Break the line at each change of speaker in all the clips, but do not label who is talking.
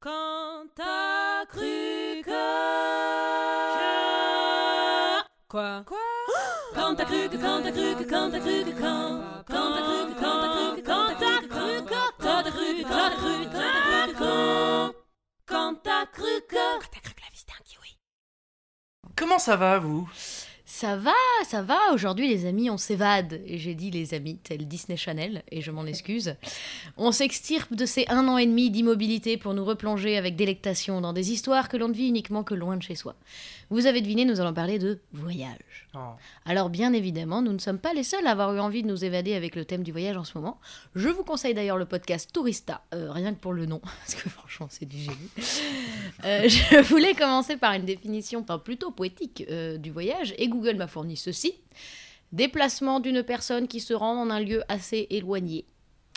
Quand t'as cru que... Quoi Quand t'as cru que, quand t'as cru que, quand t'as cru que, quand... Quand t'as cru que, quand t'as cru que, quand t'as cru que... Quand t'as cru que, quand t'as cru que, quand t'as cru que, quand... Quand t'as cru que... Quand t'as cru que la vie c'était un kiwi.
Comment ça va, vous
Ça va, ça va. Aujourd'hui, les amis, on s'évade. Et j'ai dit les amis, tel Disney Channel, et je m'en excuse. On s'extirpe de ces un an et demi d'immobilité pour nous replonger avec délectation dans des histoires que l'on ne vit uniquement que loin de chez soi. Vous avez deviné, nous allons parler de voyage.
Oh.
Alors, bien évidemment, nous ne sommes pas les seuls à avoir eu envie de nous évader avec le thème du voyage en ce moment. Je vous conseille d'ailleurs le podcast Tourista, euh, rien que pour le nom, parce que franchement, c'est du génie. Euh, je voulais commencer par une définition, enfin plutôt poétique, euh, du voyage, et Google m'a fourni ceci. Déplacement d'une personne qui se rend en un lieu assez éloigné.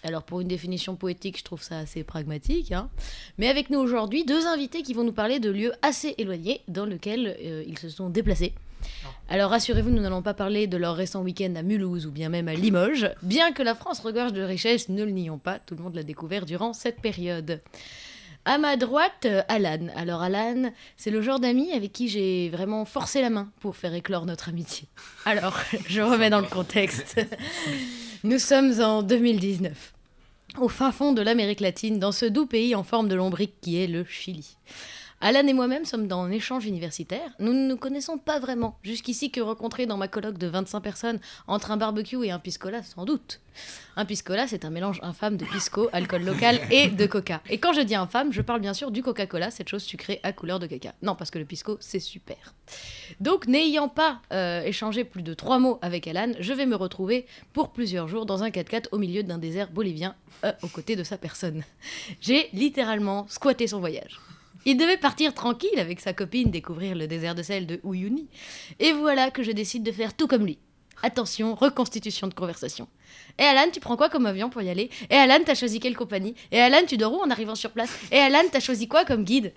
Alors pour une définition poétique, je trouve ça assez pragmatique. hein. Mais avec nous aujourd'hui, deux invités qui vont nous parler de lieux assez éloignés dans lesquels euh, ils se sont déplacés. Alors rassurez-vous, nous n'allons pas parler de leur récent week-end à Mulhouse ou bien même à Limoges. Bien que la France regorge de richesses, ne le nions pas, tout le monde l'a découvert durant cette période. À ma droite, euh, Alan. Alors Alan, c'est le genre d'ami avec qui j'ai vraiment forcé la main pour faire éclore notre amitié. Alors, je remets dans le contexte. Nous sommes en 2019, au fin fond de l'Amérique latine, dans ce doux pays en forme de lombrique qui est le Chili. Alan et moi-même sommes dans un échange universitaire. Nous ne nous connaissons pas vraiment, jusqu'ici que rencontrés dans ma colloque de 25 personnes entre un barbecue et un piscola, sans doute. Un piscola, c'est un mélange infâme de pisco, alcool local et de coca. Et quand je dis infâme, je parle bien sûr du Coca-Cola, cette chose sucrée à couleur de caca. Non, parce que le pisco, c'est super. Donc, n'ayant pas euh, échangé plus de trois mots avec Alan, je vais me retrouver pour plusieurs jours dans un 4x4 au milieu d'un désert bolivien, euh, aux côtés de sa personne. J'ai littéralement squatté son voyage. Il devait partir tranquille avec sa copine découvrir le désert de sel de Uyuni. Et voilà que je décide de faire tout comme lui. Attention, reconstitution de conversation. Et Alan, tu prends quoi comme avion pour y aller Et Alan, t'as choisi quelle compagnie Et Alan, tu dors où en arrivant sur place Et Alan, t'as choisi quoi comme guide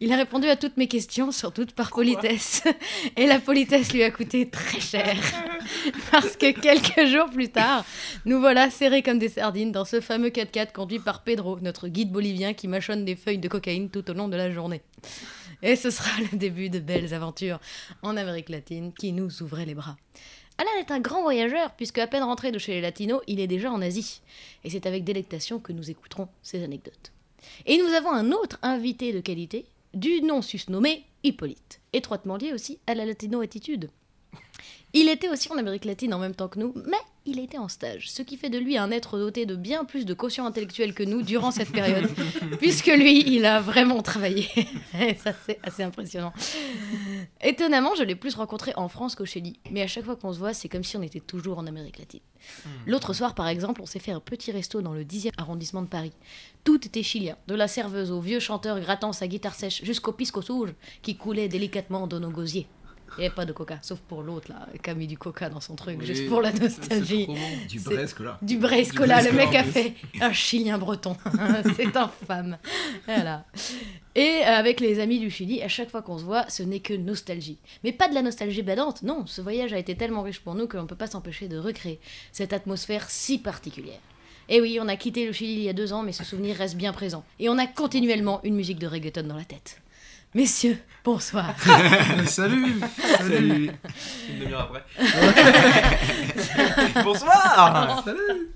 Il a répondu à toutes mes questions, surtout par politesse. Et la politesse lui a coûté très cher. Parce que quelques jours plus tard, nous voilà serrés comme des sardines dans ce fameux 4x4 conduit par Pedro, notre guide bolivien qui mâchonne des feuilles de cocaïne tout au long de la journée. Et ce sera le début de belles aventures en Amérique latine qui nous ouvraient les bras. Alan est un grand voyageur, puisque à peine rentré de chez les Latinos, il est déjà en Asie. Et c'est avec délectation que nous écouterons ces anecdotes. Et nous avons un autre invité de qualité, du nom susnommé Hippolyte, étroitement lié aussi à la latino-attitude. Il était aussi en Amérique latine en même temps que nous, mais il était en stage, ce qui fait de lui un être doté de bien plus de quotient intellectuel que nous durant cette période, puisque lui, il a vraiment travaillé. Et ça, c'est assez impressionnant. Étonnamment, je l'ai plus rencontré en France qu'au Chili, mais à chaque fois qu'on se voit, c'est comme si on était toujours en Amérique latine.
Hmm.
L'autre soir, par exemple, on s'est fait un petit resto dans le 10e arrondissement de Paris. Tout était chilien, de la serveuse au vieux chanteur grattant sa guitare sèche jusqu'au pisco sourd qui coulait délicatement dans nos gosiers. Il n'y avait pas de coca, sauf pour l'autre, là, qui a mis du coca dans son truc,
Oui,
juste pour la
c'est-
nostalgie.
c'est trop bon. Du
C'est-
Bresque là.
Du Brescola,
Du
le mec
Brescola,
a
en
fait un chilien breton. C'est infâme. Voilà. Et euh, avec les amis du Chili, à chaque fois qu'on se voit, ce n'est que nostalgie. Mais pas de la nostalgie badante, non. Ce voyage a été tellement riche pour nous que l'on ne peut pas s'empêcher de recréer cette atmosphère si particulière. Et oui, on a quitté le Chili il y a deux ans, mais ce souvenir reste bien présent. Et on a continuellement une musique de reggaeton dans la tête. Messieurs, bonsoir.
Salut Salut
Une demi-heure après.
Ah.
Bonsoir
Ah, Salut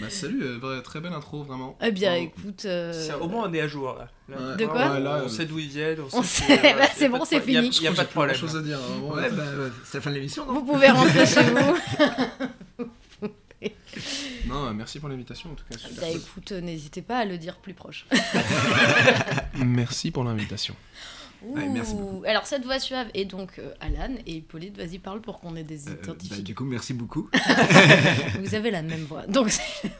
Bah salut, euh, vra- très belle intro vraiment.
Eh bien,
Vraiment.
écoute. euh,
Ça, Au moins, on est à jour. Là. Là,
Ouais.
De quoi
Ouais, là,
On
euh,
sait d'où ils viennent.
On
sait-
sait, bah,
y a
c'est
pas
bon,
de
c'est
pro- y a-
fini.
y a pas de
Pas
problème.
chose à dire. hein,
Ouais,
vraiment.
bah, ouais, c'est la fin de l'émission, non
Vous pouvez rentrer chez vous.
Non, euh, merci pour l'invitation en tout cas. super
Bah
cool.
écoute, euh, n'hésitez pas à le dire plus proche.
Merci pour l'invitation.
Ouais, Ah, merci
Ouh. Alors cette voix suave est donc euh, Alan et Hippolyte, vas-y parle pour qu'on ait des
Euh, bah,
identifiés.
Du coup, merci beaucoup.
Vous avez la même voix. Donc c'est-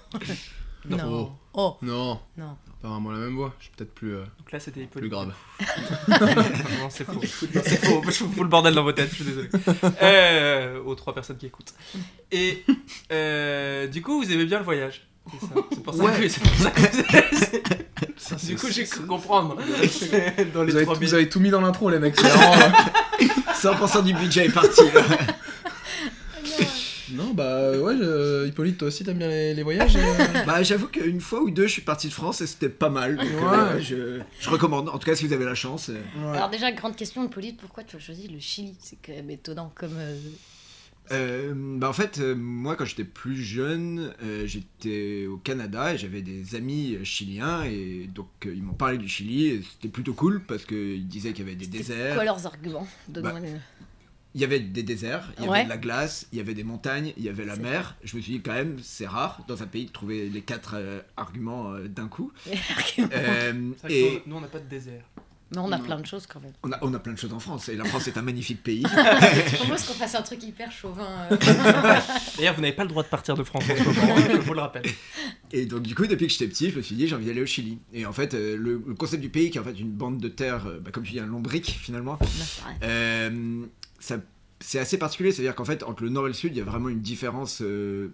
non. Oh
Non,
non.
pas vraiment la même voix. Je suis peut-être plus, euh,
Donc là, c'était
plus
Hippolyte.
grave.
non, c'est faux. C'est faux. Je vous fous le bordel dans vos têtes, je suis désolé. Euh, aux trois personnes qui écoutent. Et euh, du coup, vous aimez bien le voyage. C'est ça. C'est pour ça
Ouais.
que c'est pour ça que-
Ça, c'est-
Du coup, j'ai
c'est-
cru comprendre. dans les
Vous avez,
trois
tout,
minutes.
vous avez tout mis dans l'intro, les mecs. c'est vraiment- euh,
100% du budget est parti. là.
non, bah ouais, je- Hippolyte, toi aussi, t'aimes bien les, les voyages euh
Bah, j'avoue qu'une fois ou deux, je suis parti de France et c'était pas mal. Donc, euh, je, je recommande. En tout cas, si vous avez la chance. euh,
Alors déjà, grande question, Hippolyte, pourquoi tu as choisi le Chili C'est quand même étonnant comme... euh,
Euh, bah en fait, euh, moi quand j'étais plus jeune, euh, j'étais au Canada et j'avais des amis euh, chiliens et donc euh, ils m'ont parlé du Chili et c'était plutôt cool parce qu'ils disaient qu'il y avait des
c'était
déserts. Bah,
quoi leurs arguments Donne-moi le-
Il y avait des déserts, il y
Ouais.
avait de la glace, il y avait des montagnes, il y avait la
C'est
mer. Je me suis dit quand même, c'est rare dans un pays de trouver les quatre euh, arguments euh, d'un coup. Euh,
C'est vrai que
et
nous, nous, on n'a pas de désert.
Mais on a
Non.
plein de choses quand même.
on a, on a plein de choses en France et la France est un magnifique pays.
Je propose qu'on fasse un truc hyper chauvin. euh.
D'ailleurs, vous n'avez pas le droit de partir de France en ce moment, je vous le rappelle.
Et donc du coup, depuis que j'étais petit, je me suis dit j'ai envie d'aller au Chili. Et en fait, euh, le, le concept du pays, qui est en fait une bande de terre, euh, bah, comme tu dis, un lombric finalement, euh, ça- c'est assez particulier. C'est-à-dire qu'en fait, entre le nord et le sud, il y a vraiment une différence euh,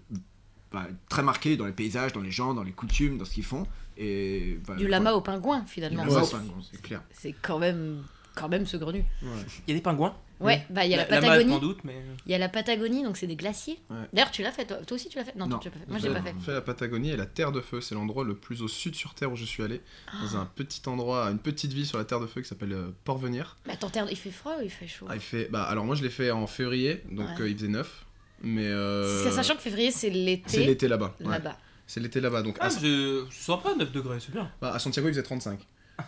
bah, très marquée dans les paysages, dans les gens, dans les coutumes, dans ce qu'ils font. Et, bah,
du
voilà.
lama au pingouin
Du
finalement.
lama,
C'est-
enfin, bon, c'est clair.
C'est quand même, quand même saugrenu.
Il y a des pingouins
Ouais, bah il y a la,
masse,
Patagonie.
sans doute, mais.
Il y a la Patagonie, donc c'est des glaciers.
Ouais.
D'ailleurs, tu l'as fait toi, Toi aussi, tu l'as fait Non,
Non.
toi, tu l'as pas fait. Moi, je l'ai
Euh,
pas
non.
fait.
J'ai fait la Patagonie et la Terre de Feu, c'est l'endroit le plus au sud sur Terre où je suis allé,
Ah.
dans un petit endroit, une petite ville sur la Terre de Feu qui s'appelle euh, Port-Venir.
Mais attends, Terre- il fait froid ou il fait chaud
Ah, il fait, bah alors moi je l'ai fait en février, donc
Ouais.
euh, il faisait 9, mais euh,
C'est- Sachant que février, c'est
c'est
l'été
l'été là-bas. ouais.
là-bas.
C'est l'été là-bas, donc à,
Ah, je je sens pas 9 degrés, c'est bien.
bah, à Santiago il faisait 35.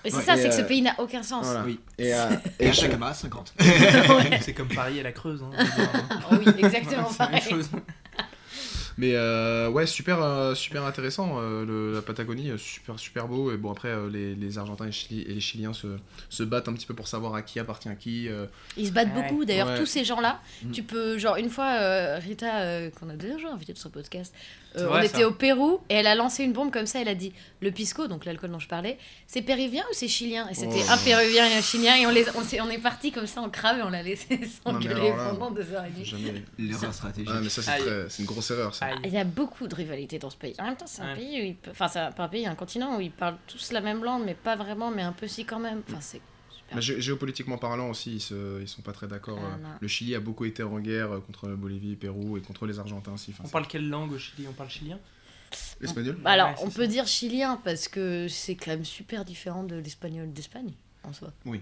Et c'est
Ouais.
ça,
Et,
c'est que ce
euh,
pays n'a aucun sens.
Voilà.
Oui.
Et, à-
Et
et
à
je-
Chacama, 50.
C'est comme Paris et la Creuse. Hein, c'est bien.
Ah oui, exactement
C'est la même
pareil.
chose.
Mais euh, ouais, super, euh, super intéressant. euh, le- la Patagonie, euh, super, super beau. Et bon, après, euh, les, les Argentins et, Chili- et les Chiliens se, se battent un petit peu pour savoir à qui appartient qui. euh.
Ils se battent
Ouais.
beaucoup, d'ailleurs,
Ouais.
tous ces gens-là.
Mm.
Tu peux, genre, une fois, euh, Rita, euh, qu'on a déjà invitée de ce podcast, euh,
C'est
on
vrai,
était
ça.
au Pérou et elle a lancé une bombe comme ça. Elle a dit Le pisco, donc l'alcool dont je parlais, c'est péruvien ou c'est chilien Et c'était
Oh.
un péruvien et un chilien. Et on, les, on, s'est- on est parti comme ça en crave et on l'a laissé
Non, mais
s'engueuler
alors là-
pendant deux heures et demie.
Jamais. Ah,
L'erreur stratégique.
Ouais, mais ça, c'est
Aïe.
très- c'est une grosse erreur. Ça.
Aïe.
Il y a beaucoup de rivalité dans ce pays. En même temps, c'est un
Ouais.
pays où ils pe- Enfin, c'est un- pas un pays, un continent où ils parlent tous la même langue, mais pas vraiment, mais un peu si quand même. Enfin, c'est super.
Mais gé- géopolitiquement parlant aussi, ils, se- ils sont pas très d'accord.
Ah,
euh.
non.
le Chili a beaucoup été en guerre euh, contre la Bolivie, Pérou et contre les Argentins aussi. Enfin,
On
c'est-
parle quelle langue au Chili On parle chilien
L'espagnol
Bah Alors,
Ouais, c'est
on
ça.
peut dire chilien parce que c'est quand même super différent de l'espagnol d'Espagne, en soi.
Oui.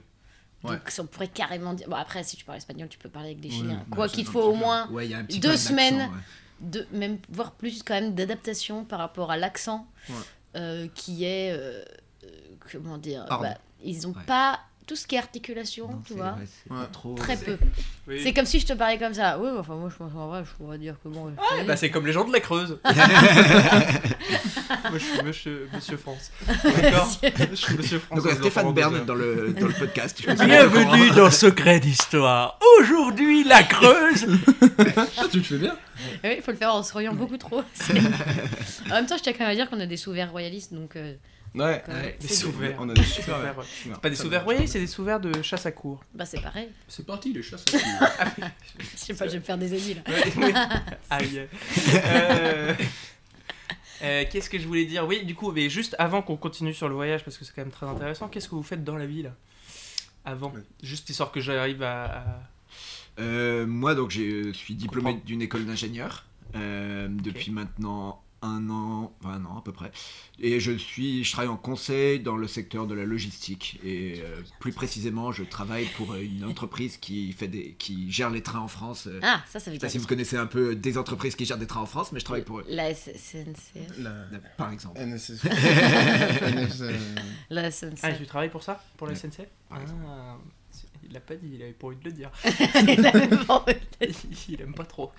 Donc, on pourrait carrément dire. Bon, après, si tu parles espagnol, tu peux parler avec des
Oui,
Chiliens.
bah,
Quoi
ça,
qu'il
c'est
te faut
un
au
problème.
moins
Ouais, il y a un petit
deux
problème
semaines.
d'accent, ouais.
de même voire plus quand même d'adaptation par rapport à l'accent
Ouais.
euh, qui est euh, euh, comment dire
Pardon.
bah, ils ont
Ouais.
pas tout ce qui est articulation
Non,
tu
c'est-
vois
ouais, c'est
Ouais.
trop-
très
c'est-
peu
Oui.
c'est comme si je te parlais comme ça oui enfin moi je pense en vrai je pourrais dire que
Ah,
bon je connais.
Bah, c'est comme les gens de la Creuse. Moi, je suis monsieur, monsieur France. D'accord Je suis monsieur France.
Donc, ouais,
je vous entends
Stéphane Bern
bien.
dans le, dans le podcast. je pense que-
Bienvenue dans Secret d'Histoire. Aujourd'hui, la Creuse.
Ah, tu le fais bien
Ah oui il faut le faire en se riant beaucoup trop C'est- en même temps je tiens quand même à dire qu'on a des souverains royalistes donc euh,
Ouais.
quand même,
des
c'est-
sous- Sauveur.
On a des
Des
super.
sauvages, ouais. Pas des sauvages, oui, c'est des sauvages de chasse à cour.
bah c'est pareil
C'est parti, les chasses.
Ah
je sais pas je vais me faire des ennemis là
Aïe. Euh, euh, qu'est-ce que je voulais dire Oui, du coup, mais juste avant qu'on continue sur le voyage, parce que c'est quand même très intéressant, qu'est-ce que vous faites dans la vie là Avant,
Ouais.
juste histoire que j'arrive à. à-
Euh, moi, donc, j'ai- je suis diplômé
Comprends.
d'une école d'ingénieur euh, depuis maintenant un an, enfin, un an à peu près. Et je suis, je travaille en conseil dans le secteur de la logistique. Et euh, plus précisément, je travaille pour une entreprise qui fait des, qui gère les trains en France. Euh,
ah ça ça veut
je sais pas
dire
si vous connaissez un peu des entreprises qui gèrent des trains en France, mais je travaille pour eux,
la SNCF
La
par exemple.
NSS. NSS.
la
Ah,
SNCF
tu travailles pour ça Pour la
Ouais.
SNCF
Par
Ah, c'est- il l'a pas dit, il avait pas envie de le dire.
Il avait pas envie de le dire.
il aime pas trop.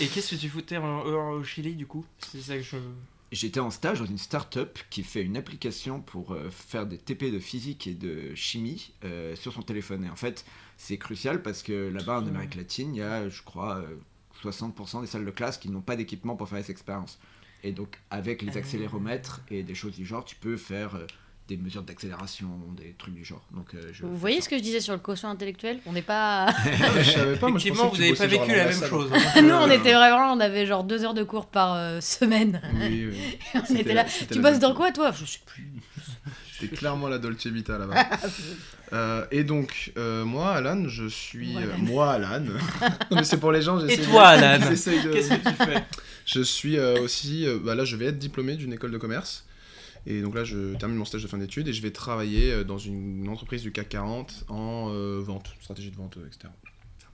Et qu'est-ce que tu foutais en- en- au Chili du coup C'est ça que je.
J'étais en stage dans une start-up qui fait une application pour euh, faire des TP de physique et de chimie euh, sur son téléphone. Et en fait, c'est crucial parce que là-bas, en
Putain.
Amérique latine, il y a, je crois, euh, 60% des salles de classe qui n'ont pas d'équipement pour faire les expériences. Et donc, avec les
Ah.
accéléromètres et des choses du genre, tu peux faire euh, des mesures d'accélération, des trucs du genre. Donc, euh, je
vous voyez ce que je disais sur le quotient intellectuel on n'est pas
Ah, je savais pas, moi, je
Effectivement,
pensais que
vous
tu
n'avez
bossais
pas
genre
vécu
à
la même
l'ambassade.
chose. hein.
Ah, Nous, on était vraiment, on avait genre deux heures de cours par euh, semaine.
Oui, oui.
on était là. Tu bosses dans quoi, toi Je sais plus.
C'est clairement la Dolce Vita là-bas.
Ah,
Euh, et donc, euh, moi, Alan, je suis.
Moi, Alan.
euh, Moi, Alan. Non, mais c'est pour les gens, j'essaie.
Et
de-
toi, Alan
j'essaie de-
Qu'est-ce que tu fais
Je suis euh, aussi. euh, bah là, je vais être diplômé d'une école de commerce. Et donc là, je termine mon stage de fin d'études et je vais travailler euh, dans une entreprise du CAC 40 en euh, vente, stratégie de vente, euh, etc.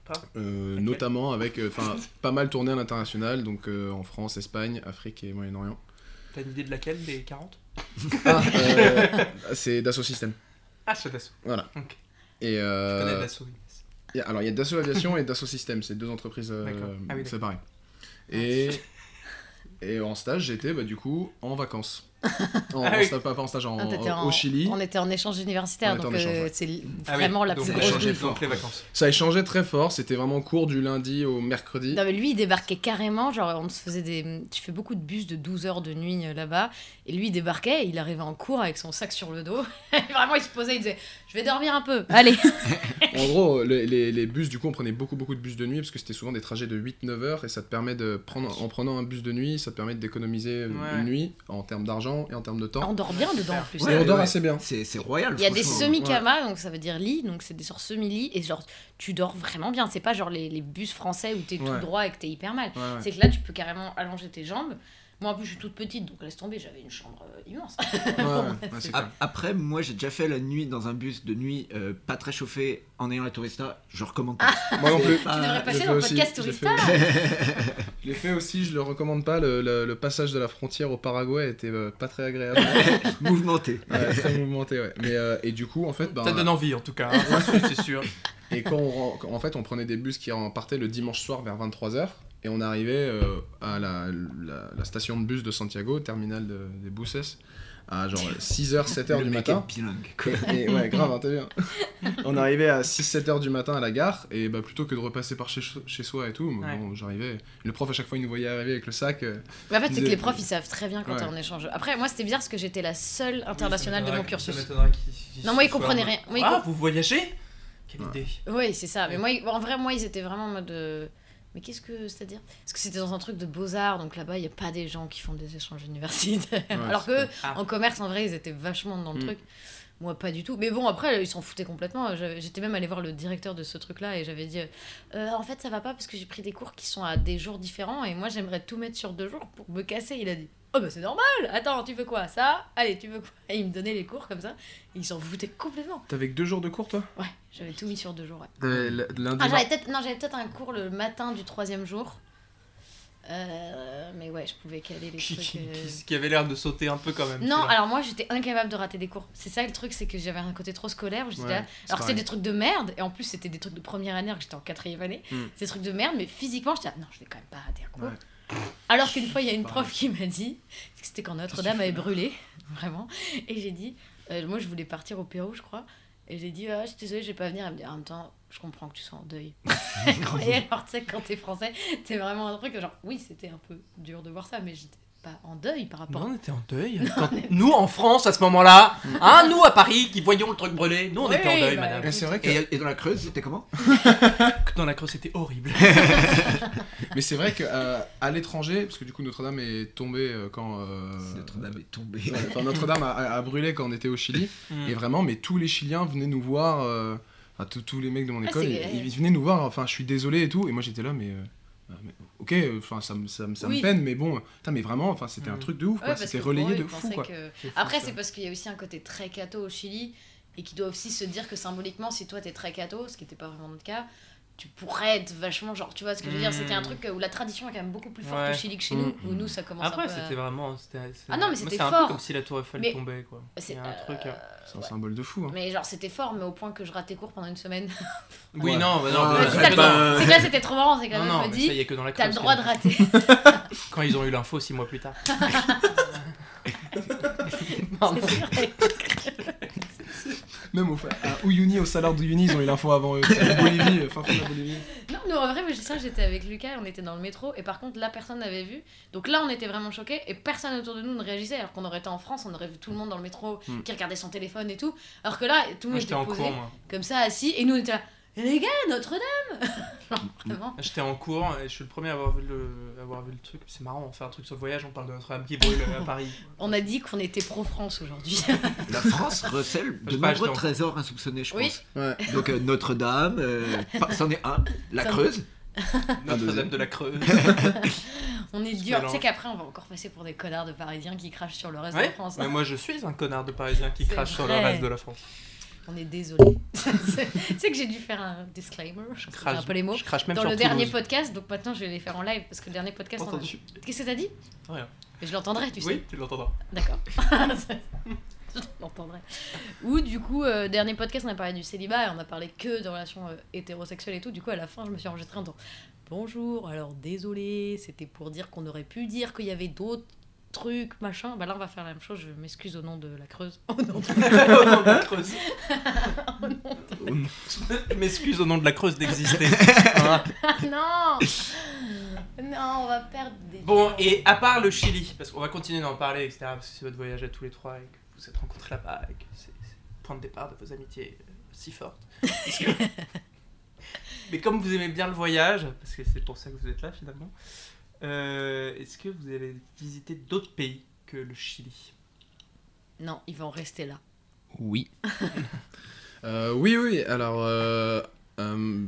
Sympa.
Euh,
Laquelle
Notamment avec, enfin, pas mal tourné à l'international, donc euh, en France, Espagne, Afrique et Moyen-Orient.
T'as une idée de laquelle des 40
Euh, c'est Dassault System.
Ah, c'est Dassault.
Voilà.
Ok.
Et
Je connais
euh,
Dassault. Inès.
y a- alors il y a Dassault Aviation et Dassault System, c'est deux entreprises euh,
D'accord. Ah oui, d'accord. Ah,
séparées. Et et en stage, j'étais bah, du coup en vacances. En, en
Ah oui.
sta- pas, pas en stage, en-
Ah, t'étais
en-
en-
au Chili.
On était en échange
On
universitaire,
était
donc
en échange,
euh,
ouais.
c'est l-
Ah oui,
vraiment la
donc,
plus
ça a
grosse
changé
bise.
fort.
Donc les vacances.
Ça échangeait très fort, c'était vraiment court du lundi au mercredi.
Non mais lui il débarquait carrément, genre on se faisait des... Tu fais beaucoup de bus de 12 heures de nuit euh, là-bas, et lui il débarquait, il arrivait en cours avec son sac sur le dos, et vraiment il se posait, il disait « je vais dormir un peu, allez
En gros, les, les- les bus, du coup, on prenait beaucoup, beaucoup de bus de nuit parce que c'était souvent des trajets de 8-9 heures et ça te permet de prendre, en prenant un bus de nuit, ça te permet d'économiser
Ouais.
une nuit en termes d'argent et en termes de ». temps.
On dort bien dedans en plus.
et
Ouais.
on dort assez bien.
C'est c'est royal.
Il y a des
franchement.
semi-camas, donc ça veut dire lit, donc c'est des sortes semi-lits, et genre tu dors vraiment bien, c'est pas genre les, les bus français où t'es
Ouais.
tout droit et que t'es hyper mal.
Ouais, ouais.
C'est que là tu peux carrément allonger tes jambes. Moi en plus je suis toute petite, donc laisse tomber, j'avais une chambre euh, immense.
Ouais, ouais, ouais,
Ah.
c'est
A-
clair.
Après, moi, j'ai déjà fait la nuit dans un bus de nuit euh, pas très chauffé en ayant la tourista. Je recommande pas.
Moi non plus.
Ah,
tu devrais
je
Je
passer
fais
dans le
aussi,
podcast
je
tourista.
fais- Je l'ai fait aussi, je le recommande pas. Le, le- le passage de la frontière au Paraguay était euh, pas très agréable.
Mouvementé.
Ouais, très mouvementé, ouais. Mais, euh, et du coup, en fait, bah,
Ça donne envie en tout cas, hein. Moi, c'est sûr.
et quand on, ren- quand- en fait, on prenait des bus qui en partaient le dimanche soir vers 23h et on arrivait euh, à la, la- la station de bus de Santiago, terminal de- des Bousses, à genre 6h, 7h
Le
du
mec
matin.
est bilingue. quoi.
Et, et- ouais, grave, hein, t'as vu. hein. On arrivait à 6-7 heures du matin à la gare, et bah, plutôt que de repasser par chez, chez soi et tout, bon,
Ouais.
bon, j'arrivais. Le prof, à chaque fois, il nous voyait arriver avec le sac. euh,
Mais en fait, c'est que
Des-
les profs, ils savent très bien quand
Ouais.
t'es en échange. Après, moi, c'était bizarre parce que j'étais la seule internationale de mon cursus. Non,
Non,
moi, ils comprenaient rien. Moi, ils
Ah, vous voyagez Quelle
Ouais.
idée.
comp- Oui, c'est ça. Mais moi, ils- en vrai, moi, ils étaient vraiment en mode. euh, Mais qu'est-ce que c'est-à-dire Parce que c'était dans un truc de beaux-arts, donc là-bas, il n'y a pas des gens qui font des échanges universitaires. Alors
c'est
que,
clair.
Ah.
en commerce, en vrai, ils étaient vachement dans le
Mm.
truc. Moi, pas du tout. Mais bon, après, ils s'en foutaient complètement. J'avais- J'étais même allée voir le directeur de ce truc-là et j'avais dit euh, Euh, En fait, ça va pas parce que j'ai pris des cours qui sont à des jours différents et moi, j'aimerais tout mettre sur deux jours pour me casser. Il a dit Oh, bah, c'est normal Attends, tu veux quoi Ça Allez, tu veux quoi Et il me donnait les cours comme ça. Et ils s'en foutaient complètement.
T'avais que deux jours de cours, toi
Ouais, j'avais tout mis sur deux jours. ouais.
Lundi,
Ah, j'avais peut-être non, j'avais peut-être un cours le matin du troisième jour. Euh, mais ouais, je pouvais caler les
Qui,
trucs.
qui-
euh.
qui- qui avait l'air de sauter un peu quand même.
Non,
celui-là.
alors moi j'étais incapable de rater des cours. C'est ça le truc, c'est que j'avais un côté trop scolaire. où j'étais
Ouais,
là-
c'est
Alors que c'est
pareil.
des trucs de merde, et en plus c'était des trucs de première année, alors que j'étais en quatrième année.
Mm.
C'est des trucs de merde, mais physiquement j'étais là, non, je vais quand même pas rater un cours.
Ouais.
Alors qu'une fois il y a une
Pareil.
prof qui m'a dit, parce que c'était quand Notre-Dame avait brûlé, vraiment, et j'ai dit, euh, moi je voulais partir au Pérou, je crois, et j'ai dit, ah, je suis désolée, je vais pas venir. Elle me dit, en même temps, je comprends que tu sois en deuil. et alors tu sais, quand t'es français, c'est vraiment un truc, genre, oui, c'était un peu dur de voir ça, mais j'étais pas en deuil par rapport
Non, on était en deuil. Quand- nous, en France, à ce moment-là, hein, nous, à Paris, qui voyions le truc brûler, nous, on
Oui,
était en deuil,
bah,
madame.
c'est vrai que.
Et, et dans la Creuse, c'était comment
Dans la creuse, c'était horrible.
Mais c'est vrai que euh, à l'étranger, parce que du coup Notre-Dame est tombée euh, quand. euh,
Notre-Dame est tombée.
ouais, enfin, Notre-Dame a, a- a brûlé quand on était au Chili.
Mm.
Et vraiment, mais tous les Chiliens venaient nous voir. euh, enfin, tous- tous les mecs de mon
Ah,
école,
c'est-
ils, ils venaient nous voir. Enfin, je suis désolé et tout. Et moi, j'étais là, mais. euh, euh, mais ok, euh, enfin, ça, me- ça, me- ça me
Oui.
peine, mais bon. Putain, mais vraiment, enfin, c'était un
Mm.
truc de ouf.
Ouais,
quoi,
parce
c'était
que pour
relayé
eux,
de
ils
fou.
pensaient
Quoi.
que-
C'est fou,
Après,
ça.
c'est parce qu'il y a aussi un côté très catho au Chili et qui doit aussi se dire que symboliquement, si toi t'es très catho, ce qui n'était pas vraiment le cas, tu pourrais être vachement genre, tu vois ce que je veux dire, c'est qu'il y a un
Mm.
truc où la tradition est quand même beaucoup plus forte
Ouais. Hmm.
au Chili que chez nous,
Mm.
où nous ça commence un
Après,
peu à-
c'était vraiment. c'était- c'est-
Ah non, mais
moi,
c'était
C'est un peu
fort.
comme si la tour Eiffel
Mais-
tombait, quoi.
C'est-
Il y a un
euh,
truc. euh,
C'est un symbole de fou. hein.
Mais genre c'était fort, mais au point que je ratais cours pendant une semaine.
Oui,
Ouais.
non, mais non.
Ouais,
mais-
Ouais, Ah, c'est ça le
bah,
truc.
euh,
C'est que là c'était trop marrant, c'est que
Non,
la
non,
meuf me
mais ça, il
dit,
y a que dans la
t'as le
Creuse
droit
qu'il
de
y a-
rater.
Quand ils ont eu l'info six mois plus tard.
C'est vrai.
Même au, à Uyuni, au Salar d'Uyuni, ils ont eu l'info avant eux. C'est en Bolivie, euh, fin fond de la Bolivie.
Non, mais en vrai, mais je sais, j'étais avec Lucas, on était dans le métro, et par contre, là, personne n'avait vu. Donc là, on était vraiment choqués, et personne autour de nous ne réagissait. Alors qu'on aurait été en France, on aurait vu tout le monde dans le métro
Mm.
qui regardait son téléphone et tout. Alors que là, tout
Hmm. Moi,
le monde
j'étais
était
en
posé,
cours, hein. moi.
comme ça, assis, et nous, on était là. les gars, Notre-Dame Genre, vraiment.
J'étais en cours et je suis le premier à avoir vu le, à avoir vu le truc. C'est marrant, on fait un truc sur le voyage, on parle de Notre-Dame qui brûle à Paris.
On a dit qu'on était pro-France aujourd'hui.
La France recèle
Je
de
sais pas,
nombreux
j'étais en-
trésors insoupçonnés, je
Oui.
pense. Donc euh, Notre-Dame, euh, pas- c'en est un. La
Ça-
Creuse.
Ah, bah,
Notre-Dame de la Creuse.
On est
Je
dur. Tu
mélange.
sais qu'après, on va encore passer pour des connards de Parisiens qui crachent sur le reste de
Ouais,
la France.
mais moi je suis un connard de parisien qui
C'est
crache sur le
vrai.
reste de la France.
On est désolé. tu sais que j'ai dû faire un disclaimer, je
Je
sais
crache,
un peu les mots.
je crache même
Oh,
sur
Dans le dernier
Toulouse.
podcast, donc maintenant je vais les faire en live parce que le dernier podcast. on a-
Entendu.
Qu'est-ce que t'as dit
Rien.
Mais je l'entendrai, tu sais.
Oui, tu l'entendras.
D'accord. Je l'entendrai. Ou du coup, euh, dernier podcast, on a parlé du célibat et on a parlé que de relations euh, hétérosexuelles et tout. Du coup, à la fin, je me suis enregistrée en disant Bonjour, alors désolé, c'était pour dire qu'on aurait pu dire qu'il y avait d'autres trucs, machin. Bah là, on va faire la même chose. Je m'excuse au nom de la Creuse. Au nom de-
Au nom de la Creuse.
Oh,
Je m'excuse au nom de la Creuse d'exister. Hein.
non Ah Non, on va perdre des.
Bon, et à part le Chili, parce qu'on va continuer d'en parler, etc., parce que c'est votre voyage à tous les trois et que vous êtes rencontrés là-bas et que c'est c'est le point de départ de vos amitiés euh, si fortes. Parce que- Mais comme vous aimez bien le voyage, parce que c'est pour ça que vous êtes là finalement, euh, est-ce que vous avez visité d'autres pays que le Chili
Non, ils vont rester là.
Oui.
Euh, oui, oui. Alors, euh, euh,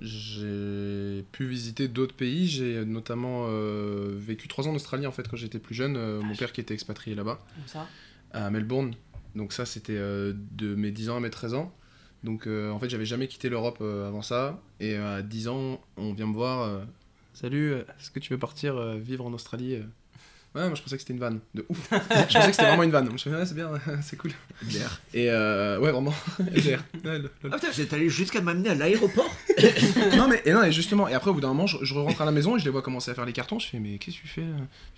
j'ai pu visiter d'autres pays. J'ai notamment euh, vécu trois ans en Australie en fait quand j'étais plus jeune. Euh, mon père qui était expatrié là-bas,
Comme ça
à Melbourne. Donc ça, c'était euh, de mes 10 ans à mes 13 ans. Donc euh, en fait, j'avais jamais quitté l'Europe euh, avant ça. Et euh, à 10 ans, on vient me voir. euh, Salut, euh, est-ce que tu veux partir euh, vivre en Australie euh Ouais, moi je pensais que c'était une vanne. De ouf. je pensais que c'était vraiment une vanne. Je me suis dit, ouais, c'est bien, c'est cool.
Merde.
Et euh, ouais, vraiment. LGR. Ouais, le- le-
Ah putain, vous êtes allé jusqu'à m'amener à l'aéroport
non mais et non et justement et après au bout d'un moment je, je rentre à la maison et je les vois commencer à faire les cartons je fais mais qu'est-ce que tu fais là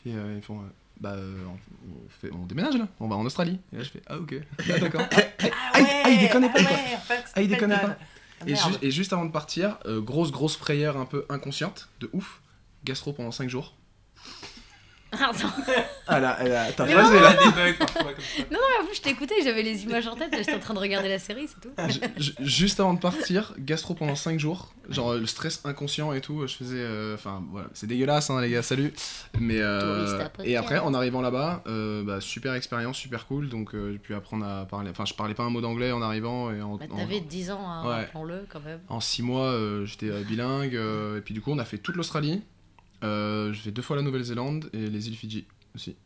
Et, euh, ils font euh, bah euh, on, on fait, on déménage là on va en Australie et là je fais ah ok Ah, d'accord Ah, il- ah, il déconne pas,
ah
quoi.
ouais, en fait,
Ah, il
c'est
déconne
une
pas.
vanne. Ah,
et,
merde.
ju- et juste avant de partir euh, grosse grosse frayeur un peu inconsciente de ouf gastro pendant 5 jours
Attends.
Ah là, elle a- t'as
Il y
pas-
a- il y a des bugs parfois comme ça.
Non, mais en plus, je t'écoutais, j'avais les images en tête, j'étais en train de regarder la série, c'est tout.
Ah, Ju- ju- juste avant de partir gastro pendant 5 jours genre euh, le stress inconscient et tout je faisais euh, enfin voilà c'est dégueulasse hein, les gars salut mais euh,
Touriste à hein. podcast.
et après en arrivant là-bas euh, bah, super expérience super cool donc euh, j'ai pu apprendre à parler enfin je parlais pas un mot d'anglais en arrivant et en,
Bah,
en-
t'avais 10 ans, hein,
Ouais.
rappelons-le quand même.
En six mois, euh, j'étais euh, bilingue. euh, et puis du coup, on a fait toute l'australi. Euh, j'ai fait deux fois la Nouvelle-Zélande et les îles Fidji aussi.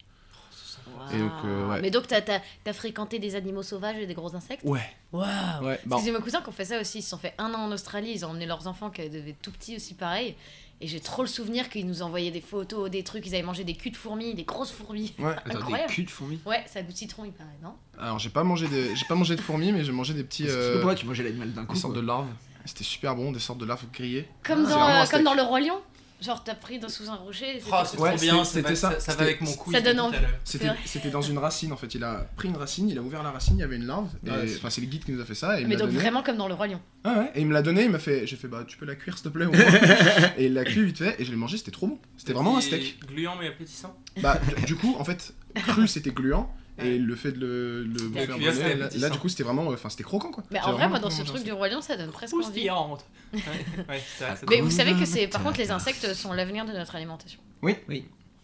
Et donc, euh, ouais.
Mais donc, t'as, t'as- t'as fréquenté des animaux sauvages et des gros insectes
Ouais.
Waouh
Ah
Ouais, bah,
Parce que j'ai mes cousins qui ont fait ça aussi, ils se sont fait un an en Australie, ils ont emmené leurs enfants qui devaient être tout petits aussi pareil. Et j'ai trop le souvenir qu'ils nous envoyaient des photos, des trucs, ils avaient mangé des culs de fourmis, des grosses fourmis.
ouais.
Attends, des
Incroyable.
culs de fourmis.
Ouais, ça goûte citron, il paraît, non
Alors, j'ai pas mangé de, j'ai pas mangé de fourmis, mais j'ai mangé des petits,
C'est
euh,
pourquoi tu mangeais l'animal d'un
des
coup
sortes de
quoi.
larves. C'était super bon, des sortes de larves grillées.
Comme,
Ah, C'est
dans,
vraiment
euh,
un steak.
comme dans Le Roi Lion Genre, t'as pris dans, sous un rocher. et c'était-
Oh, c'est
Ouais,
trop bien,
c'était- c'était
c'était ça.
ça.
Ça va avec mon couille.
Ça donne
tout à
envie.
l'heure.
C'est
C'était,
vrai.
c'était dans une racine en fait. Il a pris une racine, il a ouvert la racine, il y avait une larve. et-
Ouais, c'est-
Enfin, c'est le guide qui nous a fait ça. Et il me
Mais
l'a
donc,
donné.
vraiment comme dans Le Roi Lion.
Ah ouais, et il me l'a donné, il m'a fait, j'ai fait bah tu peux la cuire s'il te plaît. au moins. et il l'a cuit vite fait et je l'ai mangé, c'était trop bon. C'était vraiment un
Et
steak.
Gluant mais appétissant.
Bah, du- du coup, en fait, cru c'était gluant.
Ouais.
Et le fait de le, le
La
faire
cuillère,
brûler,
c'était
là,
appétissant.
là, du coup, c'était vraiment. euh, Enfin, c'était croquant quoi.
Mais
J'ai
en vrai,
vraiment
moi, dans ce
mangé
truc
ça.
du Roi Lion, ça donne presque envie.
Croustillante. Ouais, ouais, c'est
Ah,
vrai, ça
Mais
donne-
vous savez que c'est, par contre, les insectes sont l'avenir de notre alimentation.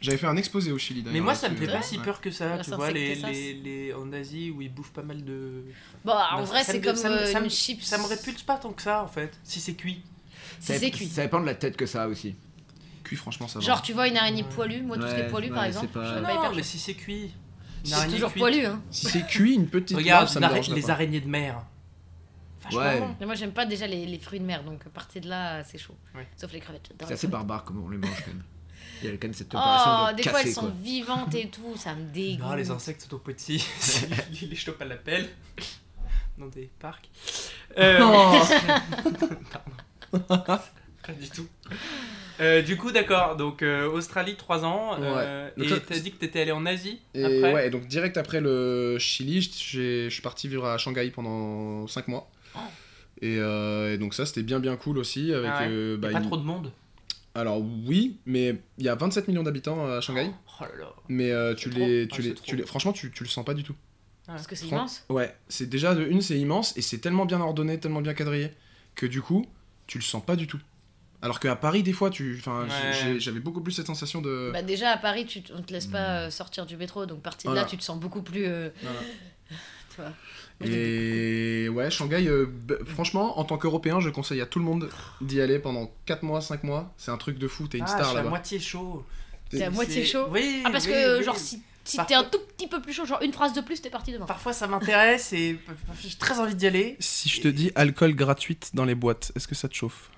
J'avais fait un exposé au Chili d'ailleurs.
Mais moi, ça me fait
là-dessus.
pas si
Ouais.
peur que ça.
Ouais,
Tu
c'est
vois,
un
les,
sectassas.
les, les- en Asie où ils bouffent pas mal de.
Bah, en
Bah,
vrai,
ça
c'est
me-
comme
ça me-
euh,
ça me-
une chips.
Ça me répulse pas tant que ça en fait, si c'est cuit.
Si
Ça-
c'est cuit.
Ça dépend de la tête que ça a aussi.
Cuit, franchement, ça va.
Genre, tu vois une araignée poilue, moi, tout ce qui est
Ouais,
poilu, par
ouais,
exemple,
c'est pas-
je
Ah,
serais
non,
pas bah, hyper
mais
chaud.
si c'est cuit. une
C'est
araignée
toujours
cuite.
poilu, hein.
Si c'est cuit, une petite larve,
Regarde,
ça
une
me
ara-
dérange
les araignées de mer. Vachement
Ouais.
bon.
Mais Moi, j'aime pas déjà les, les fruits de mer, donc partir de là, c'est chaud.
Ouais.
Sauf les crevettes, j'adore.
C'est assez barbare comment on les mange quand même. Il y a quand même cette opération
Oh,
de
des
casser
fois, elles sont
quoi.
vivantes et tout, ça me dégoûte.
Non, Ah, les insectes sont tout petits. ils les chopent à la pelle. Dans des parcs. Euh, Pardon. Pas du tout. Euh, du coup, d'accord. Donc, euh, Australie, 3 ans. euh,
Donc ça,
et t'as dit que t'étais allé en Asie
Et
après
ouais, et donc direct après le Chili, j- j'ai- je suis parti vivre à Shanghai pendant 5 mois.
Oh.
Et, euh, et donc ça, c'était bien bien cool aussi. Avec,
Ah ouais.
euh, bah,
Pas
une-
trop de monde.
Alors oui, mais il y a 27 millions d'habitants à Shanghai.
Oh là là.
Mais euh, tu,
C'est
les,
trop.
tu,
Ah,
les,
c'est trop.
tu les- Franchement, tu, tu le sens pas du tout.
Parce que c'est
Fran-
immense.
Ouais, c'est déjà de une, c'est immense et c'est tellement bien ordonné, tellement bien quadrillé que du coup, tu le sens pas du tout. Alors qu'à Paris, des fois, tu, enfin, j'ai-
Ouais.
j'ai- j'avais beaucoup plus cette sensation de.
Bah déjà à Paris, tu, on te laisse pas
Hmm.
euh, sortir du métro, donc partir de là,
Voilà.
tu te sens beaucoup plus. euh,
Voilà.
tu vois.
Et ouais, Shanghai, euh, b- franchement, en tant qu'Européen, je conseille à tout le monde d'y aller pendant 4 mois, 5 mois. C'est un truc de fou, t'es une
Ah, je
star
suis à
là-bas.
moitié chaud.
T'es à moitié
C'est-
chaud
Oui.
Ah parce
oui,
que
oui.
genre si, si
Parfois-
t'es un tout petit peu plus chaud, genre une phrase de plus, t'es parti demain.
Parfois ça m'intéresse et j'ai très envie d'y aller.
Si je te dis alcool gratuite dans les boîtes, est-ce que ça te chauffe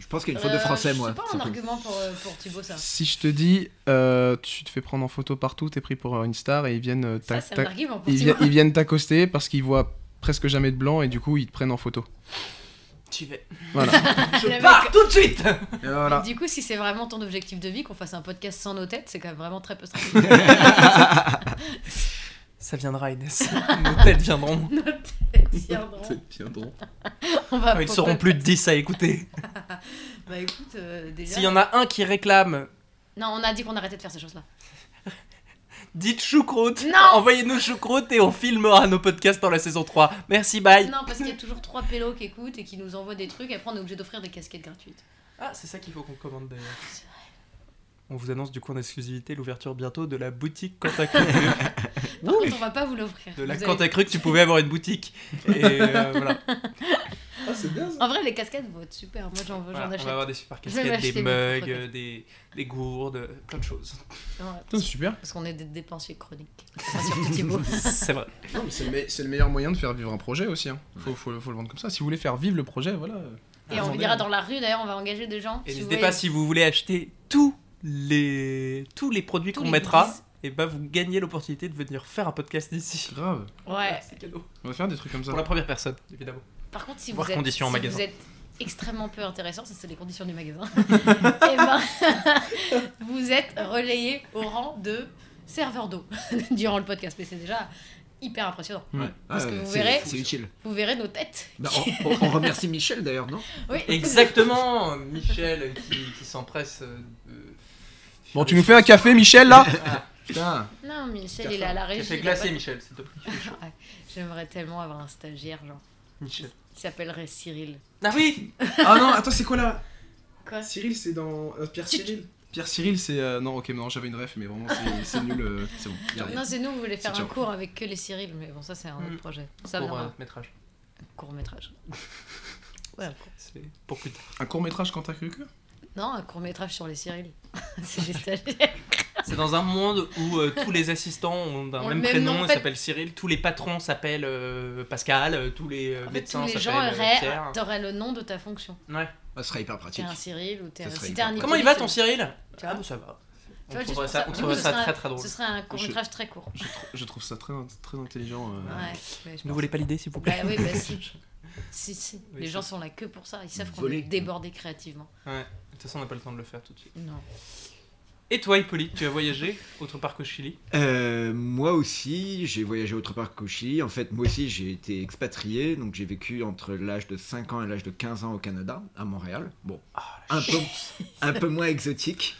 Je pense qu'il y a une faute de
Euh,
français, moi.
C'est pas
ça
un
peut-
argument pour, euh, pour Thibaut
Ah.
ça.
Si je te dis, euh, tu te fais prendre en photo partout, t'es pris pour euh, une star et ils viennent euh,
Ça
t'ac-
c'est un
t'ac-
argument pour
ils vi-
Thibaut.
ils viennent t'accoster parce qu'ils voient presque jamais de blanc et du coup ils te prennent en photo.
Tu vas.
Voilà.
Le mec,
Pars tout de suite.
Et voilà.
Du coup, si c'est vraiment ton objectif de vie, qu'on fasse un podcast sans nos têtes, c'est quand même vraiment très peu stratégique.
Ça viendra, Inès. Nos têtes viendront.
Nos têtes viendront. On va
Ah, Ils seront plus de 10 à écouter.
Bah écoute, euh, déjà.
S'il y en a un qui réclame,
Non, on a dit qu'on arrêtait de faire ces choses-là.
dites choucroute.
Non.
Envoyez-nous choucroute et on filmera nos podcasts dans la saison 3. Merci, bye.
Non, parce qu'il y a toujours trois pélos qui écoutent et qui nous envoient des trucs. Après, on est obligé d'offrir des casquettes gratuites.
Ah, c'est ça qu'il faut qu'on commande d'ailleurs.
C'est
On vous annonce du coup en exclusivité l'ouverture bientôt de la boutique Cantacruc.
Par contre, on va pas vous l'offrir.
de la
Vous avez-
Cantacruc, tu pouvais avoir une boutique. Et euh, voilà.
Ah,
En vrai, les casquettes vont être super. Moi, j'en
Voilà,
j'en
on va
achète.
avoir des super
Je vais
casquettes,
acheter
des
mes
mugs,
propres
euh, des, des gourdes, euh, plein de choses.
Ouais,
Putain, super.
Parce qu'on est des dépensiers chroniques. Enfin, surtout Thibaut.
C'est vrai.
Non, mais c'est le, me- c'est le meilleur moyen de faire vivre un projet aussi. hein. Faut, faut, faut le vendre comme ça. Si vous voulez faire vivre le projet, voilà. euh,
Et on
Vendez.
dira dans la rue, d'ailleurs, on va engager des gens.
Et
Si vous
n'hésitez
voulez-
pas si vous voulez acheter tous les, tous les produits
Tous
qu'on
les
mettra,
goodies.
et bah vous gagnez l'opportunité de venir faire un podcast ici.
Grave.
Ouais.
C'est cadeau.
On va faire des trucs comme ça.
Pour la première personne, évidemment.
Par contre, si, vous
Voir
êtes,
conditions en
si
magasin.
vous êtes extrêmement peu intéressant, ça c'est les conditions du magasin, eh ben, vous êtes relayé au rang de serveur d'eau durant le podcast. Mais c'est déjà hyper impressionnant. Parce
Ah,
que vous
c'est-
verrez-
C'est utile.
Vous verrez nos têtes.
Bah, on, on- on remercie Michel d'ailleurs, non
Oui.
Exactement, Michel qui, qui s'empresse. euh, euh,
Bon, tu nous fais un café, Michel, là
Ah,
Putain.
Non, Michel, il est à la régie.
café
il a
glacé,
pas-
Michel, s'il te plaît.
Ouais. J'aimerais tellement avoir un stagiaire, genre,
Michel.
qui s'appellerait Cyril.
Ah oui
Ah non, attends, c'est quoi là
Quoi
Cyril, c'est dans. euh, Pierre Cyril Pierre Cyril, c'est. euh, Non, ok, non, j'avais une ref, mais vraiment, c'est- c'est nul. euh, C'est bon.
Ah
y a rien.
Non, c'est nous, on voulait faire
C'est
un
dur.
cours avec que les Cyril, mais bon, ça c'est un
Mm.
autre projet. Ça
Pour
viendra,
euh, métrage.
court métrage. Ouais, un court-
C'est pour plus tard.
Un court métrage quand t'as cru que
Non, un court métrage sur les Cyril. c'est des stagiaires.
C'est dans un monde où euh, tous les assistants ont un
Ont le
même,
même
prénom,
nom, en
ils
fait.
s'appellent Cyril, tous les patrons s'appellent euh, Pascal, euh, tous les euh,
En fait,
médecins
tous les gens
s'appellent euh,
auraient,
Pierre.
t'aurais le nom de ta fonction.
Ouais.
Ah, Ce serait hyper
T'es
pratique.
un Cyril ou t'es
Ça
un.
serait
Si t'es
hyper
un
pratique.
Comment il va ton Cyril
Tu vois
Ah bon, ça va.
Tu vois,
On
juste
trouvera
pour
ça,
ça.
on
Du
trouvera
coup, ce
ça
serait
très
un-
très drôle.
Ce serait un court
Je-
métrage très court.
je, trou- je trouve ça très, in- très intelligent. euh.
Ouais, mais je
Nous
pense-
vous les palidez s'il vous
Bah
plaît
oui, bah si. Si, si.
Oui,
les
c'est-
gens sont là que pour ça. Ils savent qu'on
Voler.
est débordés créativement.
De toute façon, on n'a pas le temps de le faire tout de suite.
Non.
Et toi, Hippolyte, tu as voyagé autre part qu'au Chili
Euh, moi aussi, j'ai voyagé autre part qu'au Chili. En fait, moi aussi, j'ai été expatrié. Donc, j'ai vécu entre l'âge de 5 ans et l'âge de 15 ans au Canada, à Montréal. Bon, un, peu, un peu moins exotique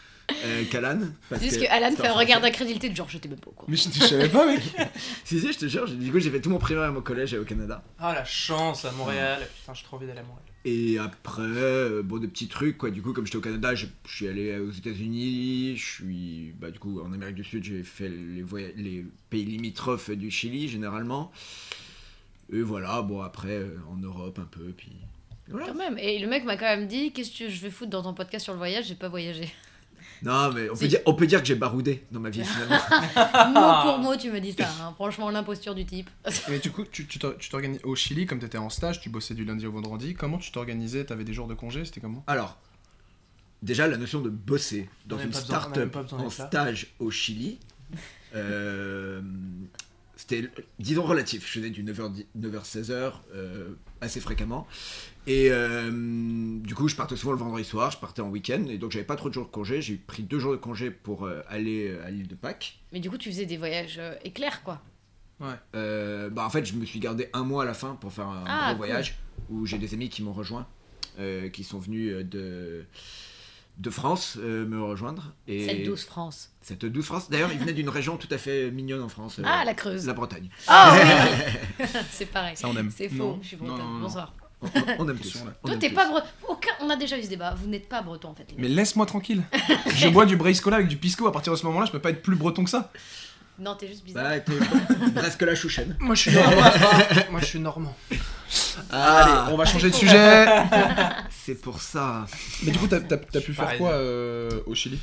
euh, qu'Alan. parce
Juste
que-
que Alan fait un
Enfin,
regard d'incrédulité de genre, j'étais même pas au courant.
Mais je je savais pas, mec
Si, si, je te jure, j'ai- du coup, j'ai fait tout mon primaire et mon collège au Canada.
Ah la chance à Montréal Putain, j'ai trop envie d'aller à Montréal.
Et après, euh, bon, des petits trucs, quoi. Du coup, comme j'étais au Canada, je je suis allé aux États-Unis, je suis, bah, du coup, en Amérique du Sud, j'ai fait les, voya- les pays limitrophes du Chili, généralement. Et voilà, bon, après, euh, en Europe un peu, puis. Voilà.
Quand même. Et le mec m'a quand même dit Qu'est-ce que je vais foutre dans ton podcast sur le voyage J'ai pas voyagé.
Non, mais on
Si.
peut, dire, on peut dire que j'ai baroudé dans ma vie, finalement.
mot pour mot, tu me dis ça. hein. Franchement, l'imposture du type.
Mais du coup, tu tu t'or- tu t'organises au Chili, comme t'étais en stage, tu bossais du lundi au vendredi. Comment tu t'organisais T'avais des jours de congé C'était comment
Alors, déjà, la notion de bosser dans
On a
une
pas besoin- on a même
start-up
pas besoin
en
d'être là.
stage au Chili, euh, c'était, disons, relatif. Je faisais du 9h, 9h-16h euh, assez fréquemment. Et euh, du coup, je partais souvent le vendredi soir, je partais en week-end, et donc j'avais pas trop de jours de congé. J'ai pris deux jours de congé pour euh, aller euh, à l'île de Pâques.
Mais du coup, tu faisais des voyages euh, éclairs, quoi.
Euh, bah, en fait, je me suis gardé un mois à la fin pour faire un
Ah,
gros
cool.
voyage où j'ai des amis qui m'ont rejoint, euh, qui sont venus euh, de, de France euh, me rejoindre. Et
Celle 12 France.
Cette douce France. D'ailleurs, ils venaient d'une région tout à fait mignonne en France. euh,
Ah, la Creuse.
la Bretagne.
Ah oui C'est pareil.
Ça, on aime.
C'est faux,
Non.
je suis
Non,
bretonne.
non, non.
Bonsoir.
On, on aime tous.
Attention, là.
On
Toi,
aime
t'es
tous.
pas breton. Aucun... On a déjà eu ce débat. Vous n'êtes pas breton en fait. les gars.
Mais laisse-moi tranquille. je bois du Briscola avec du Pisco. À partir de ce moment-là, je peux pas être plus breton que ça.
Non, t'es juste bizarre.
Bah, t'es presque la chouchaine.
Moi je suis normand. Moi je suis normand.
Ah, Allez, on va changer de sujet.
Ah, C'est pour ça.
Mais du coup, t'as t'as- t'as pu faire
Pareil.
quoi euh, au Chili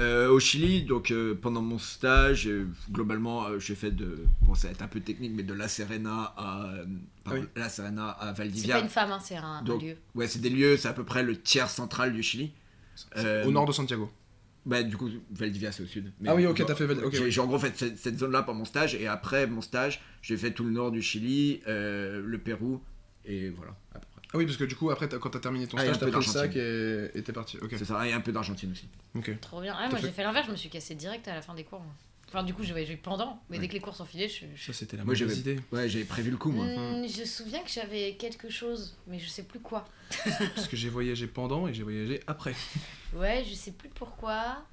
Euh, au Chili, donc euh, pendant mon stage, euh, globalement, euh, j'ai fait de. Bon, ça va être un peu technique, mais de La Serena à. euh, pardon,
Ah oui.
La Serena à
C'est pas
Valdivia.
une femme, hein, c'est un, un
Donc,
lieu.
Ouais, c'est des lieux, c'est à peu près le tiers central du Chili. Euh,
Au nord de Santiago.
Bah, du coup, Valdivia, c'est au sud. Mais
Ah oui, ok,
bon,
t'as fait Val- ok,
j'ai-
oui.
J'ai en gros fait cette, cette zone-là pour mon stage, et après mon stage, j'ai fait tout le nord du Chili, euh, le Pérou, et voilà, à peu près.
Ah oui, parce que du coup, après, t'as- quand t'as terminé ton
Ah, il y a
stage,
un
t'as
peu
pris le sac
d'Argentine.
et et t'es parti. Ok.
C'est ça, et un peu d'Argentine aussi.
Ok.
Trop bien. Ah, moi,
fait-
j'ai fait l'inverse. Je me suis cassé direct à la fin des cours. moi. Enfin, du coup, j'ai voyagé pendant. Mais dès que les cours sont filés, je. je-
Ça, c'était la
Moi,
mauvaise
j'avais-
idée.
Ouais, j'avais prévu le coup, moi.
Hmm, je me souviens que j'avais quelque chose, mais je sais plus quoi.
Parce que j'ai voyagé pendant et j'ai voyagé après.
Ouais, je sais plus pourquoi.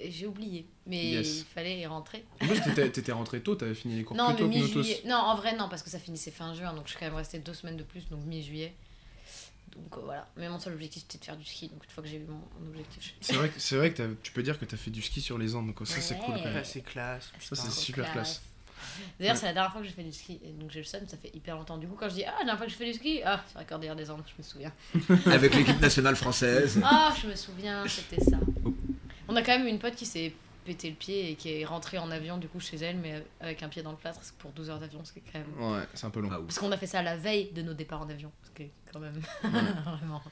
euh, J'ai oublié. Mais
Yes.
il fallait y rentrer.
En plus, t'étais- t'étais rentré tôt, t'avais fini les cours plus
Non, mais
tôt que nous tous.
mi-juillet. Non, en vrai, non, parce que ça finissait fin juin, donc je suis quand même restée deux semaines de plus, donc mi-juillet. Donc euh, voilà. Mais mon seul objectif, c'était de faire du ski. Donc une fois que j'ai eu mon, mon objectif, je...
C'est vrai que, c'est vrai que t'as- tu peux dire que t'as fait du ski sur les Andes, quoi. Ça, c'est cool. Quand
Ouais.
même.
Ouais, c'est classe.
Ça,
putain.
c'est super classe.
D'ailleurs,
Ouais.
c'est la dernière fois que j'ai fait du ski, et donc j'ai le seum, ça fait hyper longtemps. Du coup, quand je dis Ah, la dernière fois que j'ai fait du ski, ah, c'est la Cordillère des Andes, je me souviens.
Avec l'équipe nationale française.
Ah, je me souviens, c'était ça.
Oh.
On a quand même une pote qui s'est pété le pied et qui est rentrée en avion, du coup, chez elle, mais avec un pied dans le plâtre parce que pour 12 heures d'avion, ce qui est quand même.
Ouais, c'est un peu long.
Ah, ouf.
Parce qu'on a fait ça la veille de nos départs en avion, ce qui est quand même. Vraiment.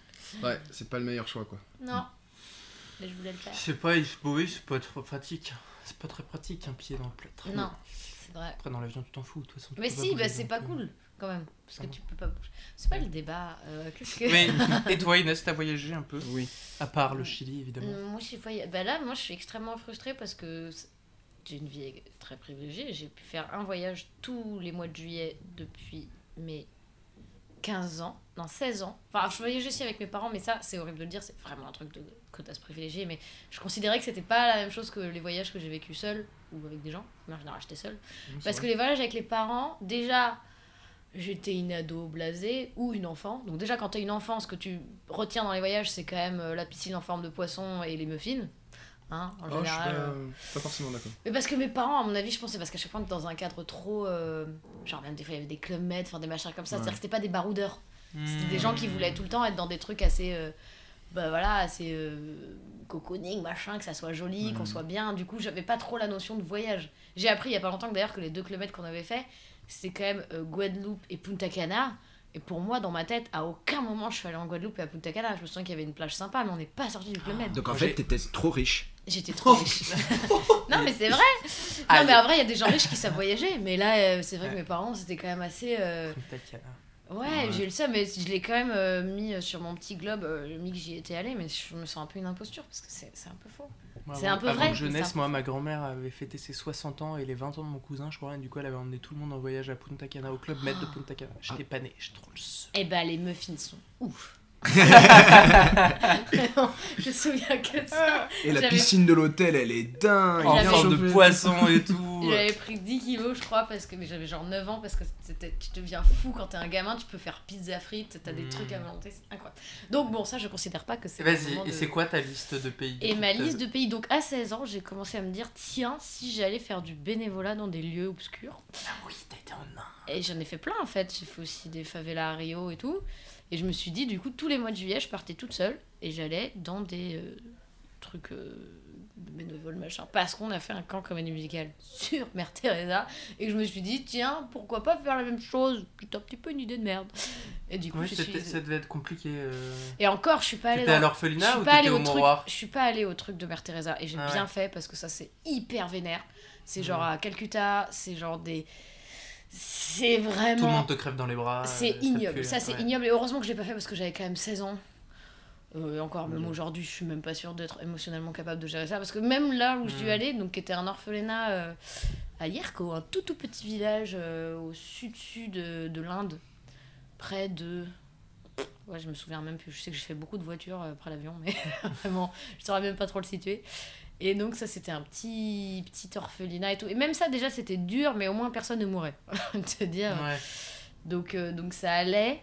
Ouais, c'est pas le meilleur choix, quoi.
Mm.
Non. Mais je voulais le faire.
C'est pas, oui, c'est pas trop pratique. C'est pas très pratique un pied dans le plâtre.
Non, c'est vrai.
Après dans l'avion tu t'en fous de toute façon. tu
Mais
peux pas
si,
bouger, Ah
bah, c'est
donc,
pas
euh.
cool quand même. Parce que
Pardon.
tu peux pas bouger. C'est pas le débat. euh, Qu'est-ce que.
Mais et toi Inès t'as voyagé un peu
Oui.
À part le Chili évidemment.
Euh, Moi, je suis voy- bah là, moi, je suis extrêmement frustrée parce que c- j'ai une vie très privilégiée. J'ai pu faire un voyage tous les mois de juillet depuis mes 15 ans, non 16 ans. Enfin, je voyageais aussi avec mes parents, mais ça, c'est horrible de le dire, c'est vraiment un truc de quotas privilégié. Mais je considérais que c'était pas la même chose que les voyages que j'ai vécu seule ou avec des gens. Mais en général, j'étais seule. Parce que les voyages avec les parents, déjà, j'étais une ado blasée ou une enfant. Donc déjà, quand t'es une enfant, ce que tu retiens dans les voyages, c'est quand même euh, la piscine en forme de poisson et les muffins. Hein, en
Oh, je suis
général.
pas,
euh.
pas forcément d'accord.
Mais parce que mes parents, à mon avis, je pensais, parce qu'à chaque fois, on était dans un cadre trop... euh, genre, même des fois, il y avait des clubs med, enfin, des machins comme ça.
Ouais.
C'est-à-dire que c'était pas des baroudeurs. Mm. C'était
Hmm.
des gens qui
Mm.
voulaient tout le temps être dans des trucs assez... euh, bah voilà, assez euh, cocooning, machin, que ça soit joli, qu'on soit bien. Du coup, j'avais pas trop la notion de voyage. J'ai appris il y a pas longtemps que d'ailleurs que les deux kilomètres qu'on avait fait, c'était quand même euh, Guadeloupe et Punta Cana. Et pour moi, dans ma tête, à aucun moment je suis allée en Guadeloupe et à Punta Cana. Je me souviens qu'il y avait une plage sympa, mais on n'est pas sorti du kilomètre.
Donc en
Moi,
fait,
j'ai-
t'étais trop riche.
J'étais trop riche. non, mais c'est vrai. Non,
Aïe.
mais en vrai, il y a des gens riches qui savent voyager. Mais là, euh, c'est vrai que mes parents, c'était quand même assez. euh,
Punta Cana.
Ouais, j'ai eu le seum, mais je l'ai quand même euh, mis euh, sur mon petit globe euh, le mi que j'y étais allée, mais je me sens un peu une imposture parce que c'est c'est un peu faux.
Moi,
C'est
avant-
un peu
avant
vrai,
que je
mais
naisse,
c'est un-
moi, ma grand-mère avait fêté ses 60 ans et les 20 ans de mon cousin, je crois, et du coup, elle avait emmené tout le monde en voyage à Punta Cana, au club maître de Punta Cana. J'étais pas né, je trouve.
Eh ben, les muffins sont ouf. Vraiment, je me souviens que ça.
Et la
J'avais-
piscine de l'hôtel, elle est dingue.
En
J'avais-
forme de
Chauffée.
poisson et tout.
J'avais pris 10 kilos, je crois, parce que mais j'avais genre 9 ans, parce que c'était- tu deviens fou quand t'es un gamin, tu peux faire pizza frites, t'as des
Mm.
trucs à volonté, c'est incroyable. Donc bon, ça, je considère pas que c'est.
Vas-y,
vraiment
et
de-
c'est quoi ta liste de pays
Et ma liste de pays, donc à 16 ans, j'ai commencé à me dire, tiens, si j'allais faire du bénévolat dans des lieux obscurs,
Ah oui, t'as été en Inde.
Et j'en ai fait plein en fait. J'ai fait aussi des favelas à Rio et tout. Et je me suis dit, du coup, tous les mois de juillet, je partais toute seule et j'allais dans des euh, trucs euh, de bénévoles, machin. Parce qu'on a fait un camp comédie musicale sur Mère Teresa. Et je me suis dit, tiens, pourquoi pas faire la même chose Plutôt un petit peu une idée de merde. Et du coup,
Oui,
je
c'était-
suis...
ça devait être compliqué. euh.
Et encore, je suis pas allée
T'étais à
dans- je
l'orphelinat
suis
ou
pas
t'étais
allée
au
au truc.
mouroir
Je suis pas allée au truc de Mère Teresa et j'ai
Ah ouais.
bien fait parce que ça c'est hyper vénère. C'est genre
Ouais.
à Calcutta, c'est genre des, c'est
Tout le
vraiment
monde te crève dans les bras.
c'est
euh,
ignoble,
pue,
ça c'est
ouais.
ignoble. Et heureusement que je l'ai pas fait parce que j'avais quand même 16 ans. Euh, encore,
Bah
même
Ouais.
aujourd'hui, je suis même pas sûre d'être émotionnellement capable de gérer ça. Parce que même là où je dû
Mm.
aller, donc qui était un orphelinat euh, à Yerko, un tout tout petit village euh, au sud-sud euh, de l'Inde, près de. Ouais, je me souviens même plus. Je sais que j'ai fait beaucoup de voitures euh, après l'avion, mais vraiment, je saurais même pas trop le situer. Et donc, ça, c'était un petit, petit orphelinat et tout. Et même ça, déjà, c'était dur, mais au moins personne ne mourait. de te dire.
Ouais.
Donc, euh, donc ça allait.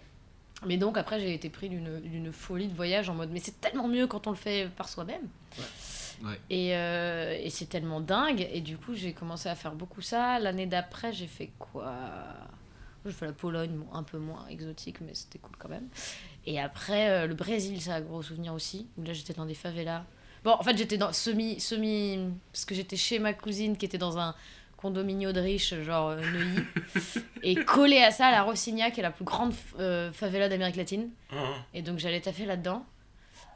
Mais donc après, j'ai été pris d'une d'une folie de voyage en mode, mais c'est tellement mieux quand on le fait par soi-même.
Ouais. Ouais.
Et, euh, et c'est tellement dingue. Et du coup, j'ai commencé à faire beaucoup ça. L'année d'après, j'ai fait quoi J'ai fait la Pologne, bon, un peu moins exotique, mais c'était cool quand même. Et après, euh, le Brésil, ça a un gros souvenir aussi. Où là, j'étais dans des favelas. Bon, en fait, j'étais dans semi, semi, parce que j'étais chez ma cousine qui était dans un condominio de riches, genre euh, Neuilly. et collé à ça, la Rossignac est la plus grande euh, favela d'Amérique latine.
Ah,
Et donc j'allais taffer là-dedans.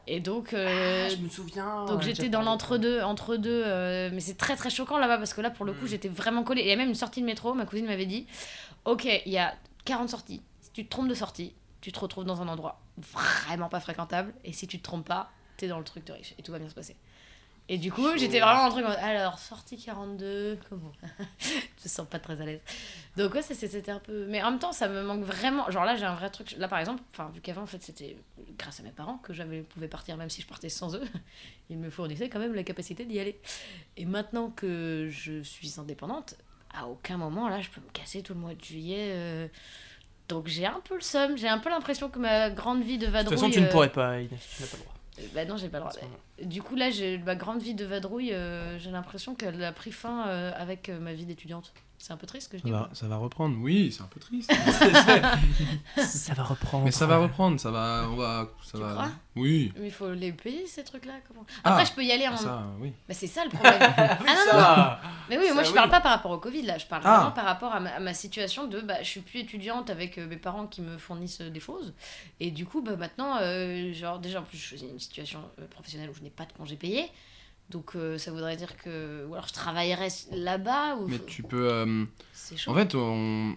Et donc, euh,
je me souviens.
donc j'étais dans l'entre-deux, entre deux, euh, mais c'est très très choquant là-bas parce que là pour le coup
Mm.
j'étais vraiment collée. Il y a même une sortie de métro, ma cousine m'avait dit Ok, il y a 40 sorties. Si tu te trompes de sortie, tu te retrouves dans un endroit vraiment pas fréquentable et si tu te trompes pas, t'es dans le truc de riche et tout va bien se passer. Et du coup,
Chaud. hein.
j'étais vraiment dans le truc en mode, alors sortie 42, comment Je me sens pas très à l'aise. Donc ouais, ça c'est- c'était un peu. Mais en même temps, ça me manque vraiment. Genre là, j'ai un vrai truc. Là par exemple, enfin vu qu'avant en fait c'était grâce à mes parents que j'avais pouvais partir même si je partais sans eux, ils me fournissaient quand même la capacité d'y aller. Et maintenant que je suis indépendante, à aucun moment là, je peux me casser tout le mois de juillet. euh, Donc j'ai un peu le seum. J'ai un peu l'impression que ma grande vie de
De
vadrouille.
toute façon, tu ne
euh,
pourrais pas, Inès, tu n'as pas le droit.
euh, Bah non, j'ai pas le
en
droit.
ce moment.
Du coup, là, j'ai ma grande vie de vadrouille, euh, j'ai l'impression qu'elle a pris fin euh, avec euh, ma vie d'étudiante. C'est un peu triste ce que je dis.
Bah.
ça va reprendre, oui, c'est un peu triste.
Ça va reprendre.
Mais ça
Ah,
va reprendre, ça va. On va ça
Tu
va...
crois
oui.
Mais il faut les payer ces trucs-là. Comment...
Ah,
Après, je peux y aller en.
Ah, ça, oui.
Bah, c'est ça le problème. ah non, non, non. Mais oui, mais moi
Ça,
je parle
oui.
pas par rapport au Covid là, je parle
Ah.
vraiment par rapport à ma, à ma situation de bah, je suis plus étudiante avec euh, mes parents qui me fournissent euh, des choses. Et du coup, bah, maintenant, euh, genre déjà en plus je suis dans une situation euh, professionnelle où je n'ai pas de congé payé. Donc euh, ça voudrait dire que. Ou alors je travaillerais là-bas ou.
Mais tu peux. euh,
C'est chaud.
En fait, on-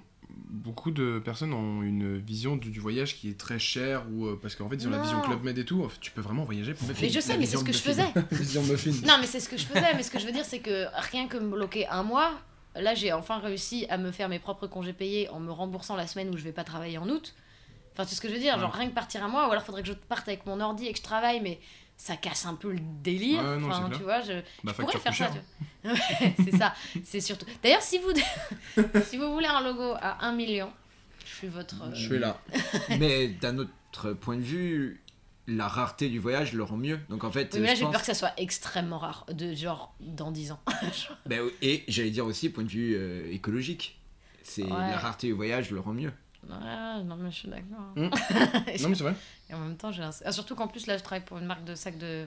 beaucoup de personnes ont une vision du, du voyage qui est très chère ou euh, parce qu'en fait ils ont la
Non.
vision Club Med et tout. En fait, tu peux vraiment voyager pour
mais je sais, mais c'est ce que je faisais.
vision muffin.
Non, mais c'est ce que je faisais. Mais ce que je veux dire, c'est que rien que me bloquer un mois, là, j'ai enfin réussi à me faire mes propres congés payés en me remboursant la semaine où je vais pas travailler en août. Enfin, c'est ce que je veux dire. Genre, rien que partir un mois, ou alors faudrait que je parte avec mon ordi et que je travaille, mais ça casse un peu le délire.
Ouais, non,
enfin,
c'est
tu vois, je,
Bah,
je pourrais
facture
faire
plus hein. chère.
ça. tu vois. Ouais, c'est ça. C'est surtout. D'ailleurs, si vous, si vous voulez un logo à 1 million, je suis votre. euh,
Je suis là.
Mais d'un autre point de vue, la rareté du voyage le rend mieux. Donc en fait,
Oui, mais là,
je
j'ai
pense-
peur que ça soit extrêmement rare, de genre dans 10 ans.
Ben, et j'allais dire aussi point de vue euh, écologique. C'est
Ouais.
la rareté du voyage le rend mieux.
Ouais, Ah, non, mais je suis d'accord.
Mm. Non mais c'est vrai.
Et en même temps, j'ai un... ah, surtout qu'en plus, là, je travaille pour une marque de sacs de,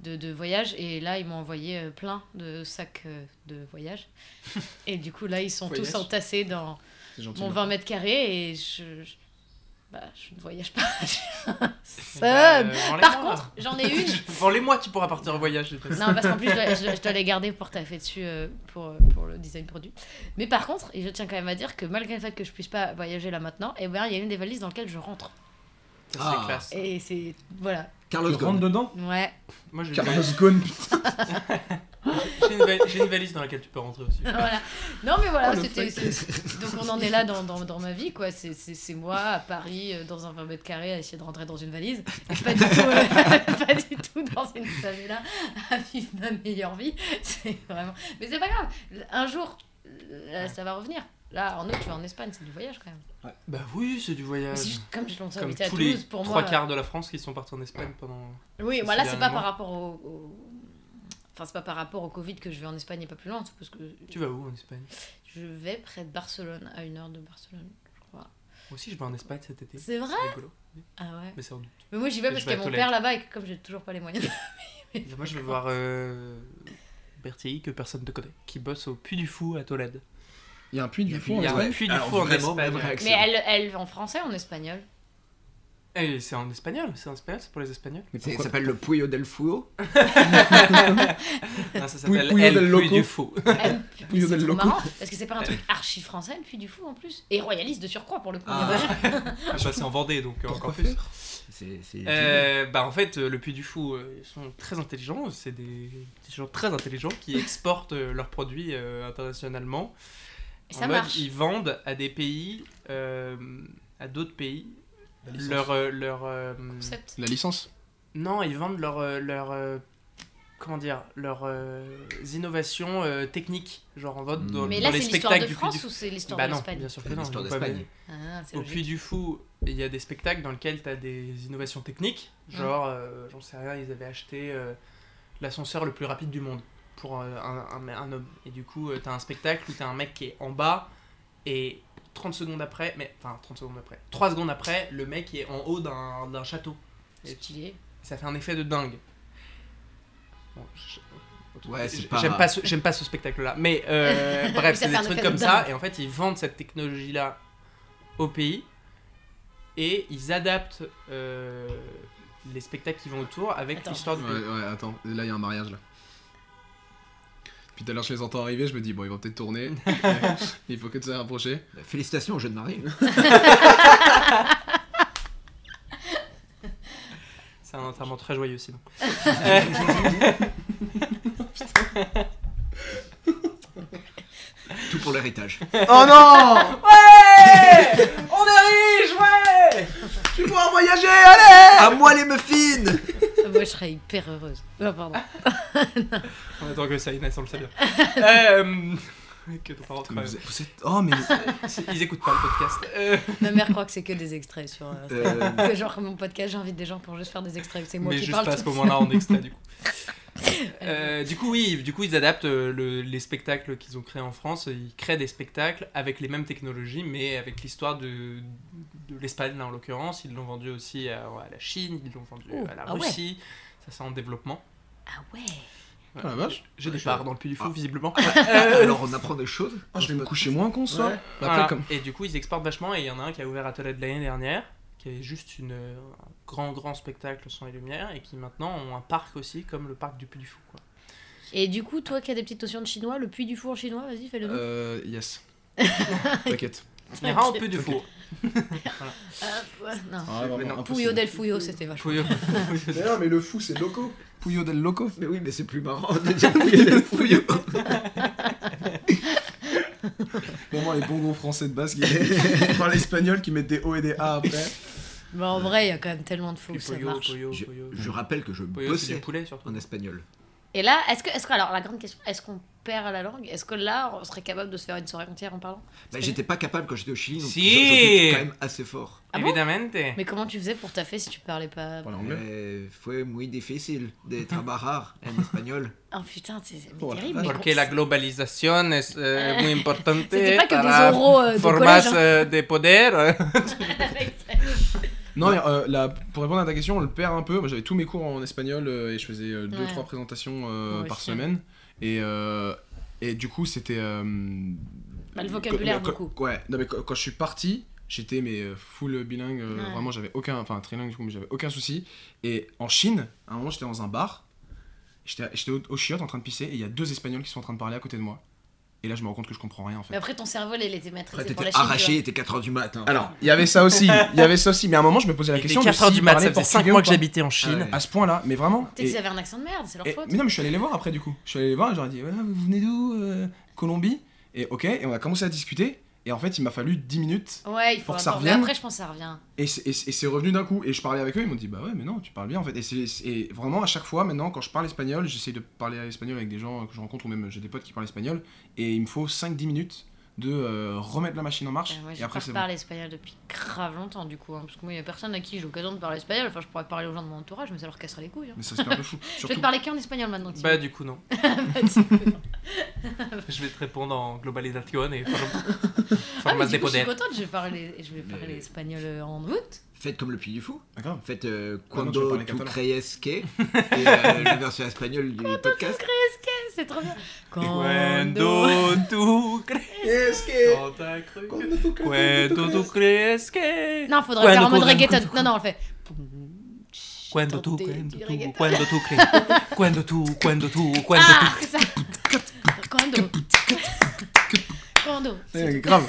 de, de voyage. Et là, ils m'ont envoyé euh, plein de sacs euh, de voyage. Et du coup, là, ils sont tous
Voyage.
entassés dans
C'est gentil. hein.
mon
non.
20 mètres carrés. Et je, je- Bah, je ne voyage pas.
Eh
Seul.
ben, vends-les-moi.
Par contre, j'en ai une.
Vends-les-moi, tu pourras partir en voyage. de toute façon.
Non, parce qu'en plus, je dois, je dois- je dois les garder pour taffer dessus euh, pour, euh, pour le design produit. Mais par contre, et je tiens quand même à dire que malgré le fait que je puisse pas voyager là maintenant, et ben, il y a une des valises dans lesquelles je rentre.
Ça,
Ah.
C'est classe.
Et c'est. Voilà.
Carlos
Tu
Ghosn.
rentres dedans
Ouais.
Moi, j'ai une,
Carlos
valise-
Ghosn.
j'ai une valise- j'ai une valise dans laquelle tu peux rentrer aussi.
voilà. Non, mais
Oh,
voilà,
le
c'était. c'est- Donc on en est là dans, dans, dans ma vie, quoi. C'est- C'est c'est moi à Paris, euh, dans un 20 mètres carrés, à essayer de rentrer dans une valise. Et pas du tout, euh, pas du tout dans une favela à vivre ma meilleure vie. C'est vraiment. Mais c'est pas grave. Un jour, euh, ça va revenir. Là, en août, tu vas en Espagne, c'est du voyage quand même.
Bah oui, c'est du
Mais
voyage.
c'est juste comme j'ai longtemps
Comme
habité à
tous les
Toulouse, pour
trois
moi. euh,
quarts de la France qui sont partis en Espagne pendant.
Oui,
Ces
voilà, c'est
derniers
pas
mois.
par rapport au. au- Enfin, c'est pas par rapport au Covid que je vais en Espagne et pas plus loin, c'est parce que
Tu vas où en Espagne
je vais près de Barcelone, à une heure de Barcelone.
Moi aussi, je vais en Espagne cet été.
C'est vrai
C'est rigolo.
Ah ouais.
Mais c'est en
Mais moi j'y vais
Mais
parce
je vais
qu'il y a
à
mon
Tolède.
père là-bas et que comme j'ai toujours pas les moyens.
Et Moi, je vais voir euh, Bertilly, que personne ne connaît, qui bosse au Puy du Fou à Tolède.
Il y a un puits
Il y a
du fond.
un
en vrai.
puits du
Alors,
fou en
vraiment,
Espagne.
même réaction.
Mais elle, elle en français en espagnol
Et c'est en espagnol, c'est en espagnol, c'est pour les espagnols.
Mais
C'est- Ça
pourquoi
s'appelle le Puyo del Fuego.
Non, Ah, ça
Puy-
s'appelle
Puy del
El Puy
Loco.
du Fou.
Elle-
Oui,
C'est
on a le
trop
loco.
marrant parce que c'est pas un truc archi français puis du fou en plus. Et royaliste de surcroît pour le coup.
Ah.
Mais voilà.
Ah, bah, c'est en Vendée, donc euh, encore
Pourquoi
plus.
faire
C'est c'est-
Euh, bah en fait, euh, le Puy du Fou, euh, ils sont très intelligents. C'est des, des gens très intelligents qui exportent euh, leurs produits euh, internationalement.
Et
En
ça
mode,
marche.
Ils vendent à des pays, euh, à d'autres pays, leur euh, leur euh,
Concept.
La licence.
non, ils vendent leur euh, leur euh, comment dire, leurs euh, innovations euh, techniques, genre en mode dans,
Mm.
Mais
dans
là,
les
c'est l'histoire
spectacles
de
du Puy
France
du
ou c'est l'histoire
Bah
de
non,
l'Espagne
bien sûr que
Hmm. C'est
non.
l'histoire
ils vont pas
d'Espagne.
mêler.
Ah, c'est
Au
logique.
Puy du Fou, il y a des spectacles dans lesquels tu as des innovations techniques.
Mm.
Genre, euh, j'en sais rien, ils avaient acheté euh, l'ascenseur le plus rapide du monde pour euh, un, un- un homme. Et du coup, tu as un spectacle où tu as un mec qui est en bas et 30 secondes après, mais enfin 30 secondes après, 3 secondes après, le mec est en haut d'un d'un château. Et
Stylé.
ça fait un effet de dingue. Bon, je-
Ouais, c'est
J-
pas.
J'aime pas ce, j'aime pas ce spectacle-là. Mais euh,
Mais
bref, c'est
ça fait
des
un
trucs
effet de
comme ça.
dingue.
Et en fait, ils vendent cette technologie-là au pays. Et ils adaptent euh, les spectacles qui vont autour avec
Attends.
l'histoire du
Ouais,
pays.
ouais, attends, là il y a un mariage là. Puis tout à l'heure je les entends arriver, je me dis bon ils vont peut-être tourner, il faut que de se rapprocher.
Bah, Félicitations au jeune marié.
C'est un enterrement très joyeux sinon.
Tout pour l'héritage.
oh non
Ouais On est riche, ouais
Je vais pouvoir voyager, allez À moi les muffins
Ah, Moi, je serais hyper heureuse. Ah, pardon.
On attend que ça, Inès, on le sait bien. Euh, que ton parent crève.
vous, êtes- vous êtes. Oh, mais.
Ils écoutent pas le podcast. Euh,
Ma mère croit que c'est que des extraits sur. euh,
Euh,
que genre, mon podcast, j'invite des gens pour juste faire des extraits. C'est moi
mais
qui
juste
parle.
pas à ce
toute
moment-là en extrait du coup. Euh, du coup oui, du coup ils adaptent euh, le- les spectacles qu'ils ont créés en France, ils créent des spectacles avec les mêmes technologies mais avec l'histoire de, de l'Espagne là, en l'occurrence, ils l'ont vendu aussi à, à la Chine, ils l'ont vendu
Oh,
à la
ah ouais.
Russie, ça c'est en développement.
Ah ouais.
Ah la vache
J'ai des
je-
parts dans le Puy du Fou
Ah.
visiblement.
Alors, on apprend des choses.
Ah, je vais me coucher moins qu'on soit. Bah,
Ouais.
Après
Euh, Voilà.
comme
Et du coup, ils exportent vachement. Et il y en a un qui a ouvert à Tolède l'année dernière, qui est juste une, euh, un grand, grand spectacle sans et lumière, et qui maintenant ont un parc aussi, comme le parc du Puy du Fou. Quoi.
Et du coup, toi qui as des petites notions de chinois, le puits du four chinois, vas-y, fais-le nous.
euh yes. T'inquiète.
On ira en Puy du Fou.
Ah, ouais, non.
Ah,
Mais non,
impossible.
Pouillot del Fouillot, c'était vachement.
Fouilleux.
Mais non mais le fou c'est loco. Pouillot del loco.
Mais oui, mais c'est plus marrant de dire oui, il y a des fouilles.
Pour moi les bons gros français de base qui qui parlent espagnol qui mettent des O et des A après.
Mais en vrai, il y a quand même tellement de fous
Du
que ça
Pouillot,
marche.
Pouillot,
Je,
Pouillot.
je rappelle que je
Pouillot, c'est du
bossais
poulet surtout.
en espagnol.
Et là, est-ce que, est-ce que, alors la grande question, est-ce qu'on perd la langue Est-ce que là, on serait capable de se faire une soirée entière en parlant
Bah, j'étais pas capable quand j'étais au Chili, donc
Si.
j'étais quand même assez fort.
Ah bon
Évidemment.
Mais comment tu faisais pour taffer si tu parlais pas
Voilà anglais.
Euh, fue muy difícil de trabajar en espagnol.
Oh putain, c'est c'est- mais
Oh la
terrible.
vache.
mais
Parce que
con-
la globalisation est euh,
Euh,
muy importante.
C'était pas que
para
des oraux euh, de
formas,
collège. hein.
euh, de poder.
Non, mais, euh, la- pour répondre à ta question, on le perd un peu. Moi, j'avais tous mes cours en espagnol euh, et je faisais 2-3
Ouais.
présentations euh,
Moi
par
aussi.
semaine. Et, euh, et du coup, c'était. euh,
Bah, le vocabulaire,
quand-
du coup.
Ouais, non, mais quand, quand je suis parti, j'étais mais euh, full bilingue. euh,
Ouais.
Vraiment, j'avais aucun. Enfin, trilingue, du coup, mais j'avais aucun souci. Et en Chine, à un moment, j'étais dans un bar. J'étais j'étais au, au chiottes en train de pisser et il y a deux espagnols qui sont en train de parler à côté de moi. Et là, je me rends compte que je comprends rien en fait.
Mais après, ton cerveau, il était maîtrisé
Après,
pour la
t'étais
Chine.
arraché, il était 4h du matin.
Alors, il y avait ça aussi, il y avait ça aussi, mais à un moment je me posais la
Il était
question.
4h
de
du
s'ils
mat,
parlaient
ça faisait 5
portugais
mois
ou
que
pas.
j'habitais en Chine.
ouais.
À ce point-là, mais vraiment.
Peut-être
Et-
qu'ils avaient un accent de merde, c'est leur
Et-
faute.
mais non, mais je suis allé les voir après du coup. Je suis allé les voir et j'aurais dit Ah, Vous venez d'où euh, Colombie Et ok, et on a commencé à discuter. Et en fait, il m'a fallu 10 minutes.
Ouais, il faut
Pour que ça
attendre. Mais
revienne.
après, je pense que ça revient.
Et c'est et c'est- et c'est revenu d'un coup. Et je parlais avec eux. Ils m'ont dit Bah ouais, mais non, tu parles bien en fait. Et, c'est- c'est- et vraiment, à chaque fois maintenant, quand je parle espagnol, j'essaie de parler espagnol avec des gens que je rencontre ou même j'ai des potes qui parlent espagnol. Et il me faut 5-10 minutes de euh, remettre la machine en marche.
Euh, moi,
et
je
après,
parle
c'est bon.
parler espagnol depuis grave longtemps, du coup. hein, parce que moi, il y a personne à qui j'ai l'occasion de parler espagnol. Enfin, je pourrais parler aux gens de mon entourage, mais ça leur casserait les couilles. hein.
Mais ça se perd de fou.
Je vais
Surtout.
te parler qu'en espagnol maintenant.
Bah,
Simon.
du coup, non.
Bah, tu peux.
Je vais te répondre en globalisation et form-
Ah, mais
formas
du
de
coup, je suis
poder.
contente, je vais parler, je vais parler
Mais-
espagnol euh, en août.
Faites comme le Puy du Fou.
Ah, grave.
Faites euh,
Ah non, tu veux
Quando
parler
tu
catalan.
creyes que. Et euh, la version espagnole du podcast.
C'est trop bien. Quando-
Cuando tu
Qu'est-ce
Quand t'as cru que- Cuando tu crees que.
Non, faudrait faire en mode
Cuando-
reggaeton. Non, non, on le fait.
Cuando tu,
Des-
cuando
du
tu,
reggaeton.
cuando tu crees. Cuando tu, cuando tu, cuando
Ah,
tu.
c'est ça. Quando. Quando.
Eh, grave.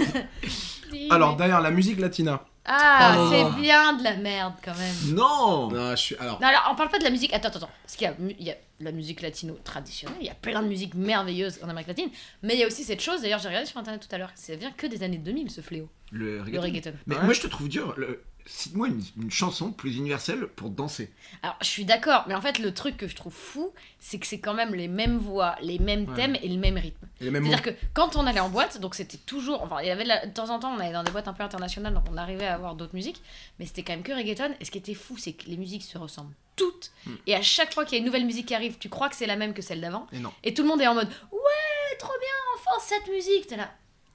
Alors d'ailleurs, la musique latina.
Ah,
Oh.
c'est bien de la merde quand même.
Non
Non, je suis. Alors.
Non, alors, on parle pas de la musique. Attends, attends, attends. Parce qu'il y a mu- il y, a la musique latino traditionnelle, il y a plein de musiques merveilleuses en Amérique latine, mais il y a aussi cette chose, d'ailleurs, j'ai regardé sur internet tout à l'heure, ça vient que des années 2000 ce fléau,
Le
le
reggaeton.
reggaeton.
Mais
Ouais.
moi je te trouve dur. Le- Cite-moi une, une chanson plus universelle pour danser.
Alors, je suis d'accord, mais en fait, le truc que je trouve fou, c'est que c'est quand même les mêmes voix, les mêmes
Ouais.
thèmes et le même rythme.
Et les mêmes mots.
C'est-à-dire que quand on allait en boîte, donc c'était toujours. Enfin, il y avait de, la- de temps en temps, on allait dans des boîtes un peu internationales, donc on arrivait à avoir d'autres musiques, mais c'était quand même que reggaeton. Et ce qui était fou, c'est que les musiques se ressemblent toutes.
Hmm.
Et à chaque fois qu'il y a une nouvelle musique qui arrive, tu crois que c'est la même que celle d'avant.
Et non.
Et tout le monde est en mode Ouais, trop bien, enfin, cette musique T'es là.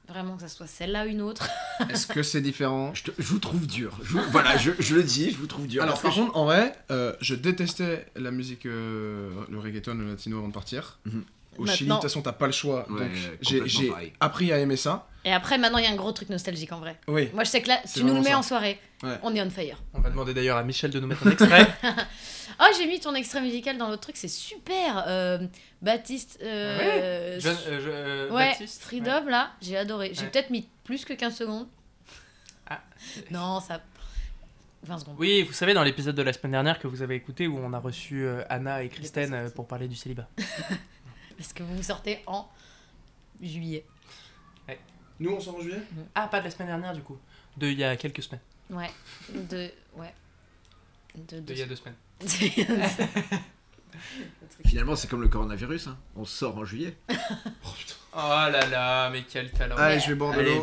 Vraiment que ça soit celle-là ou une autre.
Est-ce que c'est différent
Je, te- je vous trouve dur. Je vous- voilà, je, je le dis, je vous trouve dur.
Alors, par
Parce que
contre, en vrai, euh, je détestais la musique, euh, le reggaeton, le latino avant de partir.
Mhm.
Au Chili, de
Maintenant-
toute façon, t'as pas le choix.
Ouais,
donc,
ouais,
j'ai-
complètement
j'ai
pareil.
appris à aimer ça.
Et après, maintenant, il y a un gros truc nostalgique en vrai.
Oui.
Moi, je sais que là,
C'est
tu nous le
vraiment
mets
ça.
en soirée.
Ouais.
On est on fire.
On va demander d'ailleurs à Michel de nous mettre un extrait.
Oh, j'ai mis ton extrait musical dans l'autre truc, c'est super. Euh, Baptiste. Euh,
John, euh, Ah je- euh,
ouais,
Baptiste,
Freedom, là, j'ai adoré. J'ai
Ouais.
peut-être mis plus que 15 secondes.
Ah.
Non, ça. 20 secondes.
Oui, vous savez, dans l'épisode de la semaine dernière que vous avez écouté, où on a reçu euh, Anna et Kristen euh, pour parler du célibat.
Parce que vous sortez en juillet.
Nous, on s'en juillet
Ah, pas de la semaine dernière du coup. De il y a quelques semaines.
Ouais. De. Ouais. De.
De il y a deux Ah, semaines.
Finalement, c'est comme le coronavirus. hein. On sort en juillet.
Oh putain.
Oh là là, mais quel talent.
Allez, Ah, je vais boire de
Allez.
l'eau.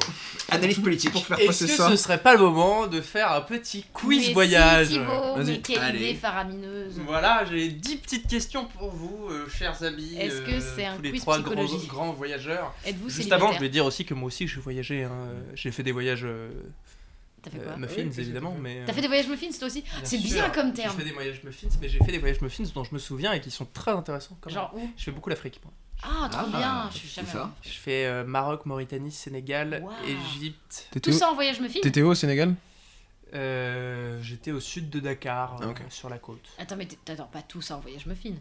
Analyse politique.
Pour faire
Est-ce
passer
que
ça.
ce serait pas le moment de faire un petit quiz voyage
Vas-y.
Vas-y.
Mais quelle
Allez.
idée faramineuse.
Voilà, j'ai 10 petites questions pour vous, euh, chers amis.
Est-ce que
euh,
c'est un
tous les
quiz
trois grands,
psychologique
grands voyageurs.
Êtes-vous
Juste avant, je
célibataire
vais dire aussi que moi aussi, j'ai voyagé. hein. J'ai fait des voyages euh,
T'as fait
euh,
quoi
muffins, évidemment. mais euh,
T'as fait des voyages muffins toi aussi
bien
C'est
sûr,
bien comme
J'ai
terme.
fait des voyages muffins, mais j'ai fait des voyages muffins dont je me souviens et qui sont très intéressants. quand même.
Genre où
Je fais beaucoup l'Afrique. moi.
Ah, trop
Ah,
bien,
bah,
je suis
c'est
jamais.
ça.
allée.
Je fais euh, Maroc, Mauritanie, Sénégal,
Waouh.
Égypte.
T'étais
Tout
où-
ça en voyage muffin
T'étais où au Sénégal
Euh, J'étais au sud de Dakar,
Ah,
euh,
ok.
sur la côte.
Attends, mais t'es- t'adores pas tout ça en voyage muffin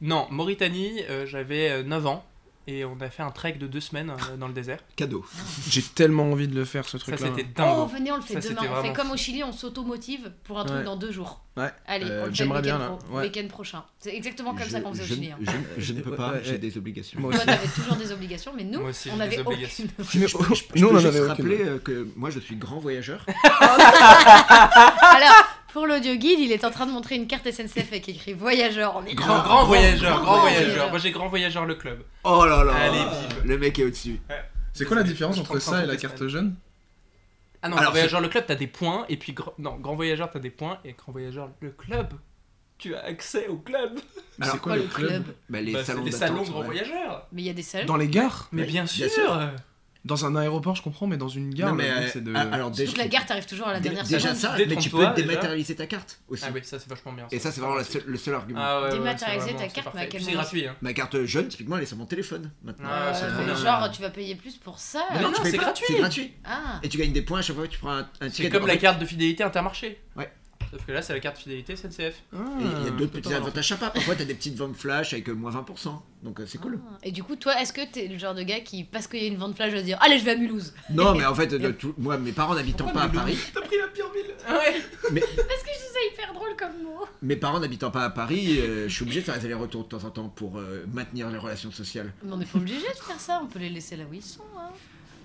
Non, Mauritanie, euh, j'avais euh, 9 ans et on a fait un trek de deux semaines euh, dans le désert.
Cadeau.
J'ai tellement envie de le faire, ce
Ça,
truc-là.
c'était
Oh,
dingue.
venez, on le fait
Ça,
demain.
c'était
On fait
vraiment
comme au Chili, on s'automotive pour un truc
Ouais.
dans deux jours.
Ouais.
Allez,
Euh,
on le fait le
j'aimerais
week-end,
bien, là.
pro-
Ouais.
week-end prochain. C'est exactement comme
Je-
ça qu'on faisait au
je-
Chili. hein.
Je, je ne peux pas,
Ouais,
j'ai
ouais.
des obligations.
Moi
Toi, t'avais toujours des obligations, mais nous,
Moi aussi,
on
j'ai
avait
des obligations.
aucune.
Mais, oh,
Je
nous, on
peux
en
juste
avait
rappeler
aucune.
euh, que moi, je suis grand voyageur.
Alors, pour l'audio guide, il est en train de montrer une carte SNCF avec écrit voyageur. On est
Grand, grand,
grand
voyageur, grand,
oh, grand voyageur.
voyageur. Moi j'ai grand voyageur le club.
Oh là là
Allez, bim.
Le mec est au-dessus.
C'est quoi la
Je
différence
prends
entre ça et la
30
carte
semaines.
jeune
Ah non,
Alors,
grand voyageur le club, t'as des points et puis grand... non, grand voyageur t'as des points et grand voyageur le club, tu as accès au club.
Mais
Alors,
C'est quoi le club
Bah, les
Bah, c'est
salons
les
d'attente,
salons grand
ouais.
voyageur.
Mais il y a des salles.
Dans les gares
Mais
Oui,
bien sûr. Ah
bien sûr.
Dans un aéroport, je comprends, mais dans une gare,
Non, mais,
le but,
euh,
c'est de...
ah, alors,
Surtout que la
déjà-
gare, t'arrives toujours à la dernière
Déjà
seconde.
ça, mais tu peux
Détrompe-toi, déjà.
dématérialiser ta carte aussi.
Ah oui, ça c'est vachement bien.
Et ça, c'est vraiment la seule- le seul argument.
Ah ouais, ouais,
Dématérialiser
c'est vraiment-
ta
c'est
carte,
parfait.
mais à quel
Puis C'est
moment
gratuit. Hein.
Ma carte jeune, typiquement, elle est sur mon téléphone maintenant.
Ah,
Euh,
c'est trop
mais
bien.
genre, tu vas payer plus pour ça.
Mais
non,
tu
c'est
payes pas,
gratuit.
C'est gratuit.
Ah,
Et tu gagnes des points à chaque fois que tu prends un, un ticket.
C'est comme
En
la
fait,
carte de fidélité Intermarché.
Ouais.
Sauf que là c'est la carte fidélité SNCF.
et ah, Il y a d'autres petits
Attends,
avantages sympas. Parfois, t'as des petites ventes flash avec euh, moins 20%. Donc, euh, c'est cool.
Et du coup, toi, est-ce que t'es le genre de gars qui, parce qu'il y a une vente flash, va se dire Allez, je vais à Mulhouse
Non, mais en fait, de tout- moi, mes parents n'habitant pas à Paris,
T'as pris la pire ville. Ah Ouais.
Parce que je trouve ça hyper drôle comme mot.
mes parents n'habitant pas à Paris, euh, je suis obligé de faire des allers-retours de temps en temps pour euh, maintenir les relations sociales.
Mais on n'est pas obligé de faire ça, on peut les laisser là où ils sont. hein.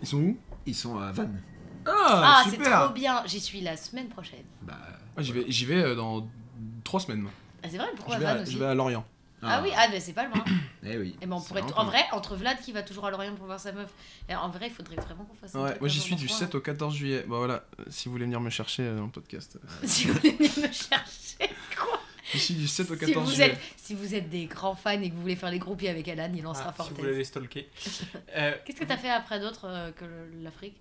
Ils sont où
Ils sont à Vannes.
Ah, c'est trop bien, j'y suis la semaine prochaine.
Bah,
Ah, J'y vais, j'y vais euh, dans trois semaines. moi.
Ah, c'est vrai, pourquoi
Je vais,
Vannes
à, je
aussi
vais à Lorient.
ah. oui, ah, ben c'est pas loin.
Eh oui.
Et ben, on
C'est
pourrait
vraiment
tout-
pas
En
mal.
vrai, entre Vlad qui va toujours à Lorient pour voir sa meuf, et en vrai, il faudrait vraiment qu'on fasse un
Ouais,
truc
moi j'y
dans
suis
un
du
endroit.
7 au 14 juillet. Bah voilà, euh, si vous voulez venir me chercher euh, dans le podcast.
Si vous voulez me chercher, quoi
J'y suis du 7 au
si
14
vous,
juillet.
êtes, si vous êtes des grands fans et que vous voulez faire les groupies avec Alan, il lancera
Ah,
fort
si vous voulez les stalker. Euh,
Qu'est-ce que t'as fait après d'autre euh, que le- l'Afrique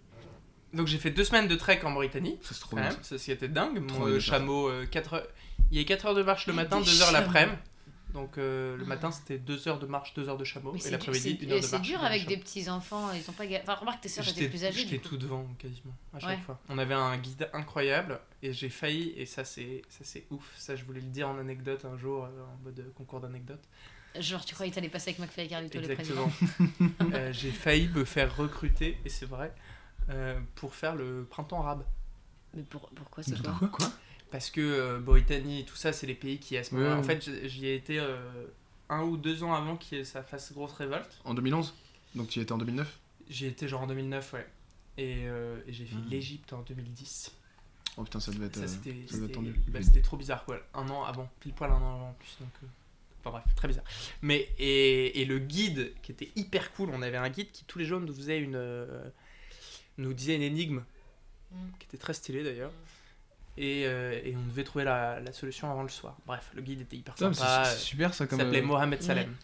donc j'ai fait deux semaines de trek en Mauritanie.
Ça, c'est trop
quand
bien.
même, c'est ce qui Hein était dingue.
Trop
Mon
bien
euh,
de faire ça.
chameau, euh, quatre heures- il y a 4 heures de marche le matin, 2 heures
chameaux. Ah.
l'après-midi. Donc euh, le matin c'était 2 heures de marche, 2 heures de chameau.
Mais
et
c'est dur,
l'après-midi,
c'est-
1 heure de
c'est
marche. une
dur
heure de
avec
chameau.
des petits enfants, ils ont pas. ga- Enfin, remarque, tes soeurs étaient plus
J'étais
âgées.
j'étais
du coup.
tout devant quasiment à chaque
Ouais.
fois. On avait un guide incroyable et j'ai failli et ça c'est ça c'est ouf. Ça je voulais le dire en anecdote un jour euh, en mode euh, concours d'anecdotes.
Genre, tu croyais que t'allais passer avec McFly et Carlito les présidents
Exactement. Euh, j'ai failli me faire recruter et c'est vrai euh, pour faire le printemps arabe.
Mais pour- pourquoi c'est quoi
Quoi, quoi
Parce que euh, Mauritanie, tout ça, c'est les pays qui, à ce moment-là,
Ouais.
en fait, j- j'y ai été euh, un ou deux ans avant que ça fasse grosse révolte.
En 2011 Donc tu y étais en 2009
J'y étais genre en 2009, ouais. Et, euh, et j'ai fait
Mhm.
l'Égypte en 2010.
Oh putain, ça devait être.
Ça,
euh,
c'était
ça devait
c'était-
être tendu.
bah, c'était trop bizarre, quoi. Un an avant, pile poil un an avant en plus. Donc, euh, Enfin bref, très bizarre. Mais, et, et le guide qui était hyper cool, on avait un guide qui tous les jours nous faisait une. euh, nous disait une énigme,
Mm.
qui était très stylée d'ailleurs. Et, euh, et on devait trouver la, la solution avant le soir. Bref, le guide était hyper
Putain, mais c'est-
sympa.
c'est super ça
Il
comme.
s'appelait
euh,
Mohamed Salem.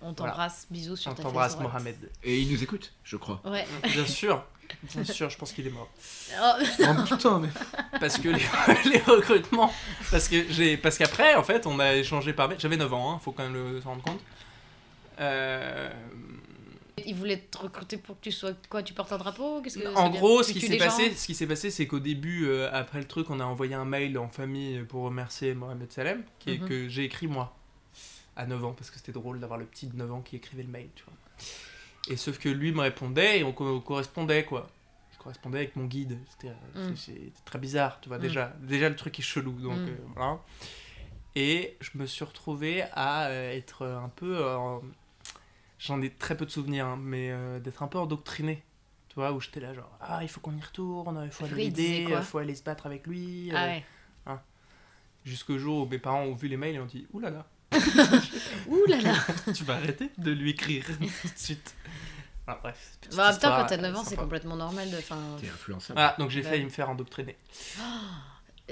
On t'embrasse, bisous sur
On
ta
t'embrasse,
fesse droite.
Mohamed.
Et il nous écoute, je crois.
Ouais.
Bien sûr, bien sûr, je pense qu'il est mort.
Oh,
Oh putain, mais.
parce que les, les recrutements parce que j'ai parce qu'après en fait on a échangé par mail j'avais 9 ans hein, faut quand même le s'en rendre compte Euh,
Ils voulaient te recruter pour que tu sois quoi Tu portes un drapeau Qu'est-ce que ça
Bah, en
veut dire
gros
Tu
ce qui
tues
s'est
des
passé
gens
ce qui s'est passé c'est qu'au début euh, après le truc on a envoyé un mail en famille pour remercier Mohamed Salem qui est-
Mhm.
que j'ai écrit moi à 9 ans parce que c'était drôle d'avoir le petit de 9 ans qui écrivait le mail tu vois et sauf que lui me répondait et on co- correspondait quoi je correspondais avec mon guide c'était euh,
Mm.
c'est- c'est très bizarre tu vois
Mm.
déjà déjà le truc est chelou donc
Mm.
euh, voilà et je me suis retrouvé à euh, être un peu euh, j'en ai très peu de souvenirs hein, mais euh, d'être un peu endoctriné tu vois où j'étais là genre ah il faut qu'on y retourne il faut aller
Lui, il disait
l'aider
quoi
il faut aller se battre avec lui euh,
Ah ouais.
jusqu'au jour où mes parents ont vu les mails et ont dit oulala
Ouh là là
tu vas arrêter de lui écrire tout de suite Voilà, bref petite
Bah, putain,
histoire,
quand t'as 9
euh,
ans, c'est
sympa.
complètement normal de. Enfin,
T'es influençable.
Voilà, donc j'ai failli
Ouais.
me faire endoctriner.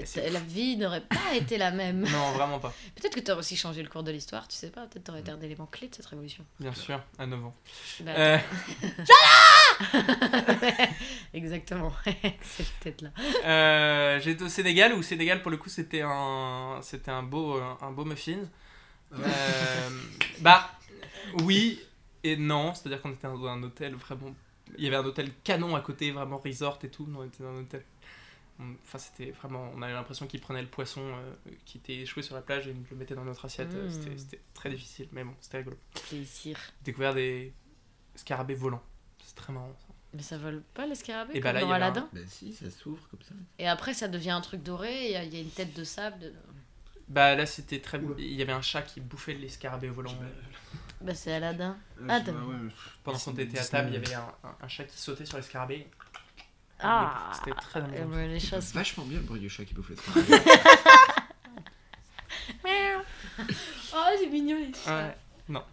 c'est-
la vie n'aurait pas été la même.
Non, vraiment pas,
Peut-être que t'aurais aussi changé le cours de l'histoire, tu sais pas. Peut-être t'aurais été un élément clé de cette révolution.
bien sûr, à 9 ans.
Bah,
Euh,
Exactement. c'est peut-être là.
euh, J'étais au Sénégal, où au Sénégal, pour le coup, c'était un, c'était un, beau, un beau muffin. Euh, bah, oui et non, c'est-à-dire qu'on était dans un hôtel vraiment. Il y avait un hôtel canon à côté, vraiment resort et tout, mais on était dans un hôtel. on- Enfin, c'était vraiment. On avait l'impression qu'il prenait le poisson euh, qui était échoué sur la plage et il nous le mettait dans notre assiette. euh,
Mm.
C'était c'était très difficile, mais bon, c'était rigolo.
Plaisir.
J'ai découvert des scarabées volants. C'est très marrant. ça.
Mais ça vole pas les scarabées
Et
comme
bah là,
dans
il y avait un-
Aladdin.
Bah si, ça s'ouvre comme ça.
Et après, ça devient un truc doré, et il y a une tête de sable. de-
Bah là, c'était très.
Oula.
Il y avait un chat qui bouffait les scarabées volants.
Bah, c'est Aladdin.
Ah,
t'as-
ouais, mais-
Pendant qu'on était à
Disney.
table, il y avait un, un- un chat qui sautait sur les scarabées.
Ah
C'était très
Et
amusant.
bah, les choses.
Vachement bien le bruit du chat qui bouffe les
Oh, c'est mignon les chats.
Ouais. Non.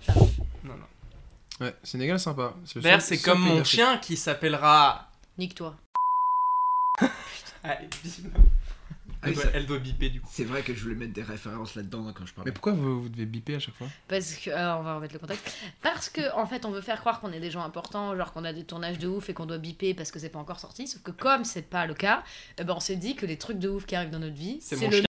Non, non.
Ouais, Sénégal sympa. le
D'ailleurs,
seul-
c'est
seul
comme
pays
mon
d'Afrique.
chien qui s'appellera.
Nique-toi.
Allez, bim.
Ah oui,
Elle doit-
ça-
Elle doit biper du coup.
C'est vrai que je voulais mettre des références là-dedans quand je
Mais
parlais.
pourquoi vous, vous devez biper à chaque fois
Parce que. Alors, on va remettre le contexte. Parce que, en fait, on veut faire croire qu'on est des gens importants, genre qu'on a des tournages de ouf et qu'on doit biper parce que c'est pas encore sorti. Sauf que, comme c'est pas le cas, eh ben, on s'est dit que les trucs de ouf qui arrivent dans notre vie,
C'est
c'est
mon
le.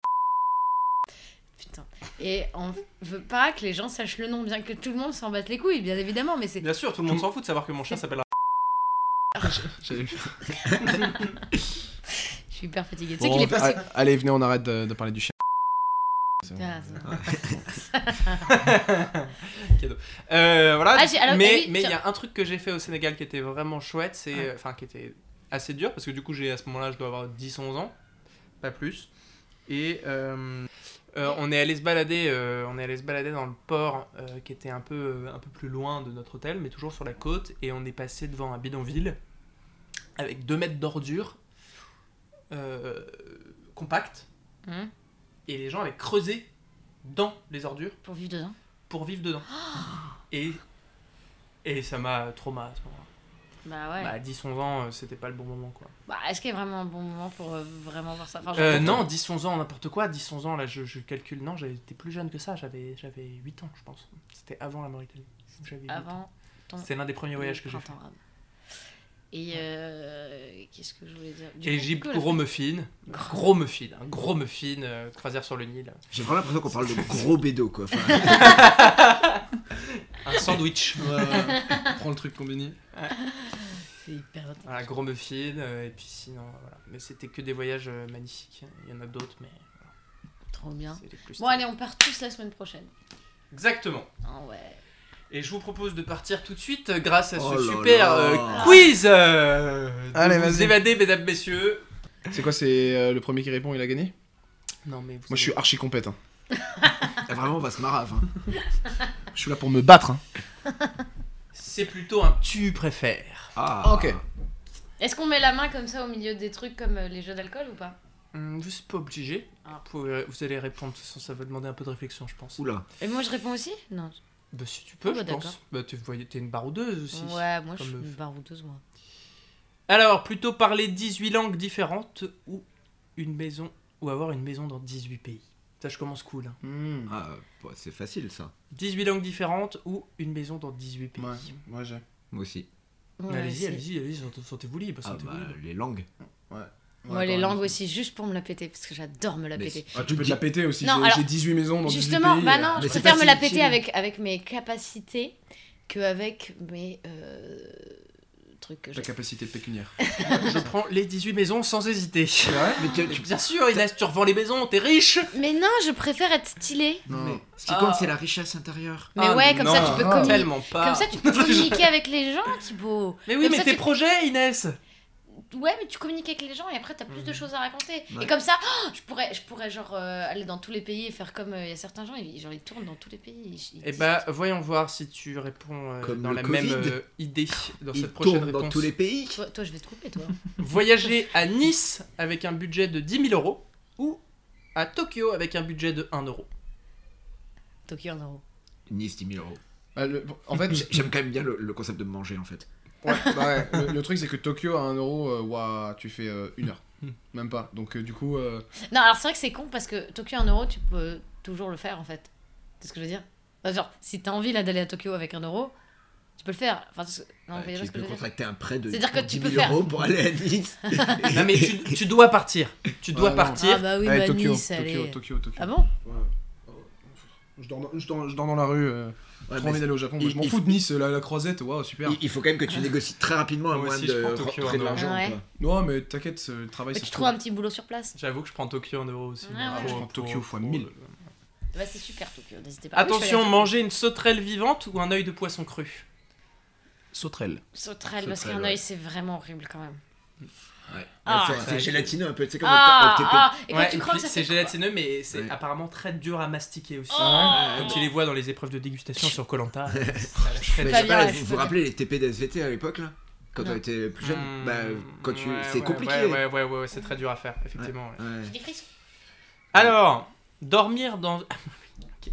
Putain. Et on veut pas que les gens sachent le nom, bien que tout le monde s'en batte les couilles, bien évidemment, mais c'est.
Bien sûr, tout le monde s'en fout de savoir que mon chien s'appellera.
J'avais-
Je suis hyper fatiguée. Tu sais
Bon,
qu'il est
on-
passé.
a- Allez, venez, on arrête de, de parler du chien. C'est bon.
Ah, c'est-
Euh, voilà.
Ah, j'ai- alors, ah
mais
oui,
mais il y
tiens.
a un truc que j'ai fait au Sénégal qui était vraiment chouette, c'est euh, enfin qui était assez dur parce que du coup j'ai à ce moment-là je dois avoir 10-11 ans, pas plus. Et euh, euh, on est allé se balader, euh, on est allé se balader dans le port euh, qui était un peu euh, un peu plus loin de notre hôtel, mais toujours sur la côte. Et on est passé devant un bidonville avec 2 mètres d'ordures euh, compactes
Hum,
et les gens avaient creusé dans les ordures
pour vivre dedans.
pour vivre dedans. Et, et ça m'a trauma à ce moment-là.
Bah ouais.
Bah, à 10-11 ans, euh, c'était pas le bon moment quoi.
Bah, est-ce qu'il y a vraiment un bon moment pour euh, vraiment voir ça Enfin, je-
Euh, non, 10-11 ans, n'importe quoi, 10-11 ans, là je, je calcule. Non, j'étais plus jeune que ça, j'avais j'avais 8 ans je pense. C'était avant la Mauritanie. J'avais huit ans.
Avant ton
C'était l'un des premiers voyages que j'ai fait.
printemps arabe. Et euh, qu'est-ce que je voulais dire Du coup,
Égypte,
que la-
gros muffin, gros muffin, un gros muffin, euh, croisière sur le Nil,
J'ai vraiment l'impression qu'on parle de gros bédo quoi. Enfin,
un sandwich,
Ouais, ouais. Prends le truc combini.
C'est hyper intéressant.
voilà, gros muffin, euh, et puis sinon, voilà. Mais c'était que des voyages euh, magnifiques, il y en a d'autres, mais
Trop bien.
c'était plus.
Bon, allez, on part tous la semaine prochaine.
Exactement.
Ah ouais.
Et je vous propose de partir tout de suite euh, grâce à ce
Oh là
super
là.
euh, quiz euh, de
Allez,
vous
vas-y.
évadez, mesdames, messieurs.
C'est quoi, c'est euh, le premier qui répond, il a gagné
Non, mais vous
Moi, je suis archi compète. hein.
vraiment, on va se marave. hein.
Je suis là pour me battre. hein.
C'est plutôt un tu préfères.
Ah,
Ok.
Est-ce qu'on met la main comme ça au milieu des trucs comme euh, les jeux d'alcool ou pas
Hum, Vous n'êtes pas obligé.
Ah.
Vous, pouvez- euh, vous allez répondre, sans ça va demander un peu de réflexion, je pense.
Oula.
Et moi je réponds aussi
Non.
Bah, si tu peux,
Ah, bah,
je pense.
d'accord.
Bah, tu voyais, t'es une baroudeuse aussi.
ouais, moi je
comme euh,
suis
meuf.
une baroudeuse, moi.
Alors, plutôt parler 18 langues différentes ou une maison ou avoir une maison dans 18 pays. Ça, je commence cool. hein.
Hmm.
Ah, bah, c'est facile ça.
18 langues différentes ou une maison dans 18 pays.
Ouais, moi j'ai.
Moi aussi.
Ouais,
allez-y,
c'est-
allez-y, allez-y, sentez- sentez-vous libre,
Ah
sentez-vous
bah,
libre.
les langues.
Moi, les langues aussi, juste pour me la péter, parce que j'adore me la
Mais
péter.
Ah, tu peux te la péter aussi.
Non,
j'ai-
alors,
J'ai 18 maisons dans 18
Justement,
pays. euh,
bah
euh,
non,
Mais
je
c'est
préfère me la
facile.
péter avec, avec mes capacités qu'avec mes euh, trucs que
Ta
j'ai.
capacité pécuniaire.
Je prends les 18 maisons sans hésiter.
Mais tu- tu-
Bien sûr, Inès, tu revends les maisons, t'es riche
Mais non, je préfère être stylée.
Mais
Non.
ce qui compte,
Ah.
c'est la richesse intérieure.
Mais
Ah,
ouais, comme ça
non,
tu peux
non.
communiquer.
Tellement pas.
Comme ça tu peux communiquer avec les gens, Thibaut.
Mais oui,
comme
mais
ça,
tes
tu-
projets, Inès
Ouais, mais tu communiques avec les gens et après t'as plus de choses à raconter.
Ouais.
Et comme ça, oh, je pourrais, je pourrais genre euh, aller dans tous les pays et faire comme euh, il y a certains gens, ils, genre ils tournent dans tous les pays. ils- ils
Eh
disent-
bah, voyons voir si tu réponds euh,
Comme
dans
le
la
Covid.
même euh, idée dans
Il
cette prochaine
tourne
réponse.
dans tous les pays.
toi, toi, je vais te couper, toi.
Voyager à Nice avec un budget de 10 000 euros ou à Tokyo avec un budget de 1 euro.
Tokyo en euros.
Nice, 10 000 euros.
Bah, le- En fait,
J'ai- J'aime quand même bien le, le concept de manger en fait.
Ouais, bah ouais. Le, le truc c'est que Tokyo à 1 euro, euh, ouah, tu fais euh, une heure.
Hmm.
Même pas. Donc euh, du coup, euh,
Non, alors c'est vrai que c'est con parce que Tokyo en euros, tu peux toujours le faire en fait. C'est ce que je veux dire. Enfin, genre, si t'as envie là d'aller à Tokyo avec un euro, tu peux le faire. Enfin, c'est- non, vous
Ouais,
voyez
tu
ce Ah, que
peux
je veux dire.
contracter un prêt de
C'est-à-dire que
10
tu peux
000
faire-
euros pour aller à Nice.
Non mais tu, tu dois partir. Tu
Ouais,
dois
non.
partir.
Ah bah oui,
allez,
bah
Tokyo,
Nice,
Tokyo,
allez.
Tokyo, Tokyo,
Ah bon
je, dors dans, je, dors, je dors dans la rue. euh,
Ouais,
J'ai
mais
envie d'aller au Japon. moi,
il-
je m'en
il-
fous de Nice, la, la croisette, waouh, super.
il, il faut quand même que tu négocies très rapidement à
Moi
moins
aussi,
de
je prends Tokyo
rentrer de
en
l'argent.
euros.
quoi.
Non, mais t'inquiète, ce travail,
Mais
ça
Tu
se
trouves un petit boulot sur place
Ah, J'avoue que je prends Tokyo en euros aussi.
Ouais, ouais.
Pour-
Je prends
pour-
Tokyo fois
pour-
1000.
Bah c'est super Tokyo, n'hésitez pas.
Attention,
mange
manger une sauterelle vivante ou un œil de poisson cru.
Sauterelle.
Sauterelle, parce
Sauterelle,
qu'un
ouais.
œil c'est vraiment horrible quand même.
Ouais.
Ah.
Ouais, c'est- c'est gélatineux un peu, tu sais, comme au-
Ah,
au TP.
ah, et quand
Ouais,
tu
et
crois que
puis
ça
c'est
fait...
gélatineux, mais c'est
Ouais.
apparemment très dur à mastiquer aussi.
Ah ouais.
Comme tu les vois dans les épreuves de dégustation sur Colanta. euh,
Mais je
Très
sais
bien,
pas,
ouais,
vous
je
vous
peux
rappelez les TP d'SVT à l'époque là Quand
Non.
on était plus jeune
Mmh,
Bah, quand tu.
ouais,
c'est
ouais,
compliqué.
Ouais, ouais, ouais, ouais, ouais, c'est très dur à faire, effectivement. ouais.
Ouais.
Des frissons.
Alors, dormir dans. Ok.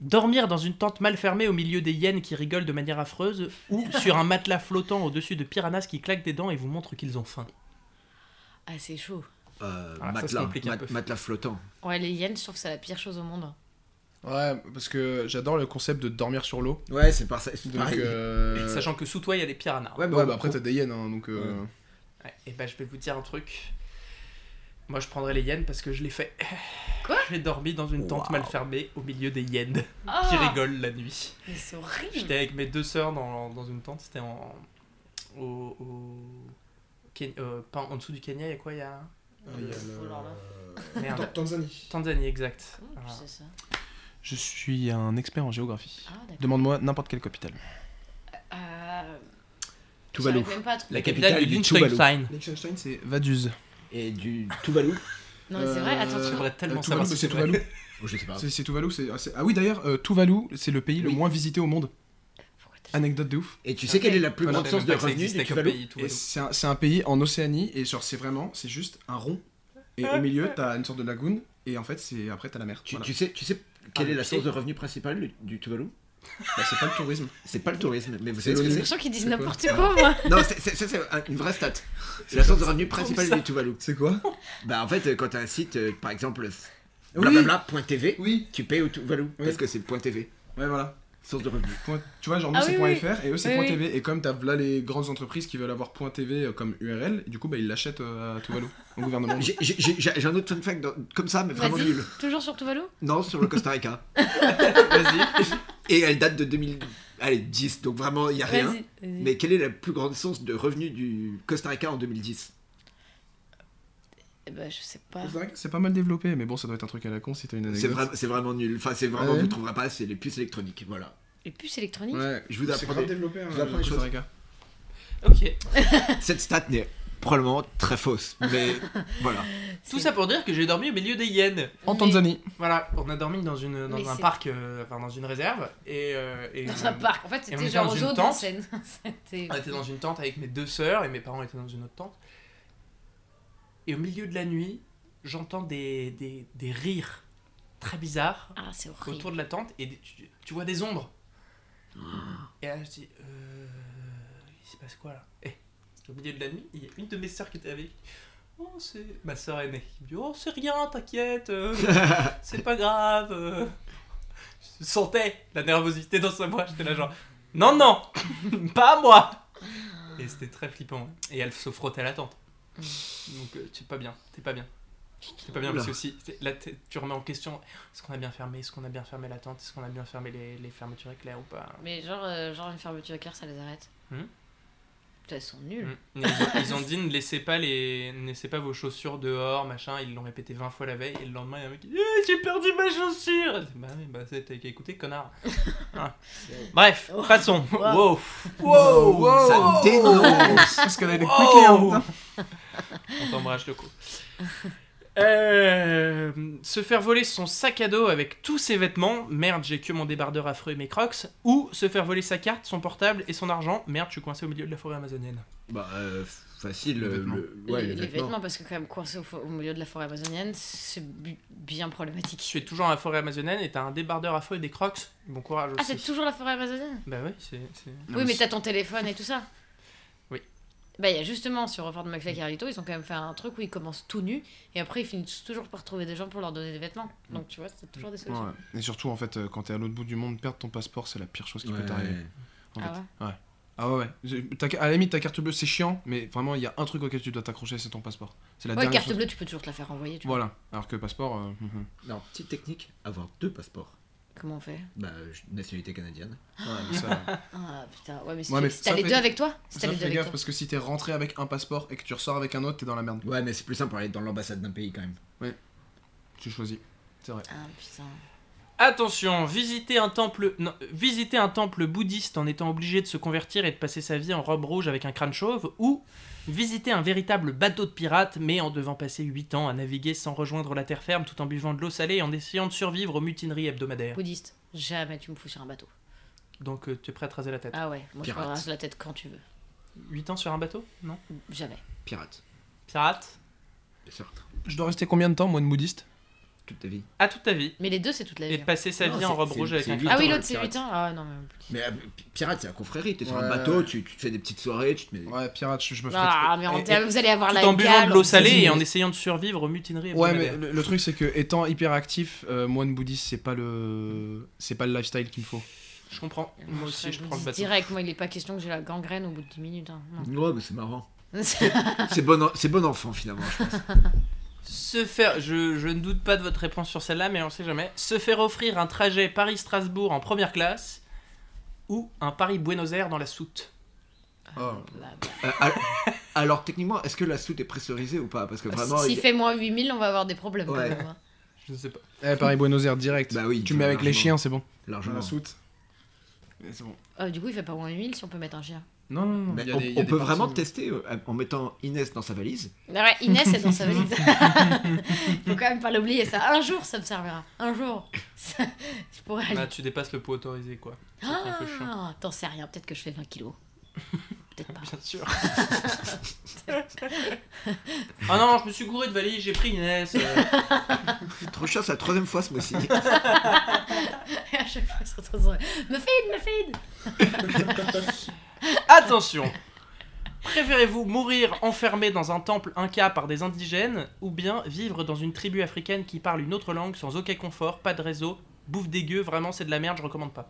Dormir dans une tente mal fermée au milieu des hyènes qui rigolent de manière affreuse ou sur un matelas flottant au-dessus de piranhas qui claquent des dents et vous montrent qu'ils ont faim.
Ah c'est chaud.
Euh,
Voilà, ça, c'est
matelas,
compliqué un
mat-
peu.
matelas flottant.
Ouais, les hyènes, je trouve que c'est la pire chose au monde.
Ouais, parce que j'adore le concept de dormir sur l'eau.
Ouais, c'est par ça. c'est
Donc,
pareil.
euh,
Sachant que sous toi, il y a des piranhas.
Ouais, mais
Ouais,
on-
bah après, t'as des hyènes, hein, donc. euh,
et ben, je vais vous dire un truc. Moi, je prendrais les hyènes parce que je les fais.
Quoi
J'ai dormi dans une tente
Waouh.
mal fermée au milieu des hyènes
Ah, Hmm.
qui rigolent la nuit.
Mais c'est horrible.
J'étais avec mes deux sœurs dans, dans une tente, c'était en. Au. au Ken- euh, pas en en dessous du Kenya, il y a quoi Il y a.
il y a
Oh là là.
le-
Merde.
Tanzanie.
Tanzanie, exact.
Comment tu
Voilà.
sais ça
Je suis un expert en géographie.
Ah d'accord.
Demande-moi n'importe quelle capitale.
Euh,
Tuvalu.
j'arrive même pas à trouver.
La capitale du Tuvalu.
Liechtenstein.
Liechtenstein, c'est Vaduz.
Et du Tuvalu.
Non mais c'est vrai,
Euh,
attention.
J'aimerais tellement
Euh,
savoir
Tuvalu,
si
c'est
c'est vrai.
Tuvalu.
Oh, je sais pas.
C'est c'est Tuvalu, c'est... ah, c'est- Ah oui, d'ailleurs, euh, Tuvalu, c'est le pays le
Oui.
moins visité au monde.
Pourquoi
Ah,
t'as-
Anecdote de ouf.
Et tu sais quelle est la plus
Je
grande
savais
source
même
de
pas que ça
revenus
existait
du
comme
Tuvalu
pays, Tuvalu.
Et c'est un, c'est un pays en Océanie, et genre, c'est vraiment, c'est juste un rond. Et au milieu, t'as une sorte de lagune, et en fait, c'est après, t'as la mer.
tu,
Voilà.
tu sais, tu sais quelle
Ah,
est la
tu
source
sais.
de revenus principale du, du Tuvalu
Bah, c'est pas le tourisme.
C'est pas le tourisme, mais vous
C'est
savez ce
le-
que c'est
J'ai l'impression qu'ils disent
C'est quoi
n'importe quoi, moi.
Non, c'est- c'est- ça c'est un- une vraie stat. C'est la source de revenus principale du Tuvalu.
C'est quoi
Bah en fait, euh, quand t'as un site, euh, par exemple, s-
Oui.
blablabla.tv,
Oui.
tu payes au Tuvalu
Oui.
parce que c'est le .tv,
Ouais, voilà.
source de revenus.
Point- Tu vois, genre, nous,
Ah
c'est
oui, oui.
.fr, et eux, c'est
Oui, oui.
.tv. Et comme t'as là les grandes entreprises qui veulent avoir .tv euh, comme URL, et du coup, bah, ils l'achètent euh, à Tuvalu, au gouvernement.
J'ai- J'ai j'ai- j'ai un autre fun fact dans- comme ça, mais vraiment
Vas-y.
nul.
Toujours sur Tuvalu
Non, sur le Costa Rica.
Vas-y.
Et elle date de 2010, donc vraiment, il n'y a rien.
Vas-y. vas-y.
Mais quelle est la plus grande source de revenus du Costa Rica en 2010
Eh Bah je sais pas.
Costa Rica, C'est pas mal développé, mais bon, ça doit être un truc à la con si t'as une
C'est
anecdote.
vra- c'est vraiment nul. Enfin, c'est vraiment,
Ah Ouais.
vous ne trouverez pas, c'est les puces électroniques. Voilà.
Les puces électroniques
Ouais,
Je vous
C'est
apprends
grave
des-
développé, hein,
je vous apprends des
Costa
choses.
Rica.
Ok.
Cette stat n'est probablement très fausse. Mais voilà.
Tout ça pour dire que j'ai dormi au milieu des hyènes.
En Tanzanie.
Voilà, on a dormi dans, une, dans
Mais
un
c'est-
parc, euh, enfin dans une réserve. Et, euh, et-
Dans un parc. En fait,
on
c'était
était
genre
dans
aux
une
autres
tente. Ah,
scènes. C'était.
On était dans une tente avec mes deux sœurs et mes parents étaient dans une autre tente. Et au milieu de la nuit, j'entends des, des, des rires très bizarres
Ah, c'est
autour
horrible.
de la tente et des- tu, tu vois des ombres. Et là, je dis, euh, il se passe quoi là Eh, Au milieu de la nuit, il y a une de mes sœurs qui était avec. Oh, c'est ma sœur aînée. Il me dit, oh, c'est rien, t'inquiète, euh, c'est pas grave. euh. Je sentais la nervosité dans sa voix. J'étais là, genre, non, non, pas moi. Et c'était très flippant. hein. Et elle se frottait à la tente. Donc, euh, t'es pas bien, t'es pas bien. T'es pas bien parce que si, t'es- là, t'es- tu remets en question est-ce qu'on a bien fermé Est-ce qu'on a bien fermé la tente Est-ce qu'on a bien fermé les, les fermetures éclair ou pas
Mais genre, euh, genre une fermeture éclair, ça les arrête.
Hmm.
Putain, Elles sont nulles.
Mm. Ils, ont, ils ont dit ne laissez pas les ne laissez pas vos chaussures dehors, machin. Ils l'ont répété 20 fois la veille et le lendemain il y a un mec qui dit Eh, j'ai perdu ma chaussure. Je dis, Bah oui, bah c'est t'as qu'à écouter connard. Voilà. Bref, passons. Wow. Wow. Wow.
Ça dénonce
Oh, Parce qu'elle a des
Wow.
quick learn, putain.
On t'embrasse le coup. Euh, se faire voler son sac à dos avec tous ses vêtements, merde j'ai que mon débardeur affreux et mes crocs, ou se faire voler sa carte, son portable et son argent, merde je suis coincé au milieu de la forêt amazonienne.
Bah, euh, facile.
Les
euh,
vêtements.
le- ouais,
les,
les
les
vêtements.
vêtements, parce que quand même coincé au, fo- au milieu de la forêt amazonienne, c'est bu- bien problématique.
Tu es toujours dans la forêt amazonienne et t'as un débardeur à feu et des crocs. Bon courage
Ah,
aussi.
c'est toujours la forêt amazonienne
Bah oui, c'est. c'est-
Non,
Oui,
mais
mais t'as ton téléphone et tout ça.
Oui.
Bah, il y a justement sur Report de McFly et Carlito, ils ont quand même fait un truc où ils commencent tout nus et après ils finissent toujours par trouver des gens pour leur donner des vêtements.
Hmm.
Donc tu vois, c'est toujours des solutions.
Ouais. Et surtout, en fait, euh, quand t'es à l'autre bout du monde, perdre ton passeport, c'est la pire chose qui peut t'arriver. En fait.
Ah ouais
Ah ouais, ouais. Je- ta- à la limite, ta carte bleue, c'est chiant, mais vraiment, il y a un truc auquel tu dois t'accrocher, c'est ton passeport. C'est la
Ouais,
dernière
carte
chose.
bleue, tu peux toujours te la faire renvoyer, tu vois.
Voilà, alors que passeport. euh, hum, hum.
Non, petite technique avoir deux passeports.
Comment on fait
Bah, je- nationalité canadienne.
Ouais, ça,
Ah putain, ouais, mais si
Ouais,
tu-
mais
si t'as
ça
les
fait-
deux avec toi Si t'as
ça
les deux
fais
avec
gaffe
toi.
parce que si t'es rentré avec un passeport et que tu ressors avec un autre, t'es dans la merde.
Ouais, mais c'est plus simple pour aller dans l'ambassade d'un pays quand même.
Tu choisis.
Ah putain.
Attention, visiter un temple, non, euh, visiter un temple bouddhiste en étant obligé de se convertir et de passer sa vie en robe rouge avec un crâne chauve, ou visiter un véritable bateau de pirates, mais en devant passer 8 ans à naviguer sans rejoindre la terre ferme tout en buvant de l'eau salée et en essayant de survivre aux mutineries hebdomadaires.
Bouddhiste, jamais tu me fous sur un bateau.
Donc euh, tu es prêt à te raser la tête
Ah ouais, moi
Pirate.
je me rase la tête quand tu veux.
8 ans sur un bateau Non
Jamais.
Pirate.
Pirate
Bien sûr.
Je dois rester combien de temps, moi, de bouddhiste
Toute ta vie.
À toute ta vie.
Mais les deux, c'est toute la
Et
vie.
de
hein.
passer sa
Non,
vie en
c'est-
robe
c'est-
rouge avec
c'est
un
huit
crâne
Ah oui,
Attends,
l'autre, c'est
pirate.
8 ans Ah non, mais.
Mais euh, pi- pirate, c'est la confrérie. T'es sur
Ouais.
un bateau, tu, tu te fais des petites soirées, tu te mets.
Ouais, pirate, je, je me ferais.
Ah, mais en
Et-
termes, vous allez avoir
tout
la
en buvant
gale,
de l'eau
on-
salée et en essayant de survivre aux mutineries.
Ouais,
hebdomadaires.
mais le, le truc c'est que étant hyperactif, euh, moine bouddhiste, c'est pas le c'est pas le lifestyle qu'il me faut.
je comprends.
Moi,
Moi aussi, je
vous
prends le
dis
bateau.
Direct, moi, il est pas question que j'ai la gangrène au bout de 10 minutes. hein. Non.
Ouais, mais c'est marrant. C'est bon, en- c'est bon enfant finalement. je pense.
Se faire, je, je ne doute pas de votre réponse sur celle-là, mais on sait jamais. Se faire offrir un trajet Paris-Strasbourg en première classe ou un Paris-Buenos Aires dans la soute.
Bah,
Euh, al- alors techniquement, est-ce que la soute est pressurisée ou pas Parce que
bah,
vraiment.
S'il
il-
fait moins 8000, on va avoir des problèmes quand
Ouais.
même. hein.
Je ne sais pas.
Eh, pareil, Buenos Aires direct.
Bah oui.
tu me mets avec les
largement.
chiens, c'est bon.
Largement.
soute. Eh, C'est bon.
Euh, du coup, il fait pas moins 8000 si on peut mettre un chien.
Non, non, non.
Hmm.
Mais
il y a
on
des- il y a
on
des
peut
parties
vraiment
où-
tester euh, en mettant Inès dans sa valise.
Ah Ouais, Inès est dans sa valise. Faut quand même pas l'oublier, ça. Un jour, ça me servira. Un jour. Ça- Je pourrais aller.
Là, Bah, tu dépasses le poids autorisé, quoi. c'est un peu chiant.
Ah, t'en sais rien. Peut-être que je fais 20 kilos. Peut-être pas.
Bien sûr. ah non, je me suis gouré de valise, j'ai pris Inès. euh.
C'est Trop chiant, c'est la troisième fois ce mois-ci.
Et à chaque fois, ils sont trop heureux. Me feed, me feed
Attention Préférez-vous mourir enfermé dans un temple inca par des indigènes ou bien vivre dans une tribu africaine qui parle une autre langue sans aucun confort, pas de réseau, bouffe dégueu, vraiment c'est de la merde, je recommande pas.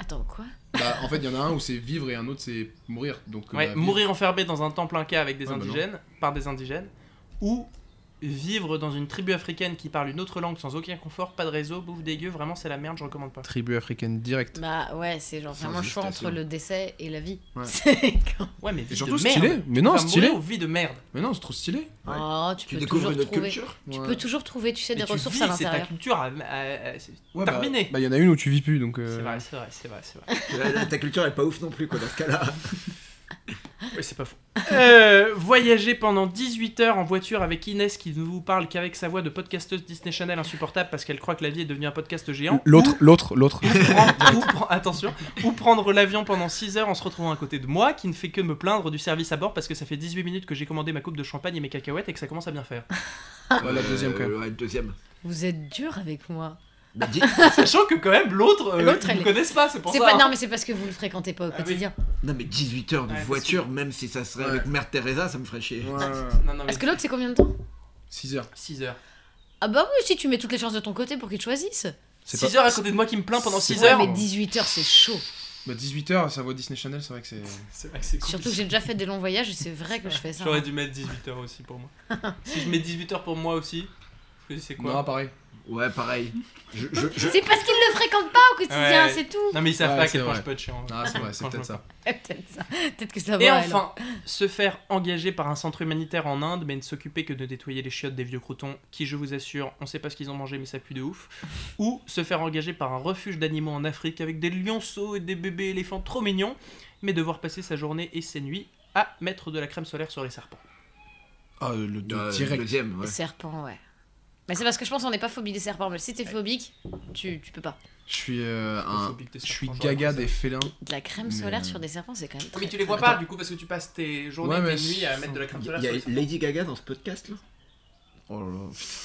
Attends, quoi
Bah, en fait, il y en a un où c'est vivre et un autre c'est mourir. Donc euh,
Ouais,
bah, vivre-
mourir enfermé dans un temple inca avec des
Ouais, bah non.
indigènes, par des indigènes, ou vivre dans une tribu africaine qui parle une autre langue sans aucun confort, pas de réseau, bouffe dégueu, vraiment c'est la merde, je recommande pas.
Tribu africaine direct.
Bah ouais, c'est genre
Sans
vraiment le choix
hésitation.
entre le décès et la vie.
Ouais.
C'est quand-
Ouais, mais vie
Et surtout
de merde.
stylé. Mais non,
Enfin,
stylé.
mourir aux vies de merde.
Mais non, c'est trop stylé.
Ouais.
Oh, tu,
Tu
peux
découvres
toujours
une autre
trouver.
culture.
Tu
Ouais.
peux toujours trouver, tu sais, des
Mais tu
ressources
vis,
à
c'est ta
l'intérieur.
culture, à- à- à- c'est
Ouais, bah-
terminé.
Bah, il y en a une où tu vis plus, donc. euh,
C'est vrai, c'est vrai, c'est vrai, c'est vrai.
Euh, Ta culture est pas ouf non plus quoi dans ce cas-là.
Oui, c'est pas faux. Euh, voyager pendant 18 heures en voiture avec Inès qui ne vous parle qu'avec sa voix de podcasteuse Disney Channel insupportable parce qu'elle croit que la vie est devenue un podcast géant.
L'autre, l'autre, l'autre.
Prendre- ou pre- attention, ou prendre l'avion pendant 6 heures en se retrouvant à côté de moi qui ne fait que me plaindre du service à bord parce que ça fait 18 minutes que j'ai commandé ma coupe de champagne et mes cacahuètes et que ça commence à bien faire.
Ouais, la deuxième, quand même.
Euh, Ouais, la deuxième.
Vous êtes dur avec moi.
Bah, dis-
Sachant que quand même l'autre, euh,
L'autre,
ils
elle
ne
est-
connaissent pas, c'est pour
C'est
ça.
pas
hein.
non mais c'est parce que vous le fréquentez pas au
Ah oui.
quotidien.
non, mais 18 heures de
Ouais, parce
voiture, même si ça serait
Ouais.
avec Mère Teresa, ça me ferait chier.
Non, non, mais
Parce que l'autre c'est combien de temps
6 heures.
6 heures.
Ah bah oui, si tu mets toutes les chances de ton côté pour qu'ils te choisissent.
C'est
6 heures à côté de moi qui me plaint pendant
C'est
6
pas-
heures.
mais 18 heures c'est chaud.
Bah 18 heures, sa voix Disney Channel, c'est vrai que c'est.
C'est vrai que c'est
Surtout que j'ai déjà fait des longs voyages et c'est vrai que je fais ça.
J'aurais dû mettre 18 heures aussi pour moi. si je mets 18 heures pour moi aussi, je me dis, c'est quoi
Non, pareil.
Ouais, pareil.
Mmh.
Je, je- je-
C'est parce qu'ils ne le fréquentent pas au quotidien,
Ouais.
c'est tout.
Non mais ils savent
Ouais,
pas à
c'est
quel point
vrai.
je peux être chiant. hein.
Ah, c'est vrai, c'est
Franchement.
peut-être ça.
Ouais, Peut-être ça. Peut-être que ça va.
Et
alors.
enfin, se faire engager par un centre humanitaire en Inde, mais ne s'occuper que de nettoyer les chiottes des vieux croutons, qui, je vous assure, on sait pas ce qu'ils ont mangé, mais ça pue de ouf. Ou se faire engager par un refuge d'animaux en Afrique avec des lionceaux et des bébés éléphants trop mignons, mais devoir passer sa journée et ses nuits à mettre de la crème solaire sur les serpents.
Ah, euh, le
Euh,
deux, direct.
Deuxième, ouais.
Les serpents, ouais. Mais c'est parce que je pense qu'on n'est pas phobie des serpents. Mais si t'es phobique, tu, tu peux pas.
Je suis euh, un.
Phobique des
Je suis
serpents,
gaga
genre,
des félins.
De la crème
Mais,
solaire
euh,
sur des serpents, c'est quand même.
comme ça.
Très...
Mais tu les vois pas du coup parce que tu passes tes journées
Ouais,
et
mais
tes nuits à
c'est-
mettre de la crème
Il
solaire
y
sur
a
les serpents.
Lady Gaga dans ce podcast là Oh là là.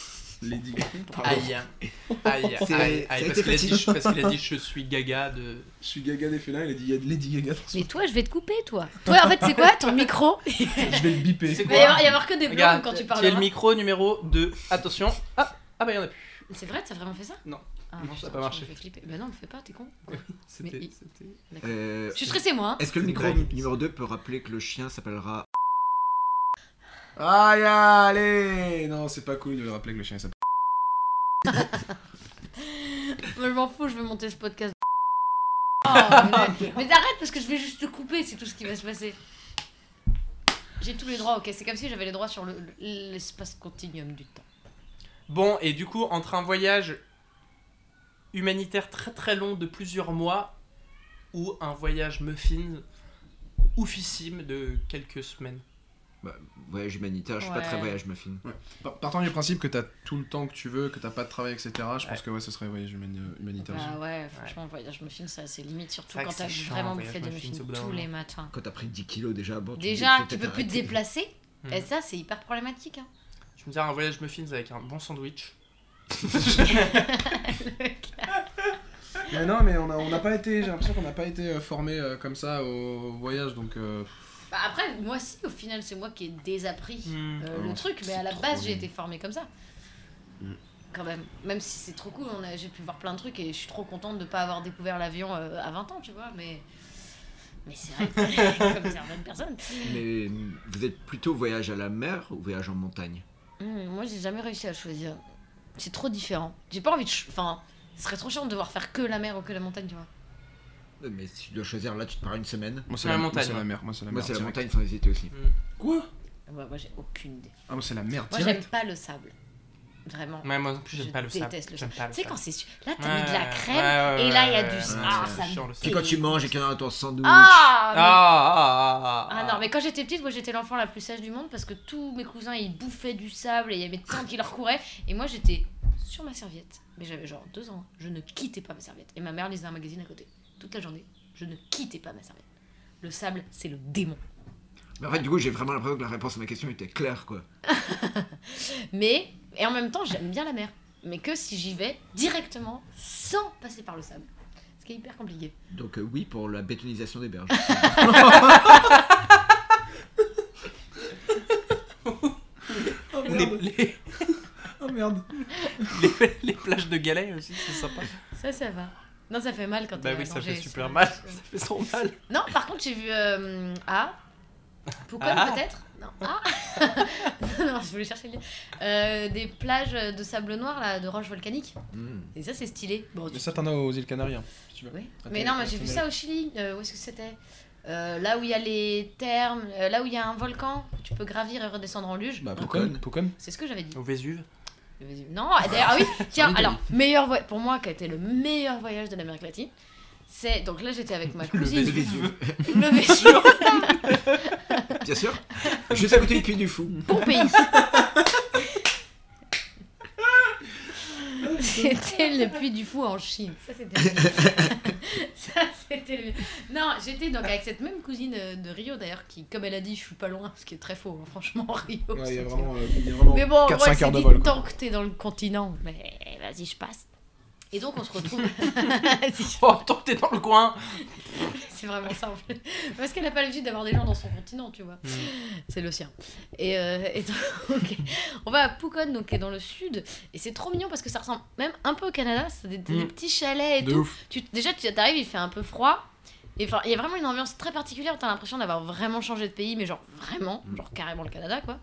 Lady Gaga.
Aïe, aïe,
C'est-
aïe,
ça a
aïe,
été
parce qu'il a dit-
facile.
parce qu'il a dit je suis gaga de...
Je suis gaga des félins, il a dit il y a Lady Gaga dans
Mais toi, je vais te couper, toi. Toi, en fait, c'est quoi ton micro Il
Je vais le biper.
C'est
va y avoir, il va y avoir que des blancs
Regarde,
quand tu
c'est
parles.
le micro numéro 2. Attention. Ah, ah bah il y en a plus.
C'est vrai, t'as vraiment fait ça
Non.
Ah,
Non, ça a
putain,
pas
tu
marché.
me fais flipper. Bah non, me fais pas, t'es con.
C'était-
il-
c'était-
Euh,
Je suis stressée, moi. hein.
Est-ce que le
C'est
micro
Greg.
numéro 2 peut rappeler que le chien s'appellera
Aïe, allez Non, c'est pas cool de le rappeler que le chien s'appelle.
hein. Moi, je m'en fous, je vais monter ce podcast. Oh, mais, mais arrête parce que je vais juste te couper, c'est tout ce qui va se passer. J'ai tous les droits, ok C'est comme si j'avais les droits sur le- le- l'espace continuum du temps.
Bon, et du coup, entre un voyage humanitaire très très long de plusieurs mois ou un voyage muffin oufissime de quelques semaines.
voyage humanitaire Je suis pas
Ouais.
très voyage muffin.
Par- Partant du principe que t'as tout le temps que tu veux, que t'as pas de travail, etc., je pense que ouais, ce serait voyage humani- humanitaire aussi.
Bah ouais, franchement, voyage muffin, ça c'est limite, surtout
C'est vrai
quand
que c'est
t'as
chiant,
vraiment
voyage
bouffé des
muffins,
muffins
au bout d'un
tous
moment.
les matins.
Quand t'as pris 10 kilos déjà, bon, tu
Déjà,
dis, faut
tu peux
peut-être
plus te
arrêter.
déplacer.
Hmm.
Et ça, c'est hyper problématique. Hein.
Je me dirais un voyage muffins avec un bon sandwich.
Mais non, mais on a- on n'a pas été, j'ai l'impression qu'on n'a pas été euh, formé comme ça au voyage, donc. euh,
Bah après, moi si, au final, c'est moi qui ai désappris
Hmm.
euh,
Oh,
le truc, mais à la
trop
base, j'ai
nul.
été formée comme ça. Quand même, même si c'est trop cool, on a- j'ai pu voir plein de trucs et je suis trop contente de pas avoir découvert l'avion euh, à 20 ans, tu vois, mais. Mais c'est vrai, que- comme certaines personnes.
Mais mm, vous êtes plutôt voyage à la mer ou voyage en montagne
Hmm, moi, j'ai jamais réussi à choisir. C'est trop différent. J'ai pas envie de. ch- Enfin, ce serait trop chiant de devoir faire que la mer ou que la montagne, tu vois.
Euh, Mais si tu dois choisir là, tu te pars une semaine.
Moi,
c'est la
Moi,
montagne,
c'est
moi.
la mer. Moi, c'est la
Moi,
mer.
c'est la
direct.
montagne sans hésiter aussi.
Quoi
Ah bah, Moi, moi j'ai aucune idée.
Ah, moi, c'est la mer.
Moi,
direct.
j'aime pas le sable. Vraiment.
Ouais, moi en plus,
Je
j'aime pas le sable.
déteste le
J'aime pas le
Tu sais,
sable.
quand c'est. su- Là, t'as mis
Ouais,
de la
ouais,
crème
ouais,
et là, il
ouais,
y a
ouais,
du.
ouais,
Ah,
c'est
ça me.
chiant, le sable.
C'est quand tu manges et qu'il y en a dans ton sandwich.
Ah, mais-
Ah, ah,
Ah non, mais quand j'étais petite, moi j'étais l'enfant la plus sage du monde parce que tous mes cousins ils bouffaient du sable et il y avait tant qui leur courait. Et moi j'étais sur ma serviette, mais j'avais genre deux ans, hein. je ne quittais pas ma serviette. Et ma mère lisait un magazine à côté. Toute la journée, je ne quittais pas ma serviette. Le sable, c'est le démon.
Mais en fait, du coup, j'ai vraiment l'impression que la réponse à ma question était claire, quoi.
Mais, et en même temps, j'aime bien la mer. Mais que si j'y vais directement sans passer par le sable. Ce qui est hyper compliqué.
Donc euh, oui pour la bétonisation des berges.
Ah,
Les, les-
Oh merde.
les- les plages de galets aussi, c'est sympa.
Ça, ça va. Non, ça fait mal quand
Bah
t'es
oui, ça
allongé
fait
sur
super
le-
mal. Ça fait trop mal.
Non, par contre, j'ai vu. euh, ah Pourquoi
Ah.
peut-être Non, ah Non, je voulais chercher le lien. Euh, des plages de sable noir, là, de roches volcaniques.
Hmm.
Et ça, c'est stylé. Bon, tu-
Mais ça, t'en as aux îles Canaries, hein, si tu veux.
Ouais.
Attends,
Mais non, mais
attends,
j'ai vu
mais-
ça au Chili. Euh, où est-ce que c'était Euh, Là où il y a les thermes, euh, là où il y a un volcan, tu peux gravir et redescendre en luge.
Bah, Oh.
Pucone.
Pucone. Pucone.
C'est ce que j'avais dit.
Au Vésuve.
Non, d'ailleurs, ah oui, tiens,
Italie.
alors, meilleur voy- pour moi, qui a été le meilleur voyage de l'Amérique latine, C'est donc là j'étais avec ma
Le
cousine.
Vésuve.
Le Vésuve.
Bien sûr. Juste à côté du puits du fou.
Pompéi. C'était le puits du fou en Chine.
Ça c'était. le- Ça c'était. le- Non, j'étais donc avec cette même cousine euh, de Rio d'ailleurs qui, comme elle a dit, je suis pas loin, ce qui est très faux. hein, Franchement, Rio.
Ouais, il y a
c'est-
vraiment, euh, il y a vraiment
Mais bon, en gros,
4-5
elle s'est
heures de
dit,
vol. quoi.
Tant que t'es dans le continent, mais vas-y, je passe.
Et donc on se retrouve.
Oh, tant que t'es dans le coin
C'est vraiment simple. Parce qu'elle n'a pas l'habitude d'avoir des gens dans son continent, tu vois.
Mm.
C'est le sien. Et, euh, et donc, ok. on va à Pucon, donc qui est dans le sud. Et c'est trop mignon parce que ça ressemble même un peu au Canada. C'est des, des
Mm.
petits chalets et
De
tout.
ouf.
Tu, déjà, tu arrives, il fait un peu froid. Et enfin, il y a vraiment une ambiance très particulière. T'as l'impression d'avoir vraiment changé de pays, mais genre vraiment, genre carrément le Canada, quoi.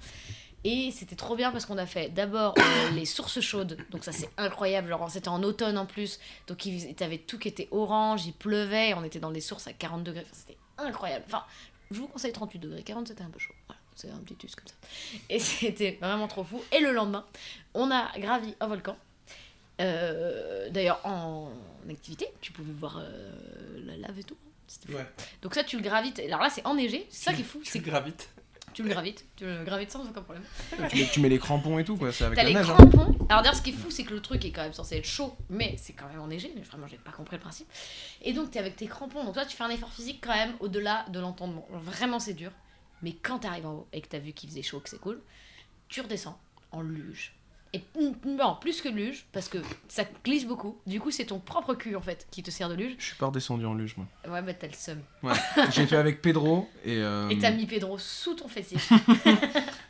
Et c'était trop bien parce qu'on a fait d'abord euh, les sources chaudes, donc ça c'est incroyable. Genre c'était en automne en plus, donc il- t'avais tout qui était orange, il pleuvait, et on était dans des sources à 40 degrés, enfin, c'était incroyable. Enfin, je vous conseille 38 degrés, 40 c'était un peu chaud. Voilà, c'est un petit tus comme ça. Et c'était vraiment trop fou. Et le lendemain, on a gravi un volcan. Euh, D'ailleurs, en activité, tu pouvais voir euh, la lave et tout. C'était fou.
Ouais.
Donc ça, tu le gravites. Alors là, c'est enneigé. C'est ça qui est fou.
Tu
C'est que
gravites.
tu le gravites. Tu le gravites sans aucun problème.
Tu mets, tu mets les crampons et tout, quoi. C'est avec
T'as
la
les
neige. hein.
crampons. Alors d'ailleurs, ce qui est fou, c'est que le truc est quand même censé être chaud, mais c'est quand même enneigé. Mais vraiment, j'ai pas compris le principe. Et donc, t'es avec tes crampons. Donc toi, tu fais un effort physique quand même au-delà de l'entendement. Genre, Vraiment, c'est dur. Mais quand t'arrives en haut et que t'as vu qu'il faisait chaud, que c'est cool, tu redescends en luge. Et mm, non, plus que luge, parce que ça glisse beaucoup. Du coup, c'est ton propre cul en fait qui te sert de luge.
Je suis pas redescendu en luge, moi.
Ouais, bah t'as le seum.
J'ai fait avec Pedro et. euh,
Et t'as mis Pedro sous ton fessier.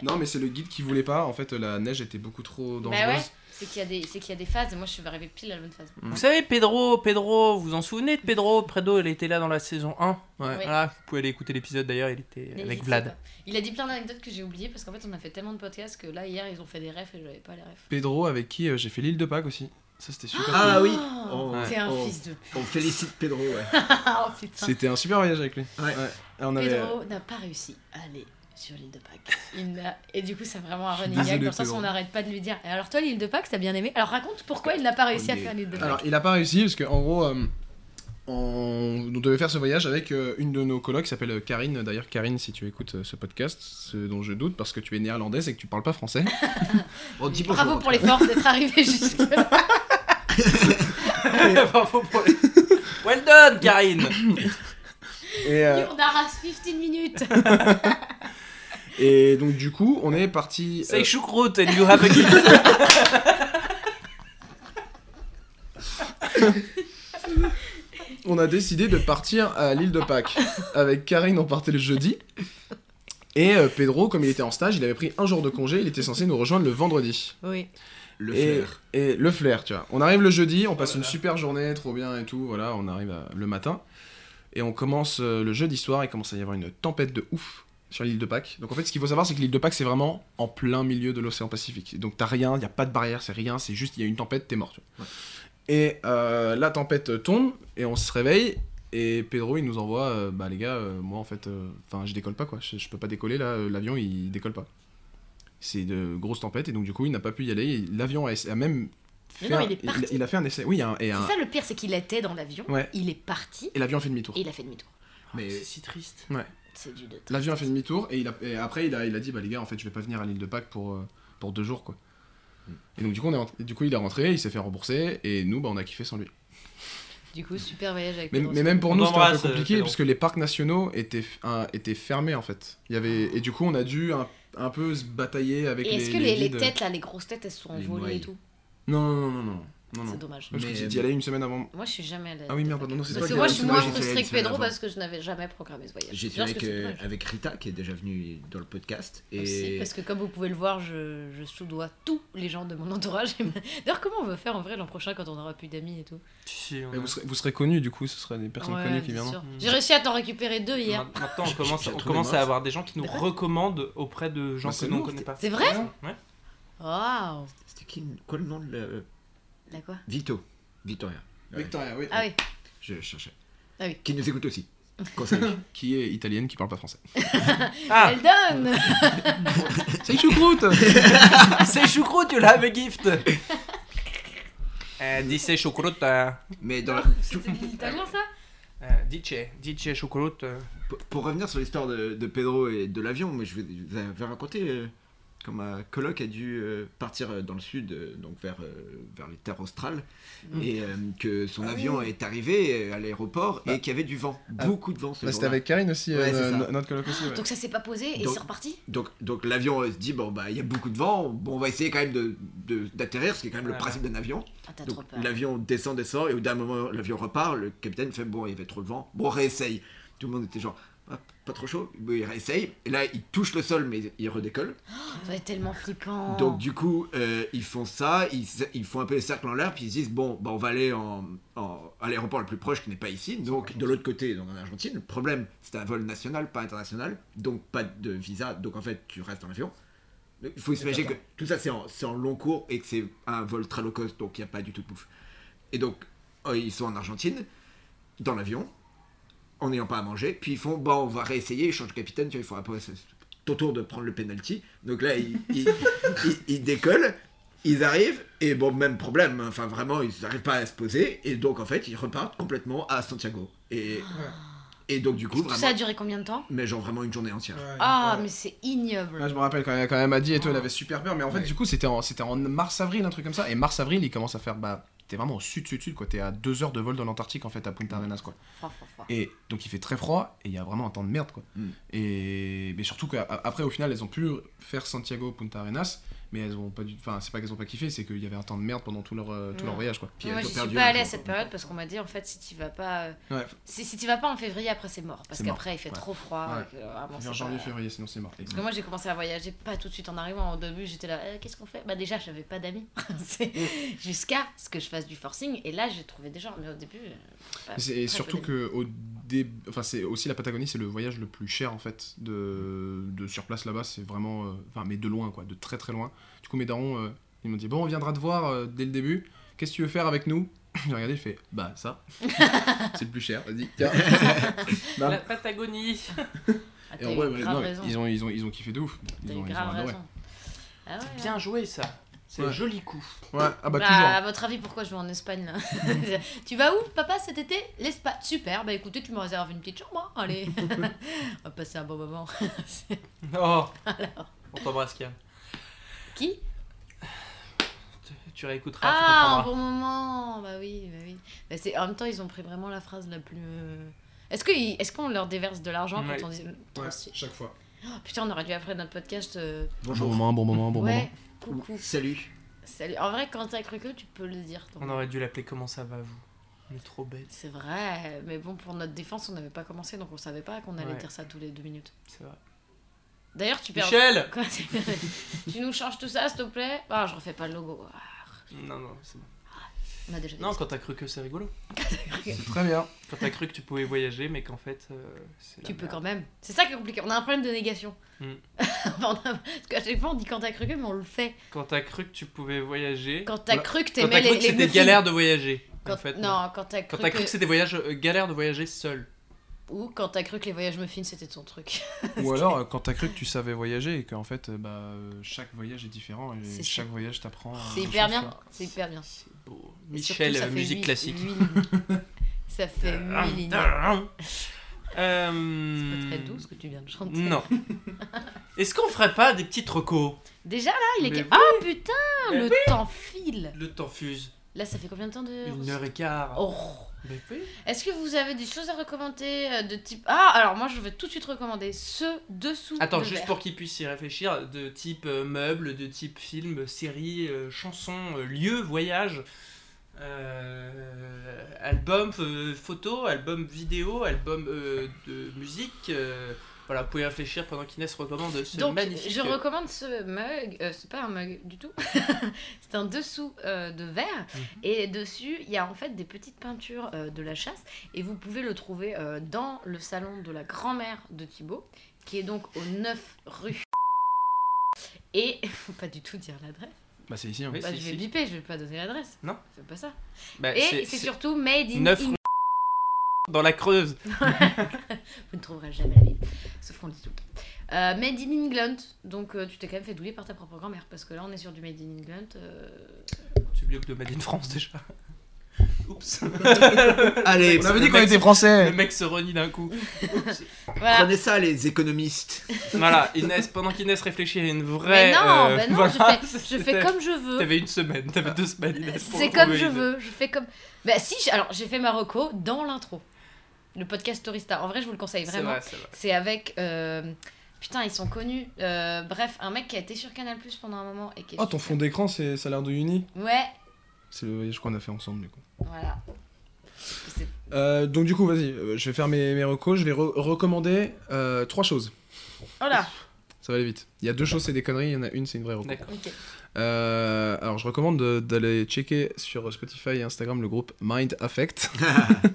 Non, mais c'est le guide qui voulait pas. En fait, la neige était beaucoup trop dangereuse.
bah ouais, c'est qu'il y, a des- c'est qu'il y a des phases. Et moi, je suis arrivée pile à la bonne phase.
Vous savez, Pedro, Pedro, vous vous en souvenez de Pedro Pedro, elle était là dans la saison 1. Ouais.
Oui.
Voilà, vous pouvez aller écouter l'épisode d'ailleurs, il était
N'hésitez
avec Vlad.
pas. Il a dit plein d'anecdotes que j'ai oubliées parce qu'en fait on a fait tellement de podcasts que là hier ils ont fait des refs et j'avais pas les refs.
Pedro avec qui euh, j'ai fait l'île de Pâques aussi. Ça, c'était super. cool.
Ah oui.
Oh,
On-
T'es un
on-
fils de pute.
On félicite Pedro, ouais.
Oh, putain.
C'était un super voyage avec lui.
Ouais.
Et on avait-
Pedro n'a pas réussi à aller sur l'île de Pâques. Il n'a- Et du coup c'est vraiment un
suis
running gag
désolé,
dans le sens où
Pedro.
on n'arrête pas de lui dire. Et Alors toi l'île de Pâques t'as bien aimé Alors raconte pourquoi il n'a pas réussi à
Ok.
faire l'île de Pâques.
Alors, il a pas réussi parce que en gros, euh, on... on devait faire ce voyage avec euh, une de nos colocs qui s'appelle euh, Karine. D'ailleurs, Karine, si tu écoutes euh, ce podcast, ce dont je doute parce que tu es néerlandaise et que tu parles pas français.
On dit bonjour.
Bravo pour l'effort d'être arrivé jusque. là
Bravo pour les- Well done, Karine
Et, euh,
on arrase 15 minutes.
et donc, du coup, on est parti.
Say
euh,
choucroute and you have a gift.
on a décidé de partir à l'île de Pâques. Avec Karine, on partait le jeudi. Et euh, Pedro, comme il était en stage, il avait pris un jour de congé. Il était censé nous rejoindre le vendredi.
Oui.
Le
et,
flair.
et le flair, tu vois. On arrive le jeudi, on passe
là
une
là.
super journée, trop bien et tout. Voilà, on arrive à- le matin. Et on commence euh, le jeudi soir, il commence à y avoir une tempête de ouf sur l'île de Pâques. Donc en fait, ce qu'il faut savoir, c'est que l'île de Pâques, c'est vraiment en plein milieu de l'océan Pacifique. Donc t'as rien, il n'y a pas de barrière, c'est rien, c'est juste, il y a une tempête, t'es mort. tu vois. Et euh, la tempête tombe, et on se réveille, et Pedro, il nous envoie, euh, bah les gars, euh, moi en fait, enfin, je décolle pas quoi, je, je peux pas décoller là, euh, l'avion, il décolle pas. C'est de grosses tempêtes, et donc du coup, il n'a pas pu y aller. et L'avion a, essa- a même...
Mais
fait
non,
un-
il est parti.
il a fait un essai, oui, un- et,
C'est
un-
ça le pire c'est qu'il était dans l'avion.
Ouais.
Il est parti
et l'avion a fait demi-tour.
et il a fait demi-tour.
Mais
C'est si triste.
C'est du de.
L'avion a fait demi-tour et, il a- et après il a, il a dit bah les gars en fait je vais pas venir à l'île de Pâques pour, euh, pour deux jours quoi. Et donc du coup, on est rentré- du coup il est rentré, il s'est fait rembourser et nous bah on a kiffé sans lui.
Du coup super voyage avec.
Mais,
Pedro.
mais même pour
On
nous c'était un peu
embrasse, euh,
compliqué
Pedro.
parce que les parcs nationaux étaient, f- un- étaient fermés en fait. Il y avait, et du coup on a dû un, un peu se batailler avec
Et
les,
est-ce que
les
les, les
guides. euh,
têtes là, les grosses têtes, elles se sont
Les
envolées et
noyées.
tout
Non non non non non. non, non.
C'est dommage.
Parce que
Mais-
j'y j'y allais une semaine avant.
Moi, je suis jamais allée.
Ah oui merde pardon non, c'est
Parce
toi
que
qui
moi,
allais
je suis
une
moins
semaine avant.
frustrée que
j'étais allée
Pedro
avant.
parce que je n'avais jamais programmé ce voyage.
J'étais
Genre, parce
avec,
que c'est
euh,
dommage.
avec Rita, qui est déjà venue dans le podcast. Et
Aussi, parce que comme vous pouvez le voir, je, je sous-dois tous les gens de mon entourage. D'ailleurs, comment on va faire en vrai l'an prochain quand on n'aura plus d'amis et tout
Si, on
Mais
a-
vous serez, vous serez connus du coup, ce seraient des personnes
Ouais,
connues qui
bien
viendront.
sûr. J'ai réussi à t'en récupérer deux hier.
Ma- Maintenant, on commence,
j'ai
on
trouvé
commence à
mince.
avoir des gens qui nous recommandent auprès de gens
Bah,
que
c'est
nous on
nous,
connaît pas.
C'est vrai
Ouais.
Waouh
C'était qui le- Quoi le nom de la...
Là quoi
Vito. Victoria. Ouais.
Victoria, oui.
Ah oui,
Je cherchais.
Ah oui.
Qui nous écoute aussi. Conseil.
Qui est italienne, qui parle pas français.
Ah,
elle donne
C'est choucroute
Ah, c'est choucroute, you have a gift Eh, dis c'est choucroute. euh, hein.
Mais dans la- tout-
C'était de l'italien ça
DJ, DJ chocolat.
Pour, pour revenir sur l'histoire de, de Pedro et de l'avion, moi je vais je vais vous raconter euh, quand ma coloc a dû euh, partir euh, dans le sud, euh, donc vers, euh, vers les terres australes,
Mm.
et euh, que son
Ah
avion est arrivé euh, à l'aéroport
Bah.
et qu'il y avait du vent,
Ah.
beaucoup de vent. Ce
Bah, C'était
jour-là.
avec Karine aussi,
Ouais,
euh,
c'est ça.
no- notre coloc aussi. ouais.
Donc ça s'est pas posé et
Donc-
c'est reparti
Donc, donc l'avion euh, se dit bon bah il y a beaucoup de vent, bon on va essayer quand même de- de d'atterrir, ce qui est quand même
Voilà.
le principe d'un avion.
Ah, t'as trop
Donc
peur.
l'avion descend, descend, et au dernier moment l'avion repart, le capitaine fait bon il y avait trop de vent, bon on réessaye. Tout le monde était genre Ah, pas trop chaud, Bon, il réessaye, et là il touche le sol mais il redécolle.
Ça doit être tellement flippant.
Donc du coup, euh, ils font ça, ils, ils font un peu les cercles en l'air, puis ils se disent, bon, bah, on va aller en, en- à l'aéroport le plus proche qui n'est pas ici, donc de l'autre côté, donc en Argentine. Le problème, c'est un vol national, pas international, donc pas de visa, donc en fait, tu restes en avion. Il faut s'imaginer que tout ça, c'est en, c'est en long cours et que c'est un vol très low cost, donc il n'y a pas du tout de bouffe. Et donc, euh, ils sont en Argentine, dans l'avion, en n'ayant pas à manger. Puis ils font, bon, on va réessayer, ils changent de capitaine, tu vois, il faudra pas. c'est Ton tour de prendre le penalty. Donc là, ils, ils, ils- ils décollent, ils arrivent, et bon, même problème, hein. enfin vraiment, ils n'arrivent pas à se poser, et donc en fait, ils repartent complètement à Santiago. Et, et donc, du coup,
Tout ça a
vraiment,
duré combien de temps
mais genre vraiment une journée entière.
Ah,
Ouais.
mais c'est ignoble.
Là, Ah, je me rappelle quand elle, quand elle m'a dit et tout, elle avait super peur. Mais en fait,
Ouais.
du coup, c'était en, c'était en mars-avril, un truc comme ça. Et mars-avril, il commence à faire. Bah, t'es vraiment au sud-sud-sud, quoi. T'es à deux heures de vol dans l'Antarctique, en fait, à Punta Arenas, quoi.
Froid, froid, froid.
Et donc, il fait très froid et il y a vraiment un temps de merde, quoi.
Mm.
Et mais surtout qu'après, au final, elles ont pu faire Santiago, Punta Arenas. Mais elles ont pas du. Enfin, c'est pas qu'elles ont pas kiffé, c'est qu'il y avait un temps de merde pendant tout leur, euh, tout
Mm. Ouais.
leur voyage, quoi.
Puis
Moi,
elles
je
ont
suis
perdu
pas
un
allée à
jour.
cette période parce qu'on m'a dit en fait, si tu vas pas, euh,
hein, Ouais,
si, si tu vas pas en février, après c'est mort parce
C'est
qu'après il fait
Ouais.
trop froid.
Ouais.
et que, euh, vraiment,
vers
c'est
janvier,
pas-
février, sinon c'est mort.
Parce que moi j'ai commencé à voyager pas tout de suite en arrivant. Au début j'étais là, Euh, qu'est-ce qu'on fait Bah déjà j'avais pas d'amis. C'est- Jusqu'à ce que je fasse du forcing et là j'ai trouvé des gens. Mais au début. euh, pas-
Et c'est- Et
très
surtout
peu
que au dé- enfin c'est aussi la Patagonie, c'est le voyage le plus cher en fait de, de sur place là-bas, c'est vraiment euh, enfin mais de loin quoi, de très très loin. Du coup mes darons euh, ils m'ont dit bon, on viendra te voir euh, dès le début. Qu'est-ce que tu veux faire avec nous J'ai regardé, je fais bah ça. c'est le plus cher, vas-y. tiens. Bam.
La Patagonie.
Ah,
Et
t'as
en
eu
vrai, ouais,
grave
non, mais
raison.
ils ont ils ont ils ont kiffé de ouf. Ils
T'as
ont,
eu
ils ont
grave
adoré.
raison. Ah ouais, ouais.
Bien joué ça. C'est
Ouais.
un joli coup.
Ouais, ah bah,
Bah, à
toujours.
votre avis, pourquoi je vais en Espagne là Tu vas où, papa, cet été L'Espagne. Super, bah écoutez, tu me réserves une petite chambre, hein allez. On va passer un bon moment.
Oh. On t'embrasse Kian.
Qui
Tu- Tu réécouteras,
Ah,
tu comprendras.
un bon moment Bah oui, bah oui. Bah, c'est- en même temps, ils ont pris vraiment la phrase la plus. euh, Est-ce que ils- est-ce qu'on leur déverse de l'argent
Ouais.
quand on dit.
Ouais, chaque fois.
Oh, putain, on aurait dû après notre podcast. euh,
Bonjour. Bon moment, bon moment, bon moment.
ouais, coucou.
Salut.
Salut. En vrai, quand t'as cru que tu peux le dire. ton-
On aurait dû l'appeler Comment ça va vous On est trop bête,
C'est vrai, mais bon, pour notre défense, on n'avait pas commencé, donc on savait pas qu'on allait
Ouais.
dire ça tous les deux minutes.
c'est vrai.
D'ailleurs, tu perds.
Michel
Quoi, c'est- tu nous changes tout ça, s'il te plaît Ah, je refais pas le logo. Ah,
Non, non, c'est bon.
On a déjà dit
Non,
ça.
quand t'as cru que c'est rigolo.
C'est très bien.
Quand t'as cru que tu pouvais voyager, mais qu'en fait. euh, c'est la
Tu peux
merde.
quand même. C'est ça qui est compliqué. On a un problème de négation.
Hmm.
On a- Parce qu'à chaque fois, on dit quand t'as cru que, mais on le fait.
Quand t'as cru que tu pouvais voyager.
Quand t'as
Voilà.
cru que
Quand t'as cru
t'aimais les,
que
les
c'était
muffins.
galère de voyager.
Quand-
en fait, non.
non, quand t'as
Quand
cru,
t'as cru
que-
que c'était voyage, euh, galère de voyager seul.
Ou quand t'as cru que les voyages muffins, c'était de son truc.
Ou alors, euh, quand t'as cru que tu savais voyager et qu'en fait, euh, bah, euh, chaque voyage est différent et
C'est ça.
chaque voyage t'apprend.
Ah,
euh,
C'est
des
hyper
choses,
bien.
quoi.
Ah, C'est hyper bien.
C'est beau.
Et
Michel,
surtout, ça
euh,
fait
musique
huit-
classique.
huit lignes. ça fait 8 lignes.
Euh,
C'est pas très doux ce que tu viens de chanter.
Non. Est-ce qu'on ferait pas des petites recos
Déjà là, il est.
Mais
quel- Ah putain,
Mais
le temps file.
Le temps fuse.
Là, ça fait combien de temps de.
Une heure et quart.
Euh, Oh.
Mais oui.
Est-ce que vous avez des choses à recommander euh, de type Ah alors moi je vais tout de suite recommander ce dessous.
Attends,
de
juste
verre.
pour qu'ils puissent y réfléchir, de type euh, meuble, de type film, série, euh, chanson, euh, lieu, voyage, euh, album euh, photo, album vidéo, album euh, de musique. euh, voilà, vous pouvez réfléchir pendant qu'Inès recommande ce
Donc
magnifique. euh,
je recommande ce mug, euh, c'est pas un mug du tout, c'est un dessous euh, de verre
Mhm.
et dessus il y a en fait des petites peintures euh, de la chasse et vous pouvez le trouver euh, dans le salon de la grand-mère de Thibaut qui est donc au 9 rue et faut pas du tout dire l'adresse.
Bah, c'est ici. hein.
Oui,
Bah,
si,
je vais
si.
biper, je vais pas donner l'adresse.
Non.
Fais pas ça.
Bah,
Et c'est surtout made in
9 dans la Creuse.
Vous ne trouverez jamais la ville. Sauf qu'on le dit tout le temps. Euh, made in England. Donc euh, tu t'es quand même fait douiller par ta propre grand-mère. Parce que là, on est sur du Made in England. euh,
C'est mieux que de Made in France déjà. Oups. On
Allez, on
avait
avait
le
dit qu'on
mec-
était
Le
français.
mec se renie d'un coup.
Voilà.
Prenez ça, les économistes.
Voilà, Inès, pendant qu'Inès réfléchit à une vraie.
Mais non,
euh,
bah non,
voilà,
je, fais, je
c'était-
fais comme je veux.
T'avais une semaine, t'avais deux semaines, Inès. pour
C'est
trouver
comme je
une-
veux. Je fais comme. Bah si, j'ai- alors j'ai fait Marocco dans l'intro. Le podcast Tourista. En vrai, je vous le conseille
C'est
vraiment.
vrai, c'est vrai.
C'est avec. euh, Putain, ils sont connus. Euh, bref, un mec qui a été sur Canal Plus pendant un moment et qui. est
Oh, ton fond
super-
d'écran, c'est ça a l'air de Uni.
Ouais,
C'est le voyage qu'on a fait ensemble, du coup.
voilà. C'est-
Euh, donc, du coup, vas-y, euh, je vais faire mes, mes recos. Je vais re- recommander euh, trois choses.
Oh là
Ça va aller vite. Il y a deux choses, c'est des conneries. Il y en a une, c'est une vraie reco.
D'accord.
Ok.
Euh, alors, je recommande de- d'aller checker sur Spotify et Instagram le groupe Mind Affect.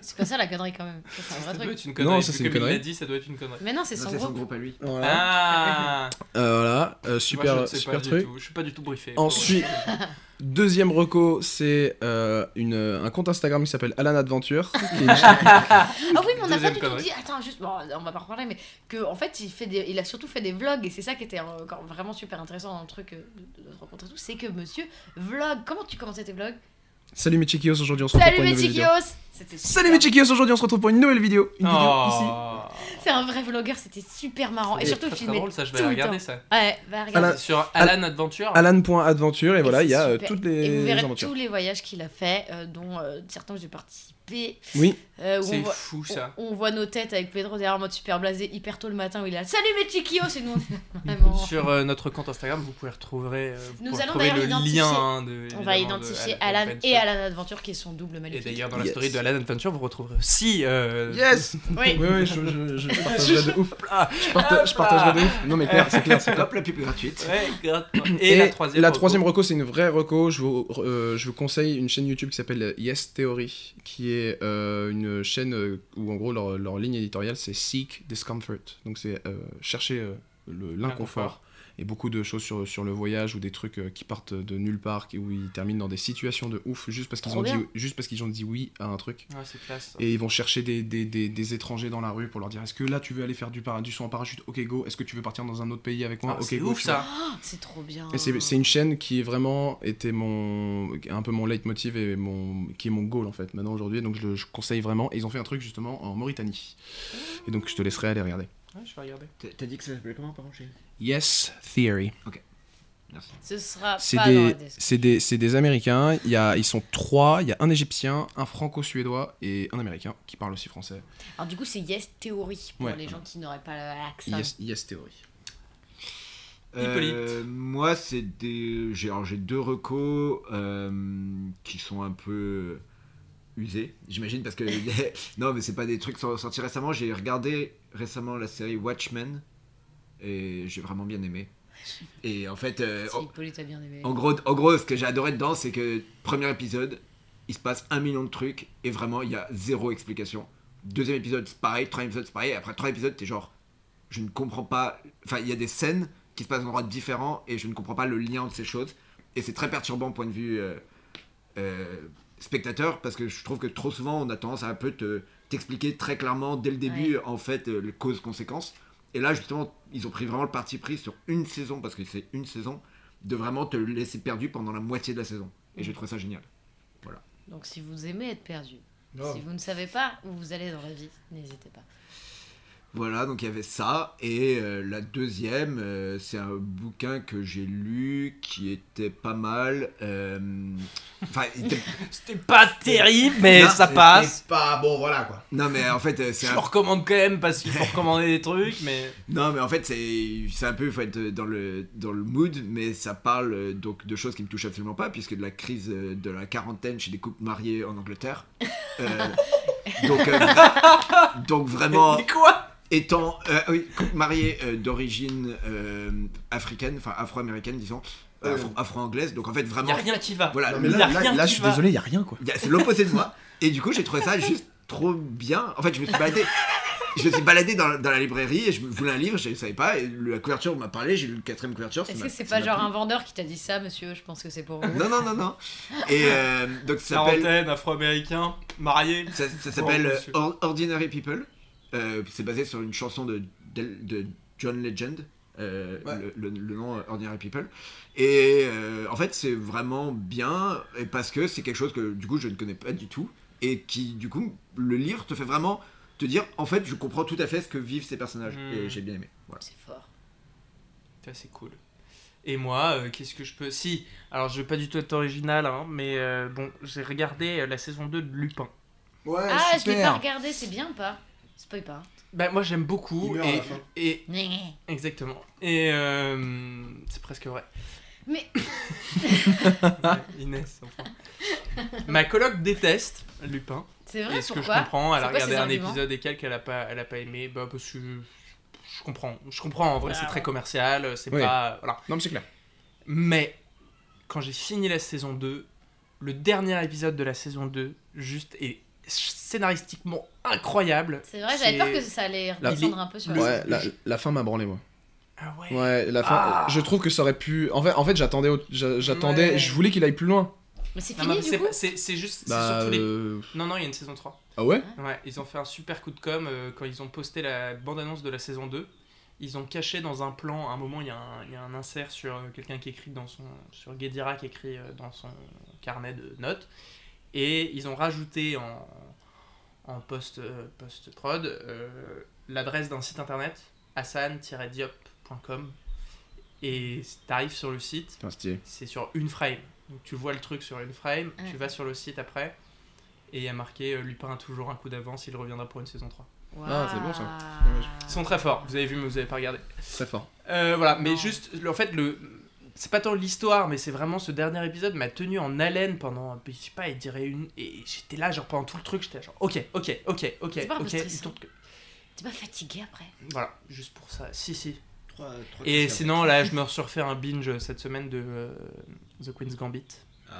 C'est pas ça la connerie quand même. Ça, C'est un
Ça
vrai
doit
truc.
être une connerie. Non,
ça, c'est une
comme il
connerie.
l'a dit, ça doit être une connerie.
Mais non, c'est
Non,
son
C'est son
groupe.
groupe à lui.
Voilà.
Ah
Euh, voilà. euh, super
Moi, je ne sais pas
super
du
truc.
tout, Je suis pas du tout briefé.
Ensuite- Deuxième reco, c'est euh, une- un compte Instagram qui s'appelle Alan Adventure. qui est une-
Ah oui, mais on n'a pas
Deuxième
du tout
connerie.
dit. Attends, juste, bon, on va pas reparler, mais que en fait, il fait des, il a surtout fait des vlogs et c'est ça qui était euh, encore vraiment super intéressant dans le truc euh, de, de notre rencontre et tout, c'est que Monsieur vlog. Comment tu commençais tes vlogs
Salut mes chiquios, aujourd'hui on se retrouve
Salut
pour une
mes
nouvelle vidéo.
chiquios C'était
Salut
super.
mes chiquios, aujourd'hui on se retrouve pour une nouvelle vidéo. Une vidéo ici.
Oh.
C'est un vrai vlogueur, c'était super marrant et
C'est
surtout
très, très
filmé.
drôle, ça, je vais
tout
aller
le
regarder
temps.
ça.
Ouais, va regarder.
Alan-
C'est Sur Alan Adventure.
Alan.adventure et voilà,
c'est
il y a euh,
super.
toutes
Et vous
les
verrez
aventures.
tous les voyages qu'il a fait, euh, dont euh, certains où j'ai participé.
Oui.
euh, où on
C'est
voit-
fou ça.
On, on voit nos têtes avec Pedro derrière en mode super blasé hyper tôt le matin où il a Salut mes chiquios Et nous on est vraiment.
Sur euh, notre compte Instagram, vous pouvez retrouver, euh, vous
Nous
pouvez
allons
retrouver
d'ailleurs
le
identifier-
lien. hein, de,
On va
évidemment, de
identifier Alan, et
Adventure.
Alan Adventure qui est son double
Et
magnifique.
d'ailleurs, dans la
Yes.
story de Alan Adventure, vous retrouverez aussi. euh,
Yes
Oui.
Oui, oui, je, je, je partagerai de ouf.
là.
Je, parta- je partagerai de ouf. Non, mais clair, c'est clair, c'est clair.
Hop, la pub est gratuite.
Ouais, grave. Et, la troisième. reco.
reco, c'est une vraie reco. Je vous, euh, je vous conseille une chaîne YouTube qui s'appelle Yes Theory, qui est euh, une chaîne euh, où en gros leur, leur ligne éditoriale c'est Seek Discomfort. Donc c'est euh, chercher euh, le- l'inconfort.
L'inconfort.
Et beaucoup de choses sur, sur le voyage ou des trucs euh, qui partent de nulle part, qui- où ils terminent dans des situations de ouf juste parce qu'ils
Trop
ont, dit-
bien.
juste parce qu'ils ont dit oui à un truc.
Ouais, c'est classe. ça.
Et ils vont chercher des, des- des- des étrangers dans la rue pour leur dire est-ce que là tu veux aller faire du, para- du saut en parachute Ok go. Est-ce que tu veux partir dans un autre pays avec moi
Ah,
Ok
c'est
go,
ouf
tu vois.
ça.
Ah, c'est trop bien.
Et c'est c'est une chaîne qui est vraiment était mon un peu mon leitmotiv et mon qui est mon goal en fait maintenant aujourd'hui donc je, le- je conseille vraiment et ils ont fait un truc justement en Mauritanie et donc je te laisserai aller regarder.
Ouais, je vais regarder.
T'as- T'as dit que ça s'appelait comment, par contre chérie
Yes Theory.
Ce sera
C'est
pas dans la
des
DS.
c'est des c'est des Américains. Il y a ils sont trois. Il y a un Égyptien, un Franco-suédois et un Américain qui parle aussi français.
Alors du coup, c'est Yes Theory pour
Ouais.
les gens qui n'auraient pas l'accès.
Yes, yes Theory.
Hippolyte.
Euh, moi, c'est des. J'ai alors, j'ai deux recos euh, qui sont un peu usés, j'imagine, parce que. non, mais c'est pas des trucs qui sont sortis récemment. J'ai regardé récemment la série Watchmen et j'ai vraiment bien aimé. Et en fait, euh,
Si
en,
Hippolyte a bien aimé.
en gros, en gros, ce que j'ai adoré dedans, c'est que premier épisode, il se passe un million de trucs et vraiment, il y a zéro explication. Deuxième épisode, c'est pareil. Troisième épisode, c'est pareil. et Après trois épisodes, t'es genre, je ne comprends pas. Enfin, il y a des scènes qui se passent dans endroits différents et je ne comprends pas le lien entre ces choses. Et c'est très perturbant point de vue euh, euh, spectateur parce que je trouve que trop souvent on a tendance à un peu te- t'expliquer très clairement dès le début en fait euh, les causes-conséquences. Et là justement, ils ont pris vraiment le parti pris sur une saison parce que c'est une saison de vraiment te laisser perdu pendant la moitié de la saison. Et j'ai trouvé ça génial.
Donc si vous aimez être perdu, si vous ne savez pas où vous allez dans la vie, n'hésitez pas.
Voilà, donc il y avait ça. Et euh, la deuxième, euh, c'est un bouquin que j'ai lu qui était pas mal. euh, Enfin, il était-
C'était pas terrible, mais
Non,
ça
c'était
passe.
pas bon, voilà quoi. Non, mais en fait, euh, c'est
Je
un
le recommande quand même parce qu'il faut recommander des trucs, mais.
Non, mais en fait, c'est c'est un peu, il faut être dans le, dans le mood, mais ça parle euh, donc de choses qui me touchent absolument pas, puisque de la crise euh, de la quarantaine chez des couples mariés en Angleterre. Euh, donc, euh, vra- donc vraiment,
Mais quoi
étant euh, oui, couple marié euh, d'origine euh, africaine, enfin afro-américaine, disons,
Euh.
afro- afro-anglaise, donc en fait,
Y a
vraiment,
rien qui va.
Ah voilà,
Non,
mais
mais
là- y a
là,
là- rien là, qui je
je
suis
suis
va.
désolé,
désolé,
il y a rien quoi.
il y a- c'est l'opposé de moi. Et du coup, j'ai trouvé ça juste trop bien. En fait, je me suis baladé. Je me suis baladé dans, dans la librairie et je voulais un livre, je ne savais pas. Et la couverture m'a parlé, j'ai lu le quatrième couverture. ça
Est-ce
m'a-
que c'est
ça
pas
m'a
genre
plu.
un vendeur qui t'a dit ça, monsieur Je pense que c'est pour vous.
Non, non, non, non. Et euh, donc, ça s'appelle.
Quarantaine, afro-américain, marié.
Ça, ça s'appelle
Oh, monsieur.
euh, Or- Ordinary People. Euh, c'est basé sur une chanson de, d'El- de John Legend. euh,
Ouais.
le, le- le nom euh, Ordinary People. Et euh, en fait, c'est vraiment bien et parce que c'est quelque chose que du coup je ne connais pas du tout. et qui, du coup, le livre te fait vraiment te dire en fait, je comprends tout à fait ce que vivent ces personnages.
Mm.
Et j'ai bien aimé. Voilà.
C'est fort.
Putain, c'est cool. Et moi, euh, qu'est-ce que je peux. Si, alors je vais pas du tout être original, hein, mais euh, bon, j'ai regardé euh, la saison 2 de Lupin.
Ouais,
Ah, je l'ai pas regardé, c'est bien ou pas Spoil pas.
Bah, moi j'aime beaucoup.
Il meurt à
et,
la fin.
et-
hein.
Exactement. Et euh, c'est presque vrai.
Mais
Inès, enfin. Ma coloc déteste Lupin.
c'est vrai,
Et ce que je
pourquoi
comprends, elle a
C'est quoi ses
regardé un
arguments
épisode et quelques, elle a pas, elle a pas aimé. Bah, parce que je, je comprends. Je comprends, en vrai,
Ah
c'est très commercial, c'est
Oui.
pas. Voilà.
Non, mais c'est clair.
Mais quand j'ai fini la saison 2, le dernier épisode de la saison 2, juste est scénaristiquement incroyable.
C'est vrai, j'avais peur que ça allait redescendre un peu sur la-
Ouais, la, la fin m'a branlé, moi.
Ah ouais.
Ouais, la fin.
Ah.
Je trouve que ça aurait pu. En fait, en fait j'attendais. au- j'a- j'attendais
Ouais.
Je voulais qu'il aille plus loin.
Mais c'est
Non, mais
fini
c'est
du coup
pas- C'est c'est juste. c'est
Bah,
surtout les-
euh,
Non, non, il y a une saison 3.
Ah ouais
Ouais, ils ont fait un super coup de com euh, quand ils ont posté la bande-annonce de la saison 2. Ils ont caché dans un plan, à un moment, il y a un, il y a un insert sur euh, quelqu'un qui écrit dans son. sur Guédira qui écrit euh, dans son carnet de notes. Et ils ont rajouté en, en post, euh, post-prod euh, l'adresse d'un site internet, hassan-diop.com. Et t'arrives sur le site,
Putain, stylé.
c'est sur une frame. Donc tu vois le truc sur une frame, tu
Ouais.
vas sur le site après, et il y a marqué euh, Lupin a toujours un coup d'avance, il reviendra pour une saison 3.
Ah, c'est bon, ça.
Ah.
Ils sont très forts, vous avez vu mais vous avez pas regardé.
Très fort.
Euh, voilà, mais
Non.
juste, le- en fait, le... c'est pas tant l'histoire, mais c'est vraiment ce dernier épisode m'a tenu en haleine pendant, je sais pas, il dirait une. Et j'étais là, genre pendant tout le truc, j'étais là, genre, ok, ok, ok, ok,
C'est pas un peu
ok, il
stressant.
tourne que-
T'es pas fatigué après
Voilà, juste pour ça, si, si. Et sinon, là, je me suis refait un binge cette semaine de euh, The Queen's Gambit.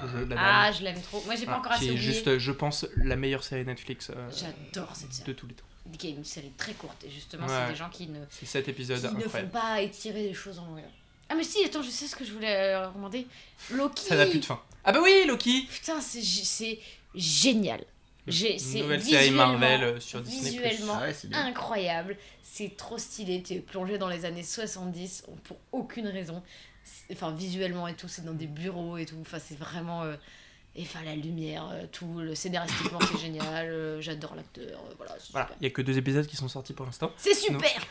le jeu de la dame.
Ah, je l'aime trop. Moi, j'ai pas
Voilà,
encore assez
qui est
oublié.
juste, euh, je pense, la meilleure série Netflix euh,
J'adore cette série.
de tous les temps.
Qui est une série très courte. Et justement,
Ouais.
c'est des gens qui ne,
C'est cet
qui
épisode
ne font
incroyable.
pas étirer les choses en longueur. Ah, mais si, attends, je sais ce que je voulais euh, demander. Loki
Ça n'a plus de fin. Ah bah oui, Loki
Putain, c'est gé- c'est génial. J'ai- C'est
Nouvelle série
visuellement-
Marvel euh, sur Disney+.
Visuellement
Ah, ouais, c'est bien.
incroyable. C'est trop stylé. T'es plongé dans les années 70 pour aucune raison. C'est- Enfin, visuellement et tout, c'est dans des bureaux et tout. Enfin, c'est vraiment. euh, Et enfin, la lumière, euh, tout. Le scénaristiquement, c'est génial. euh, J'adore l'acteur. euh, voilà, c'est
Voilà,
super.
il n'y a que deux épisodes qui sont sortis pour l'instant.
C'est super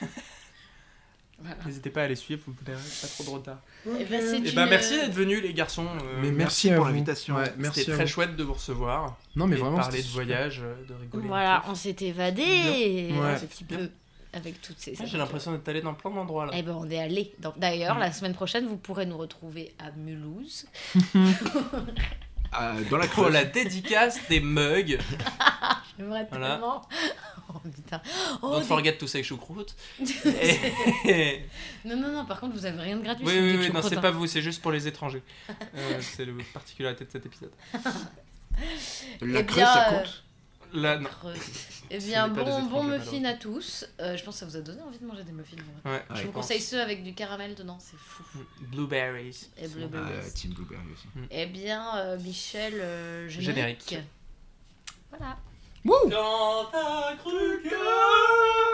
Voilà.
N'hésitez pas à les suivre, vous verrez, pas trop de retard.
Eh ben, c'est
Et
une-
bah merci d'être venus les garçons. euh,
Mais merci, à
pour
vous.
l'invitation.
Ouais, merci.
C'était
à
très
vous.
chouette de vous recevoir.
Non, mais
et de
vraiment.
parler
c'était
de
super.
voyage, euh, de rigoler.
Voilà, on s'est évadé
Bien.
un
Ouais.
petit peu avec toutes ces.
J'ai l'impression d'être allé dans plein d'endroits là.
Eh ben, on est allé. dans- D'ailleurs, la semaine prochaine, vous pourrez nous retrouver à Mulhouse.
Ah,
Eh
dans la
Pour
creuse.
la dédicace des mugs.
J'aimerais
Voilà.
tellement. Oh putain. Oh,
Don't
des-
forget to say choucroute. Et-
Non, non, non, par contre, vous avez rien de gratuit.
Oui,
Ah, je vous
oui,
dis
oui,
que je
non,
suis
c'est pas
content.
vous, c'est juste pour les étrangers. Euh, c'est la particularité de cet épisode.
La
Eh
creuse,
bien,
ça
euh,
compte.
Là, non.
Creux. Eh bien,
n'est pas des
bon, bon
étrangers,
muffin à tous. Euh, je pense que ça vous a donné envie de manger des muffins. en vrai.
Ouais,
je vous
pense. Mm.
conseille ceux avec du caramel dedans, c'est fou.
Blueberries.
Et blueberries.
Ah,
euh,
Team Blueberry aussi.
Eh bien, euh, Michel, euh, générique.
Générique.
Voilà.
Quand t'as cru que...